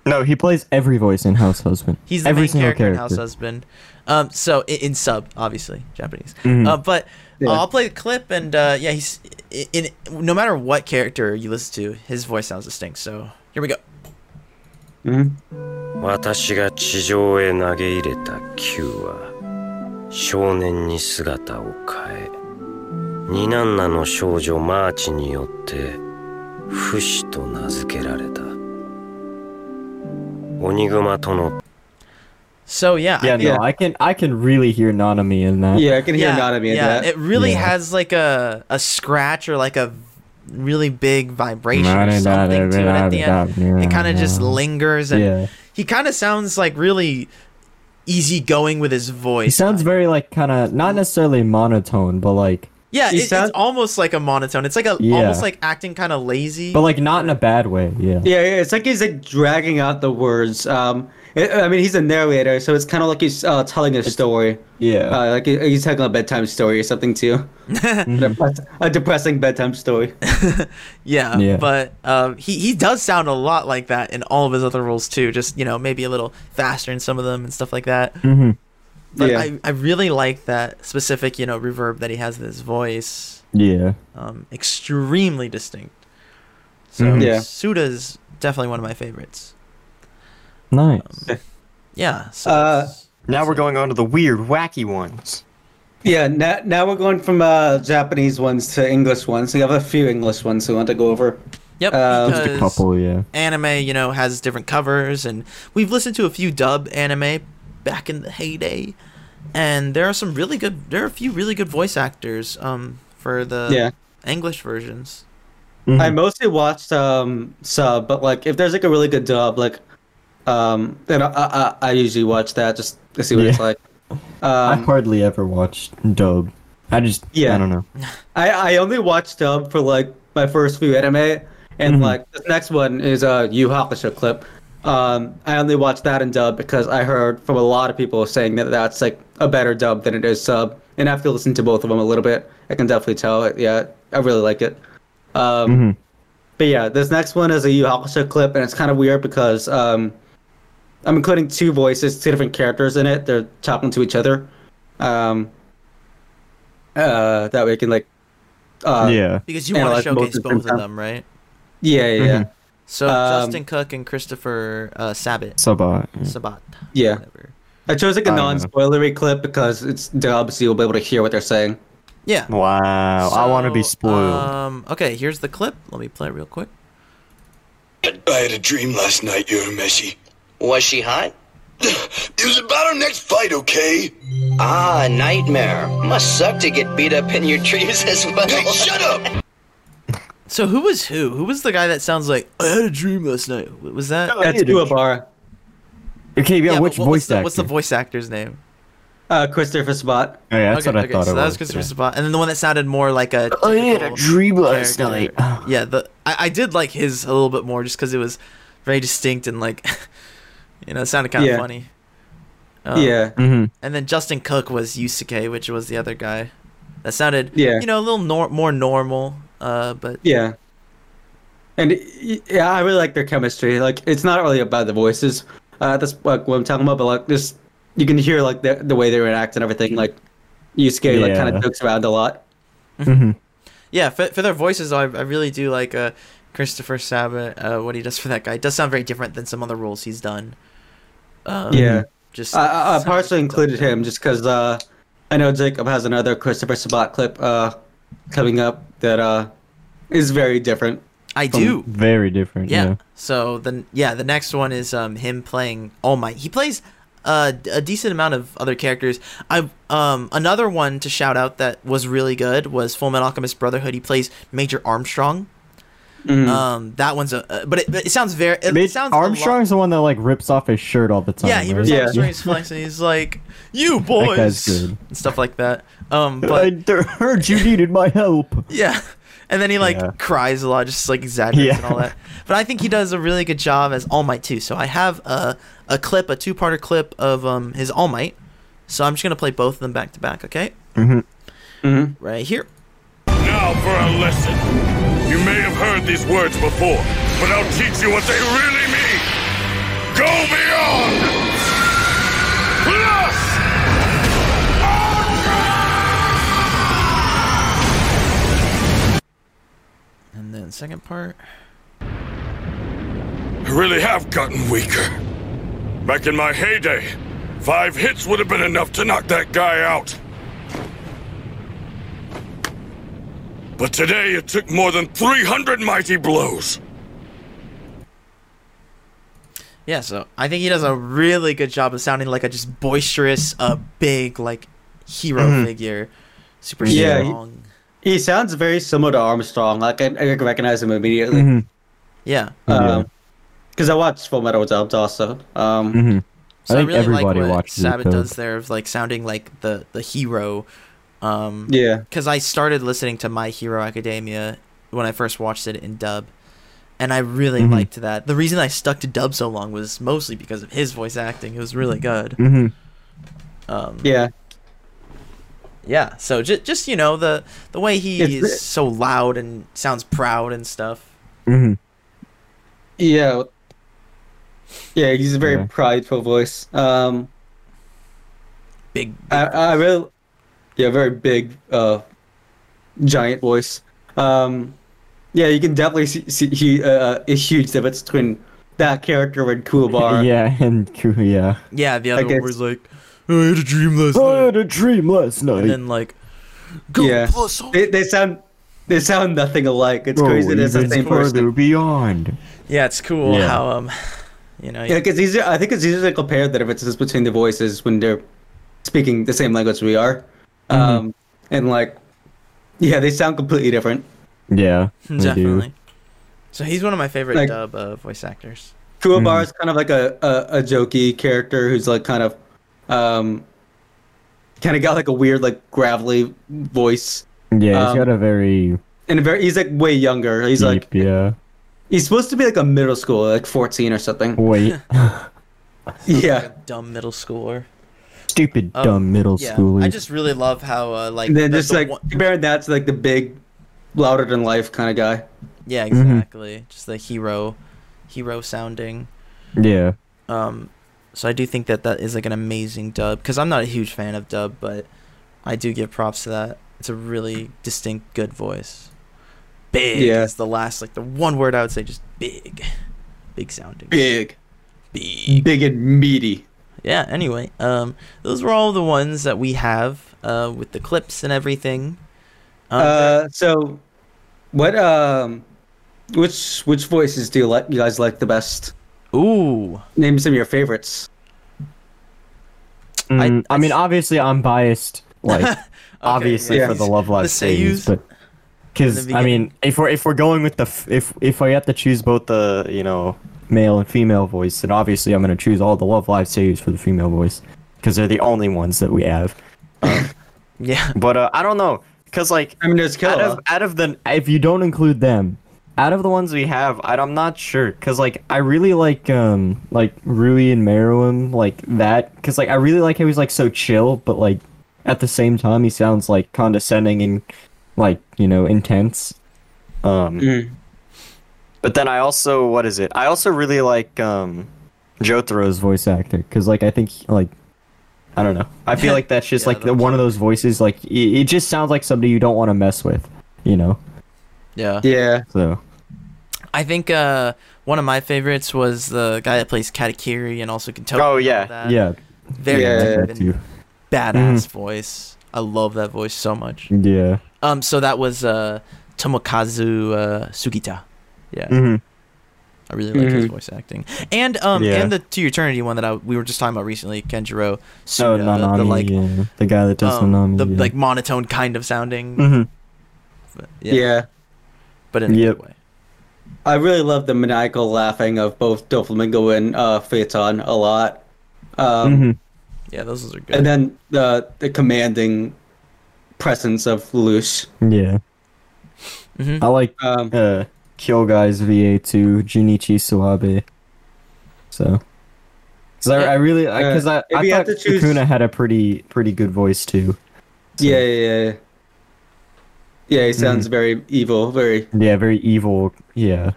[SPEAKER 3] No, he plays every voice in House Husband.
[SPEAKER 1] He's the
[SPEAKER 3] every
[SPEAKER 1] main
[SPEAKER 3] single
[SPEAKER 1] character, in House Husband. Um, so in, in sub, obviously Japanese.
[SPEAKER 3] Mhm.
[SPEAKER 1] Uh, but
[SPEAKER 2] Yeah.
[SPEAKER 1] uh, I'll play the clip, and uh, yeah, he's in, in. No matter what character you listen to, his voice sounds distinct. So here we go.
[SPEAKER 12] 私が地上へ投げ入れた球は少年に姿を変え二男那の少女マーチによって不死と名付けられた鬼熊との
[SPEAKER 1] So yeah,
[SPEAKER 3] Yeah,
[SPEAKER 1] I mean-
[SPEAKER 3] no, I can I can really hear Nanami in that.
[SPEAKER 2] Yeah, I can hear not at me in
[SPEAKER 1] yeah,
[SPEAKER 2] that.
[SPEAKER 1] it really
[SPEAKER 3] Yeah.
[SPEAKER 1] has like a a scratch or like a really big vibration
[SPEAKER 3] Not
[SPEAKER 1] or
[SPEAKER 3] at
[SPEAKER 1] something to it at the end.
[SPEAKER 3] me,
[SPEAKER 1] It kind of just
[SPEAKER 3] yeah.
[SPEAKER 1] lingers, and
[SPEAKER 3] Yeah.
[SPEAKER 1] he kind of sounds like really easygoing with his
[SPEAKER 3] He
[SPEAKER 1] voice.
[SPEAKER 3] sounds very like kind of not necessarily monotone, but like
[SPEAKER 1] Yeah,
[SPEAKER 2] He
[SPEAKER 1] it,
[SPEAKER 2] sounds-
[SPEAKER 1] it's almost like a monotone. It's like a
[SPEAKER 3] Yeah.
[SPEAKER 1] almost like acting kind of lazy.
[SPEAKER 3] but like not in a bad way. Yeah.
[SPEAKER 2] Yeah, yeah, it's like he's like dragging out the words. Um, I I mean, he's a narrator, so it's kind of like he's uh, telling a story.
[SPEAKER 3] Yeah.
[SPEAKER 2] Uh, like he- he's telling a bedtime story or something too. Depress- a depressing bedtime story.
[SPEAKER 1] yeah,
[SPEAKER 3] Yeah.
[SPEAKER 1] but um, he he does sound a lot like that in all of his other roles too. Just you know maybe a little faster in some of them and stuff like that.
[SPEAKER 3] hmm
[SPEAKER 1] But
[SPEAKER 2] Yeah.
[SPEAKER 1] I, I really like that specific you know reverb that he has in his voice.
[SPEAKER 3] Yeah.
[SPEAKER 1] Um, extremely distinct. So
[SPEAKER 3] Mhm.
[SPEAKER 2] Yeah.
[SPEAKER 1] Suda's definitely one of my favorites.
[SPEAKER 3] Nice.
[SPEAKER 1] Yeah. So
[SPEAKER 2] Uh,
[SPEAKER 1] that's-
[SPEAKER 10] Now we're going on to the weird, wacky ones.
[SPEAKER 2] Yeah, now, now we're going from uh, Japanese ones to English ones. We have a few English ones we want to go over.
[SPEAKER 1] Yep,
[SPEAKER 2] Um,
[SPEAKER 1] because Anime, you know, has different covers, and we've listened to a few dub anime back in the heyday, and there are some really good. There are a few really good voice actors um for the
[SPEAKER 2] Yeah.
[SPEAKER 1] English versions.
[SPEAKER 3] Mm-hmm.
[SPEAKER 2] I mostly watched um, sub, but like if there's like a really good dub, like um, then I, I, I usually watch that just to see what it's
[SPEAKER 3] Yeah.
[SPEAKER 2] like.
[SPEAKER 3] I
[SPEAKER 2] Um,
[SPEAKER 3] hardly ever watched dub. I just
[SPEAKER 2] Yeah.
[SPEAKER 3] I don't know.
[SPEAKER 2] I, I only watched dub for like my first few anime, and like this next one is a Yu Hakusho clip. Um, I only watched that in dub because I heard from a lot of people saying that that's like a better dub than it is sub. And after listening to both of them a little bit, I can definitely tell. It, yeah, I really like it. Um,
[SPEAKER 3] Mm-hmm.
[SPEAKER 2] But yeah, this next one is a Yu Hakusho clip, and it's kind of weird because um, I'm including two voices, two different characters in it. They're talking to each other. Um, uh, that way you can like. Uh,
[SPEAKER 3] Yeah.
[SPEAKER 1] Because you want to
[SPEAKER 2] analyze both
[SPEAKER 1] showcase
[SPEAKER 2] at the same
[SPEAKER 1] both of
[SPEAKER 2] time.
[SPEAKER 1] them, right?
[SPEAKER 2] Yeah, yeah.
[SPEAKER 3] Mm-hmm.
[SPEAKER 2] yeah.
[SPEAKER 1] So
[SPEAKER 2] Um,
[SPEAKER 1] Justin Cook and Christopher uh, Sabat.
[SPEAKER 3] Sabat, Mm. yeah.
[SPEAKER 1] Sabat.
[SPEAKER 2] Yeah. I chose like a
[SPEAKER 3] I don't know.
[SPEAKER 2] non-spoilery clip because it's dub, so you'll be able to hear what they're saying.
[SPEAKER 1] Yeah.
[SPEAKER 3] Wow,
[SPEAKER 2] I wanna be spoiled.
[SPEAKER 1] Um. Okay, here's the clip. Let me play it real quick.
[SPEAKER 4] I had a dream last night, Urameshi. Was she hot? it was about our next fight, okay?
[SPEAKER 13] Ah, nightmare. Must suck to get beat up in your dreams as well. shut up!
[SPEAKER 1] So who was who? Who was the guy that sounds like I had a dream last night? Wh- Was that?
[SPEAKER 3] Oh,
[SPEAKER 2] That's Uabara.
[SPEAKER 3] Okay,
[SPEAKER 1] Yeah,
[SPEAKER 3] yeah.
[SPEAKER 1] but
[SPEAKER 3] Which
[SPEAKER 1] what
[SPEAKER 3] voice
[SPEAKER 1] was the,
[SPEAKER 3] actor?
[SPEAKER 1] What's the voice actor's name?
[SPEAKER 2] Uh, Christopher Spot.
[SPEAKER 3] Oh, yeah, that's
[SPEAKER 1] okay,
[SPEAKER 3] what I
[SPEAKER 1] okay,
[SPEAKER 3] thought
[SPEAKER 1] so
[SPEAKER 3] it
[SPEAKER 1] that was
[SPEAKER 3] was.
[SPEAKER 1] Christopher Sabat, and then the one that sounded more like a.
[SPEAKER 3] I had a
[SPEAKER 1] typical
[SPEAKER 3] dream last
[SPEAKER 1] character. yeah, the I, I did like his a little bit more just because it was very distinct and like, you know, it sounded kind of
[SPEAKER 2] Yeah.
[SPEAKER 1] funny.
[SPEAKER 2] Yeah.
[SPEAKER 3] Mhm.
[SPEAKER 1] And then Justin Cook was Yusuke, which was the other guy. That sounded,
[SPEAKER 2] Yeah.
[SPEAKER 1] you know, a little nor- more normal. Uh, but
[SPEAKER 2] Yeah. And y- yeah, I really like their chemistry. Like, it's not really about the voices. Uh, that's like what I'm talking about, but like, just you can hear like the, the way they react and everything. Like, Yusuke like kind
[SPEAKER 3] Yeah.
[SPEAKER 2] of jokes around a lot.
[SPEAKER 3] mm-hmm.
[SPEAKER 1] yeah, for, for their voices, though, I, I really do like uh, Christopher Sabat. Uh, what he does for that guy it does sound very different than some other roles he's done. Um,
[SPEAKER 2] yeah.
[SPEAKER 1] just
[SPEAKER 2] I- I, I
[SPEAKER 1] sounds-
[SPEAKER 2] partially included him just because uh, I know Jacob has another Christopher Sabat clip uh, coming up that uh, is very different.
[SPEAKER 1] I
[SPEAKER 2] from-
[SPEAKER 1] do.
[SPEAKER 3] Very different.
[SPEAKER 1] Yeah.
[SPEAKER 3] Yeah.
[SPEAKER 1] So then, yeah, the next one is um him playing All Might. He plays uh, d- a decent amount of other characters. I um another one to shout out that was really good was Full Metal Alchemist Brotherhood. He plays Major Armstrong.
[SPEAKER 3] Mhm.
[SPEAKER 1] Um, that one's a uh, but it, but it sounds very it,
[SPEAKER 3] Mitch
[SPEAKER 1] sounds a lot-
[SPEAKER 3] Armstrong's the one that like rips off his shirt all the time.
[SPEAKER 1] yeah, he
[SPEAKER 3] right?
[SPEAKER 1] was yeah. his flex and he's like, "You
[SPEAKER 3] That
[SPEAKER 1] boys,"
[SPEAKER 3] guy's good.
[SPEAKER 1] and stuff like that. Um,
[SPEAKER 3] I
[SPEAKER 1] but
[SPEAKER 3] d- heard you needed my help.
[SPEAKER 1] yeah, and then he like
[SPEAKER 3] Yeah.
[SPEAKER 1] cries a lot, just like exaggerates and
[SPEAKER 3] Yeah.
[SPEAKER 1] all that. But I think he does a really good job as All Might too. So I have a a clip, a two-parter clip of um his All Might. So I'm just gonna play both of them back to back. Okay,
[SPEAKER 3] Mm-hmm.
[SPEAKER 1] right here.
[SPEAKER 14] Now for a lesson. You may have heard these words before, but I'll teach you what they really mean. Go beyond! Plus!
[SPEAKER 1] And then second part.
[SPEAKER 14] I really have gotten weaker. Back in my heyday, five hits would have been enough to knock that guy out. But today it took more than 300 mighty blows.
[SPEAKER 1] Yeah, so I think he does a really good job of sounding like a just boisterous, uh, big like hero
[SPEAKER 3] Mm-hmm.
[SPEAKER 2] Mhm.
[SPEAKER 1] figure, super
[SPEAKER 2] Yeah, he-
[SPEAKER 1] strong.
[SPEAKER 2] He sounds very similar to Armstrong. Like I, I can recognize him immediately.
[SPEAKER 3] Mm-hmm.
[SPEAKER 1] Yeah.
[SPEAKER 2] Um, because I watched Full Metal Alchemist also. Um,
[SPEAKER 3] Mm-hmm.
[SPEAKER 1] So I, really like what Sabbath does there of like sounding like the the hero. Um,
[SPEAKER 2] Yeah.
[SPEAKER 1] Because I started listening to My Hero Academia when I first watched it in dub, and I really
[SPEAKER 2] Mm-hmm.
[SPEAKER 3] Mhm.
[SPEAKER 1] liked that. The reason I stuck to dub so long was mostly because of his voice acting. It was really good.
[SPEAKER 3] Mhm.
[SPEAKER 1] Um,
[SPEAKER 2] Mm-hmm. yeah.
[SPEAKER 1] Yeah. So just just you know the the way he
[SPEAKER 2] It's-
[SPEAKER 1] is so loud and sounds proud and stuff.
[SPEAKER 3] Mm-hmm.
[SPEAKER 2] Yeah. Yeah, he's a very prideful voice. Um,
[SPEAKER 1] big.
[SPEAKER 2] I, I really, yeah, very big, uh, giant voice. Um, yeah, you can definitely see, see he, uh, a huge difference between that character and Cool Bar.
[SPEAKER 3] Yeah, and Ku- yeah.
[SPEAKER 1] Yeah. The
[SPEAKER 2] I
[SPEAKER 1] other one
[SPEAKER 2] guess-
[SPEAKER 1] was like, "Oh, I had a dream last
[SPEAKER 3] night. I had a dream last night.
[SPEAKER 1] And then like,
[SPEAKER 2] yeah, they, they sound they sound nothing alike. It's
[SPEAKER 3] Go
[SPEAKER 2] crazy. that It's the
[SPEAKER 3] Oh, even
[SPEAKER 2] same
[SPEAKER 3] further
[SPEAKER 2] person.
[SPEAKER 3] beyond.
[SPEAKER 1] yeah, it's cool
[SPEAKER 2] Yeah.
[SPEAKER 1] how um, you know,
[SPEAKER 2] Yeah, because easier. I think it's easier to compare the differences between the voices when they're speaking the same language we are, um, and like, yeah, they sound completely different.
[SPEAKER 3] Yeah,
[SPEAKER 2] they do.
[SPEAKER 1] definitely. So he's one of my favorite
[SPEAKER 2] Like-
[SPEAKER 1] dub uh, voice actors.
[SPEAKER 2] Kuwabara is kind of like a, a a jokey character who's like kind of, um, kind of got like a weird like gravelly voice.
[SPEAKER 3] Yeah,
[SPEAKER 2] Um,
[SPEAKER 3] he's got a very
[SPEAKER 2] and very he's like way younger. He's
[SPEAKER 3] deep.
[SPEAKER 2] like
[SPEAKER 3] yeah.
[SPEAKER 2] he's supposed to be like a middle schooler, like fourteen or something.
[SPEAKER 3] Wait,
[SPEAKER 2] yeah,
[SPEAKER 1] dumb middle schooler.
[SPEAKER 3] stupid
[SPEAKER 1] Um,
[SPEAKER 3] dumb middle
[SPEAKER 1] yeah,
[SPEAKER 3] schooler.
[SPEAKER 1] I just really love how uh, like
[SPEAKER 2] and then
[SPEAKER 1] the-
[SPEAKER 2] just
[SPEAKER 1] the
[SPEAKER 2] like mm-hmm.
[SPEAKER 1] one-
[SPEAKER 2] comparing that to like the big, louder than life kind of guy.
[SPEAKER 1] yeah,
[SPEAKER 2] Mhm.
[SPEAKER 1] exactly. Just the hero, hero sounding.
[SPEAKER 3] Yeah.
[SPEAKER 1] Um, so I do think that that is like an amazing dub because I'm not a huge fan of dub, but I do give props to that. It's a really distinct, good voice. Big
[SPEAKER 2] Yeah.
[SPEAKER 1] is the last like the one word I would say, just big, big sounding.
[SPEAKER 2] Big,
[SPEAKER 1] big,
[SPEAKER 2] big and meaty.
[SPEAKER 1] Yeah. Anyway, um, those were all the ones that we have uh, with the clips and everything. Um,
[SPEAKER 2] uh, so, what um, which which voices do you like? You guys like the best?
[SPEAKER 1] Ooh,
[SPEAKER 2] name some of your favorites.
[SPEAKER 3] Mm, I, mean, obviously, I'm biased. Like, obviously
[SPEAKER 2] yeah.
[SPEAKER 3] for the Love Live
[SPEAKER 2] The
[SPEAKER 3] series,
[SPEAKER 2] seiyus
[SPEAKER 3] but because
[SPEAKER 2] in the
[SPEAKER 3] I mean, if we're if we're going with the f- if if I have to choose both the you know male and female voice, then obviously I'm gonna choose all the Love Live series for the female voice because they're the only ones that we have.
[SPEAKER 1] yeah.
[SPEAKER 3] But uh, I don't know, cause like
[SPEAKER 2] I mean, there's
[SPEAKER 3] out of, out of the if you don't include them, out of the ones we have, I, I'm not sure, cause like I really like um like Rui and Meruem like that, cause like I really like how he's like so chill, but like at the same time he sounds like condescending and like you know intense. Um,
[SPEAKER 2] Mm.
[SPEAKER 3] but then I also what is it? I also really like um Jotaro's voice actor, cause like I think like I don't know. I feel like that's just like the, one of those voices. Like it, it just sounds like somebody you don't want to mess with, you know.
[SPEAKER 1] yeah.
[SPEAKER 2] Yeah.
[SPEAKER 3] So
[SPEAKER 1] I think uh, one of my favorites was the guy that plays Katakiri and also Kentucky.
[SPEAKER 3] Oh, yeah. Yeah.
[SPEAKER 1] Very
[SPEAKER 3] Yeah, I like
[SPEAKER 1] deep and
[SPEAKER 3] that too. Mm-hmm.
[SPEAKER 1] badass voice. I love that voice so much.
[SPEAKER 3] yeah,
[SPEAKER 1] Um, so that was uh, Tomokazu uh, Sugita. Yeah.
[SPEAKER 2] Mm-hmm.
[SPEAKER 3] Mhm.
[SPEAKER 1] I really like his
[SPEAKER 3] Mhm.
[SPEAKER 1] voice acting, and um,
[SPEAKER 3] Yeah.
[SPEAKER 1] and the To Eternity one that I, we were just talking about recently, Kenjiro
[SPEAKER 3] oh,
[SPEAKER 1] Suda,
[SPEAKER 3] Nanami,
[SPEAKER 1] the like
[SPEAKER 3] yeah. the guy that does
[SPEAKER 1] um,
[SPEAKER 3] Nanami,
[SPEAKER 1] the
[SPEAKER 3] yeah.
[SPEAKER 1] like monotone kind of sounding.
[SPEAKER 2] Mm-hmm.
[SPEAKER 3] Mhm.
[SPEAKER 1] But,
[SPEAKER 2] Yeah.
[SPEAKER 1] But in a
[SPEAKER 3] Yep.
[SPEAKER 1] good way.
[SPEAKER 2] I really love the maniacal laughing of both Doflamingo and uh, Phaeton a lot. Um,
[SPEAKER 3] Mhm.
[SPEAKER 1] Yeah, those are good.
[SPEAKER 2] And then the the commanding presence of Lelouch.
[SPEAKER 3] yeah.
[SPEAKER 1] Mm-hmm.
[SPEAKER 3] I like
[SPEAKER 2] um,
[SPEAKER 3] uh, Kill Guys VA two Junichi Suabe. So, because I, I really because
[SPEAKER 2] Uh, if
[SPEAKER 3] I, I
[SPEAKER 2] you
[SPEAKER 3] thought
[SPEAKER 2] had to choose-
[SPEAKER 3] Sukuna had a pretty pretty good voice too.
[SPEAKER 2] Yeah, yeah, yeah. Yeah, he sounds very evil, very.
[SPEAKER 3] Yeah, very evil. Yeah.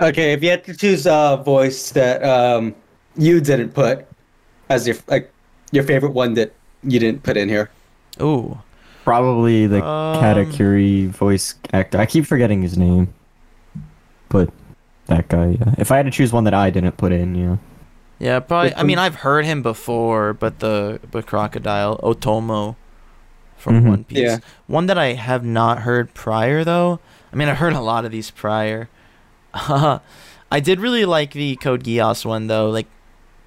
[SPEAKER 2] Okay, if you had to choose a voice that um, you didn't put as your like your favorite one that you didn't put in here.
[SPEAKER 1] Ooh.
[SPEAKER 3] Probably the
[SPEAKER 2] Um,
[SPEAKER 3] Katakuri voice actor. I keep forgetting his name. But that guy, yeah. If I had to choose one that I didn't put in, yeah.
[SPEAKER 1] Yeah, probably.
[SPEAKER 3] Which
[SPEAKER 1] I mean,
[SPEAKER 3] one?
[SPEAKER 1] I've heard him before, but the but crocodile Otomo from
[SPEAKER 3] Mhm.
[SPEAKER 1] One Piece.
[SPEAKER 3] Yeah.
[SPEAKER 1] One that I have not heard prior, though. I mean, I heard a lot of these prior. I did really like the Code Geass one though. Like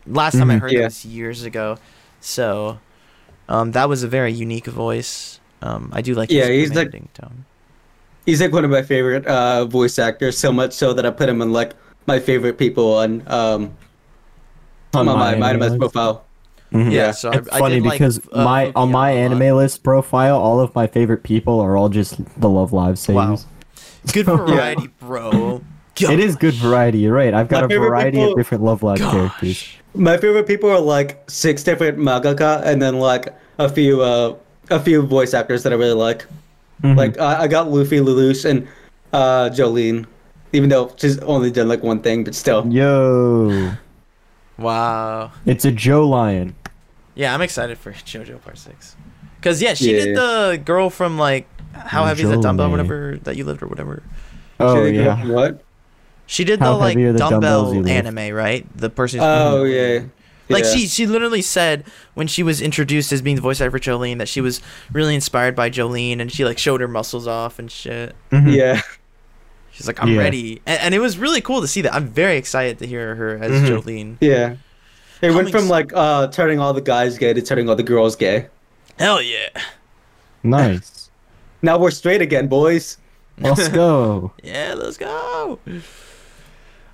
[SPEAKER 1] last time I
[SPEAKER 3] Mm-hmm.
[SPEAKER 2] Mhm.
[SPEAKER 1] heard
[SPEAKER 2] Yeah.
[SPEAKER 1] this years ago, so um, that was a very unique voice. Um, I do like.
[SPEAKER 2] Yeah,
[SPEAKER 1] his
[SPEAKER 2] he's like-
[SPEAKER 1] commanding tone.
[SPEAKER 2] He's like one of my favorite uh, voice actors, so much so that I put him in like my favorite people on um
[SPEAKER 3] On
[SPEAKER 2] on
[SPEAKER 3] my
[SPEAKER 2] my my
[SPEAKER 3] anime
[SPEAKER 2] MyAnime's
[SPEAKER 3] list.
[SPEAKER 2] profile.
[SPEAKER 3] Mhm.
[SPEAKER 2] Yeah,
[SPEAKER 1] so
[SPEAKER 3] It's funny because my on my anime list profile, all of my favorite people are all just the Love Live series.
[SPEAKER 1] Good variety, bro.
[SPEAKER 3] It is good variety. You're right. I've got
[SPEAKER 2] My
[SPEAKER 3] a
[SPEAKER 2] favorite
[SPEAKER 3] variety
[SPEAKER 2] people-
[SPEAKER 3] of different Love Live characters.
[SPEAKER 2] My favorite people are like six different mangaka and then like a few uh a few voice actors that I really like.
[SPEAKER 3] Mm-hmm.
[SPEAKER 2] Like I, I got Luffy, Lelouch, and uh Jolene, even though she's only done like one thing, but still.
[SPEAKER 3] um, Yo,
[SPEAKER 1] Wow.
[SPEAKER 3] it's a Joe Lion.
[SPEAKER 1] Yeah, I'm excited for JoJo Part Six. Cause yeah, she did
[SPEAKER 3] Yeah.
[SPEAKER 1] the girl from like how heavy is that dumbbell, or whatever that you lived or whatever.
[SPEAKER 3] Oh yeah.
[SPEAKER 2] What?
[SPEAKER 1] She did
[SPEAKER 3] How
[SPEAKER 1] the like
[SPEAKER 3] heavy are the dumbbells
[SPEAKER 1] dumbbell
[SPEAKER 3] you lift?
[SPEAKER 1] anime, right? The person. Mm-hmm.
[SPEAKER 2] Oh yeah.
[SPEAKER 1] Like
[SPEAKER 2] Yeah.
[SPEAKER 1] she she literally said when she was introduced as being the voice actor for Jolene that she was really inspired by Jolene and she like showed her muscles off and shit.
[SPEAKER 3] Mm-hmm.
[SPEAKER 2] Yeah.
[SPEAKER 1] She's like, I'm
[SPEAKER 2] Yeah.
[SPEAKER 1] ready, and, and it was really cool to see that. I'm very excited to hear her as
[SPEAKER 2] Mhm.
[SPEAKER 1] Jolene.
[SPEAKER 2] Yeah. It
[SPEAKER 1] I'm
[SPEAKER 2] went from like uh turning all the guys gay to turning all the girls gay.
[SPEAKER 1] Hell yeah!
[SPEAKER 3] Nice.
[SPEAKER 2] now we're straight again, boys.
[SPEAKER 3] Let's go.
[SPEAKER 1] Yeah, let's go.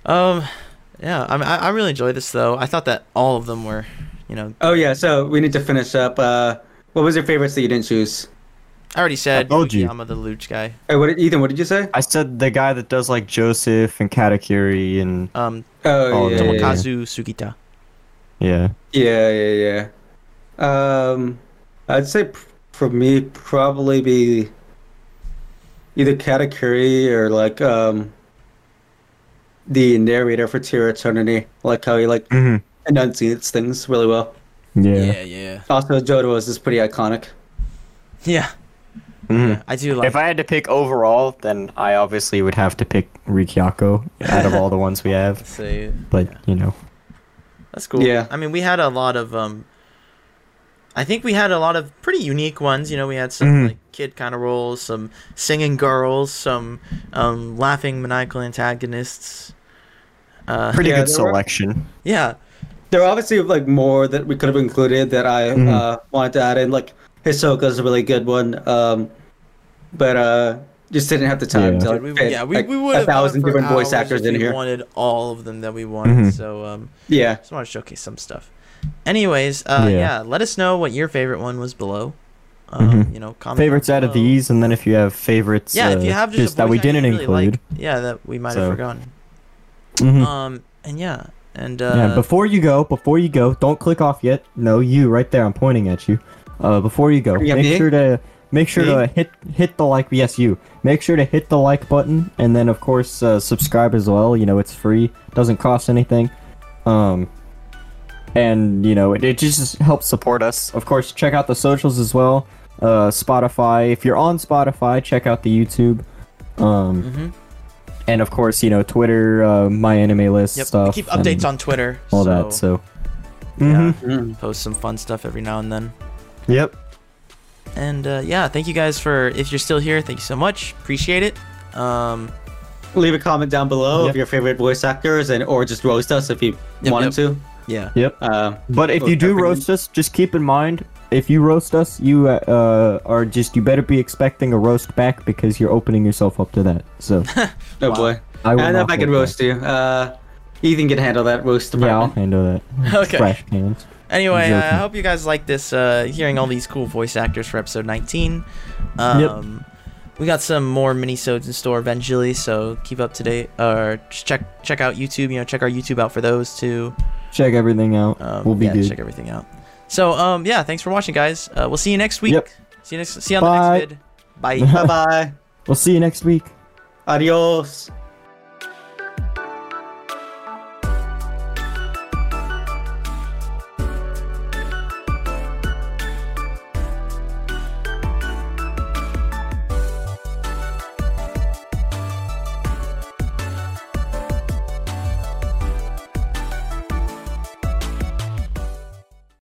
[SPEAKER 1] Um, yeah, I mean, I, I really enjoyed this though. I thought that all of them were, you know,
[SPEAKER 2] Oh yeah, so we need to finish up. Uh what was your favorites that you didn't choose?
[SPEAKER 1] I already said
[SPEAKER 3] I told you.
[SPEAKER 1] Yukiyama the Luch guy.
[SPEAKER 2] Hey, what did, Ethan, what did you say?
[SPEAKER 3] I said the guy that does like Joseph and Katakuri and
[SPEAKER 1] Um,
[SPEAKER 2] Oh
[SPEAKER 3] all
[SPEAKER 2] yeah,
[SPEAKER 3] that.
[SPEAKER 2] yeah, yeah.
[SPEAKER 1] Kazu Sugita.
[SPEAKER 3] Yeah.
[SPEAKER 2] Yeah, yeah, yeah. Um, I'd say pr- for me probably be either Katakuri or like um the narrator for Tear Eternity, like how he like enunciates things really well.
[SPEAKER 3] Yeah.
[SPEAKER 1] Yeah, yeah.
[SPEAKER 2] Also, Jodo is just pretty iconic.
[SPEAKER 1] Yeah. I do like
[SPEAKER 3] Mm-hmm. Hmm. If I had to pick overall, then I obviously would have to pick Rikyako out of all the ones we have.
[SPEAKER 1] So
[SPEAKER 3] But, you know.
[SPEAKER 1] that's cool.
[SPEAKER 3] Yeah.
[SPEAKER 1] I mean, we had a lot of um. I think we had a lot of pretty unique ones. You know, we had some
[SPEAKER 3] Mhm.
[SPEAKER 1] like kid kind of roles, some singing girls, some um laughing maniacal antagonists. Uh,
[SPEAKER 3] Pretty good selection.
[SPEAKER 1] Yeah.
[SPEAKER 2] There are obviously like more that we could have included that I
[SPEAKER 3] Mhm.
[SPEAKER 2] uh, wanted to add in. Like Hisoka's a really good one, um, but uh, just didn't have the time
[SPEAKER 1] Yeah.
[SPEAKER 2] to
[SPEAKER 1] Dude,
[SPEAKER 2] like,
[SPEAKER 1] we-
[SPEAKER 2] fit,
[SPEAKER 1] yeah, we,
[SPEAKER 2] like,
[SPEAKER 1] we would
[SPEAKER 2] a
[SPEAKER 1] have
[SPEAKER 2] thousand
[SPEAKER 1] gone for
[SPEAKER 2] different voice
[SPEAKER 1] hours
[SPEAKER 2] actors
[SPEAKER 1] if
[SPEAKER 2] in
[SPEAKER 1] we
[SPEAKER 2] here.
[SPEAKER 1] Wanted all of them that we wanted.
[SPEAKER 3] Mm-hmm.
[SPEAKER 2] Mhm.
[SPEAKER 1] So um,
[SPEAKER 2] Yeah.
[SPEAKER 1] just want to showcase some stuff. Anyways, uh, yeah.
[SPEAKER 3] Yeah.
[SPEAKER 1] let us know what your favorite one was below. Um,
[SPEAKER 3] Mhm.
[SPEAKER 1] You know, comment.
[SPEAKER 3] favorites out of these, and then if you have favorites,
[SPEAKER 1] Yeah, if you
[SPEAKER 3] uh,
[SPEAKER 1] have just, a
[SPEAKER 3] that
[SPEAKER 1] voice
[SPEAKER 3] we
[SPEAKER 1] actor you
[SPEAKER 3] didn't
[SPEAKER 1] really like,
[SPEAKER 3] include.
[SPEAKER 1] yeah, that we might have
[SPEAKER 3] So.
[SPEAKER 1] forgotten.
[SPEAKER 3] Mhm.
[SPEAKER 1] Um, and yeah, and uh,
[SPEAKER 3] yeah, before you go, before you go, don't click off yet. No, you right there. I'm pointing at you. Uh, before you go,
[SPEAKER 1] Yeah,
[SPEAKER 3] make
[SPEAKER 1] me?
[SPEAKER 3] sure to make sure
[SPEAKER 1] Me?
[SPEAKER 3] to hit hit the like. Yes, you. Make sure to hit the like button, and then of course uh, subscribe as well. You know, it's free, doesn't cost anything. Um, and you know, it, it just helps support us. Of course, check out the socials as well. Uh, Spotify. If you're on Spotify, check out the YouTube. Um,
[SPEAKER 1] Mm-hmm.
[SPEAKER 3] and of course, you know, Twitter, uh, my anime list
[SPEAKER 1] Yep, we
[SPEAKER 3] stuff.
[SPEAKER 1] keep updates
[SPEAKER 3] and
[SPEAKER 1] on Twitter,
[SPEAKER 3] All
[SPEAKER 1] so-
[SPEAKER 3] that. So.
[SPEAKER 1] yeah,
[SPEAKER 3] Mhm.
[SPEAKER 1] post some fun stuff every now and then.
[SPEAKER 3] Yep.
[SPEAKER 1] And uh, yeah, thank you guys for if you're still here. Thank you so much. Appreciate it. Um,
[SPEAKER 2] Leave a comment down below of your favorite voice actors, and or just roast us if you wanted to.
[SPEAKER 1] Yeah.
[SPEAKER 3] Yep.
[SPEAKER 2] Um,
[SPEAKER 3] But if you do roast us, just keep in mind if you roast us, you uh, uh, are just you better be expecting a roast back because you're opening yourself up to that. So
[SPEAKER 2] oh boy,
[SPEAKER 3] I
[SPEAKER 2] I,
[SPEAKER 3] will
[SPEAKER 2] don't know if
[SPEAKER 3] not
[SPEAKER 2] I can
[SPEAKER 3] hold
[SPEAKER 2] roast you. Uh, Ethan can handle that roast
[SPEAKER 3] yeah, I'll
[SPEAKER 2] department.
[SPEAKER 3] handle that.
[SPEAKER 1] Okay.
[SPEAKER 3] Trash cans.
[SPEAKER 1] Anyway,
[SPEAKER 3] I'm
[SPEAKER 1] uh, I
[SPEAKER 3] joking.
[SPEAKER 1] hope you guys like this. Uh, hearing all these cool voice actors for episode 19. Um, We got some more minisodes in store eventually, so keep up to date. Or just check check out YouTube. You know, check our YouTube out for those too.
[SPEAKER 3] check everything out. we'll be
[SPEAKER 1] Um, yeah,
[SPEAKER 3] good.
[SPEAKER 1] check everything out. So um, yeah, thanks for watching, guys. Uh, we'll see you next week. See you next. See you on the
[SPEAKER 3] Bye.
[SPEAKER 1] next vid. Bye.
[SPEAKER 2] bye.
[SPEAKER 3] We'll see you next week.
[SPEAKER 2] Adios.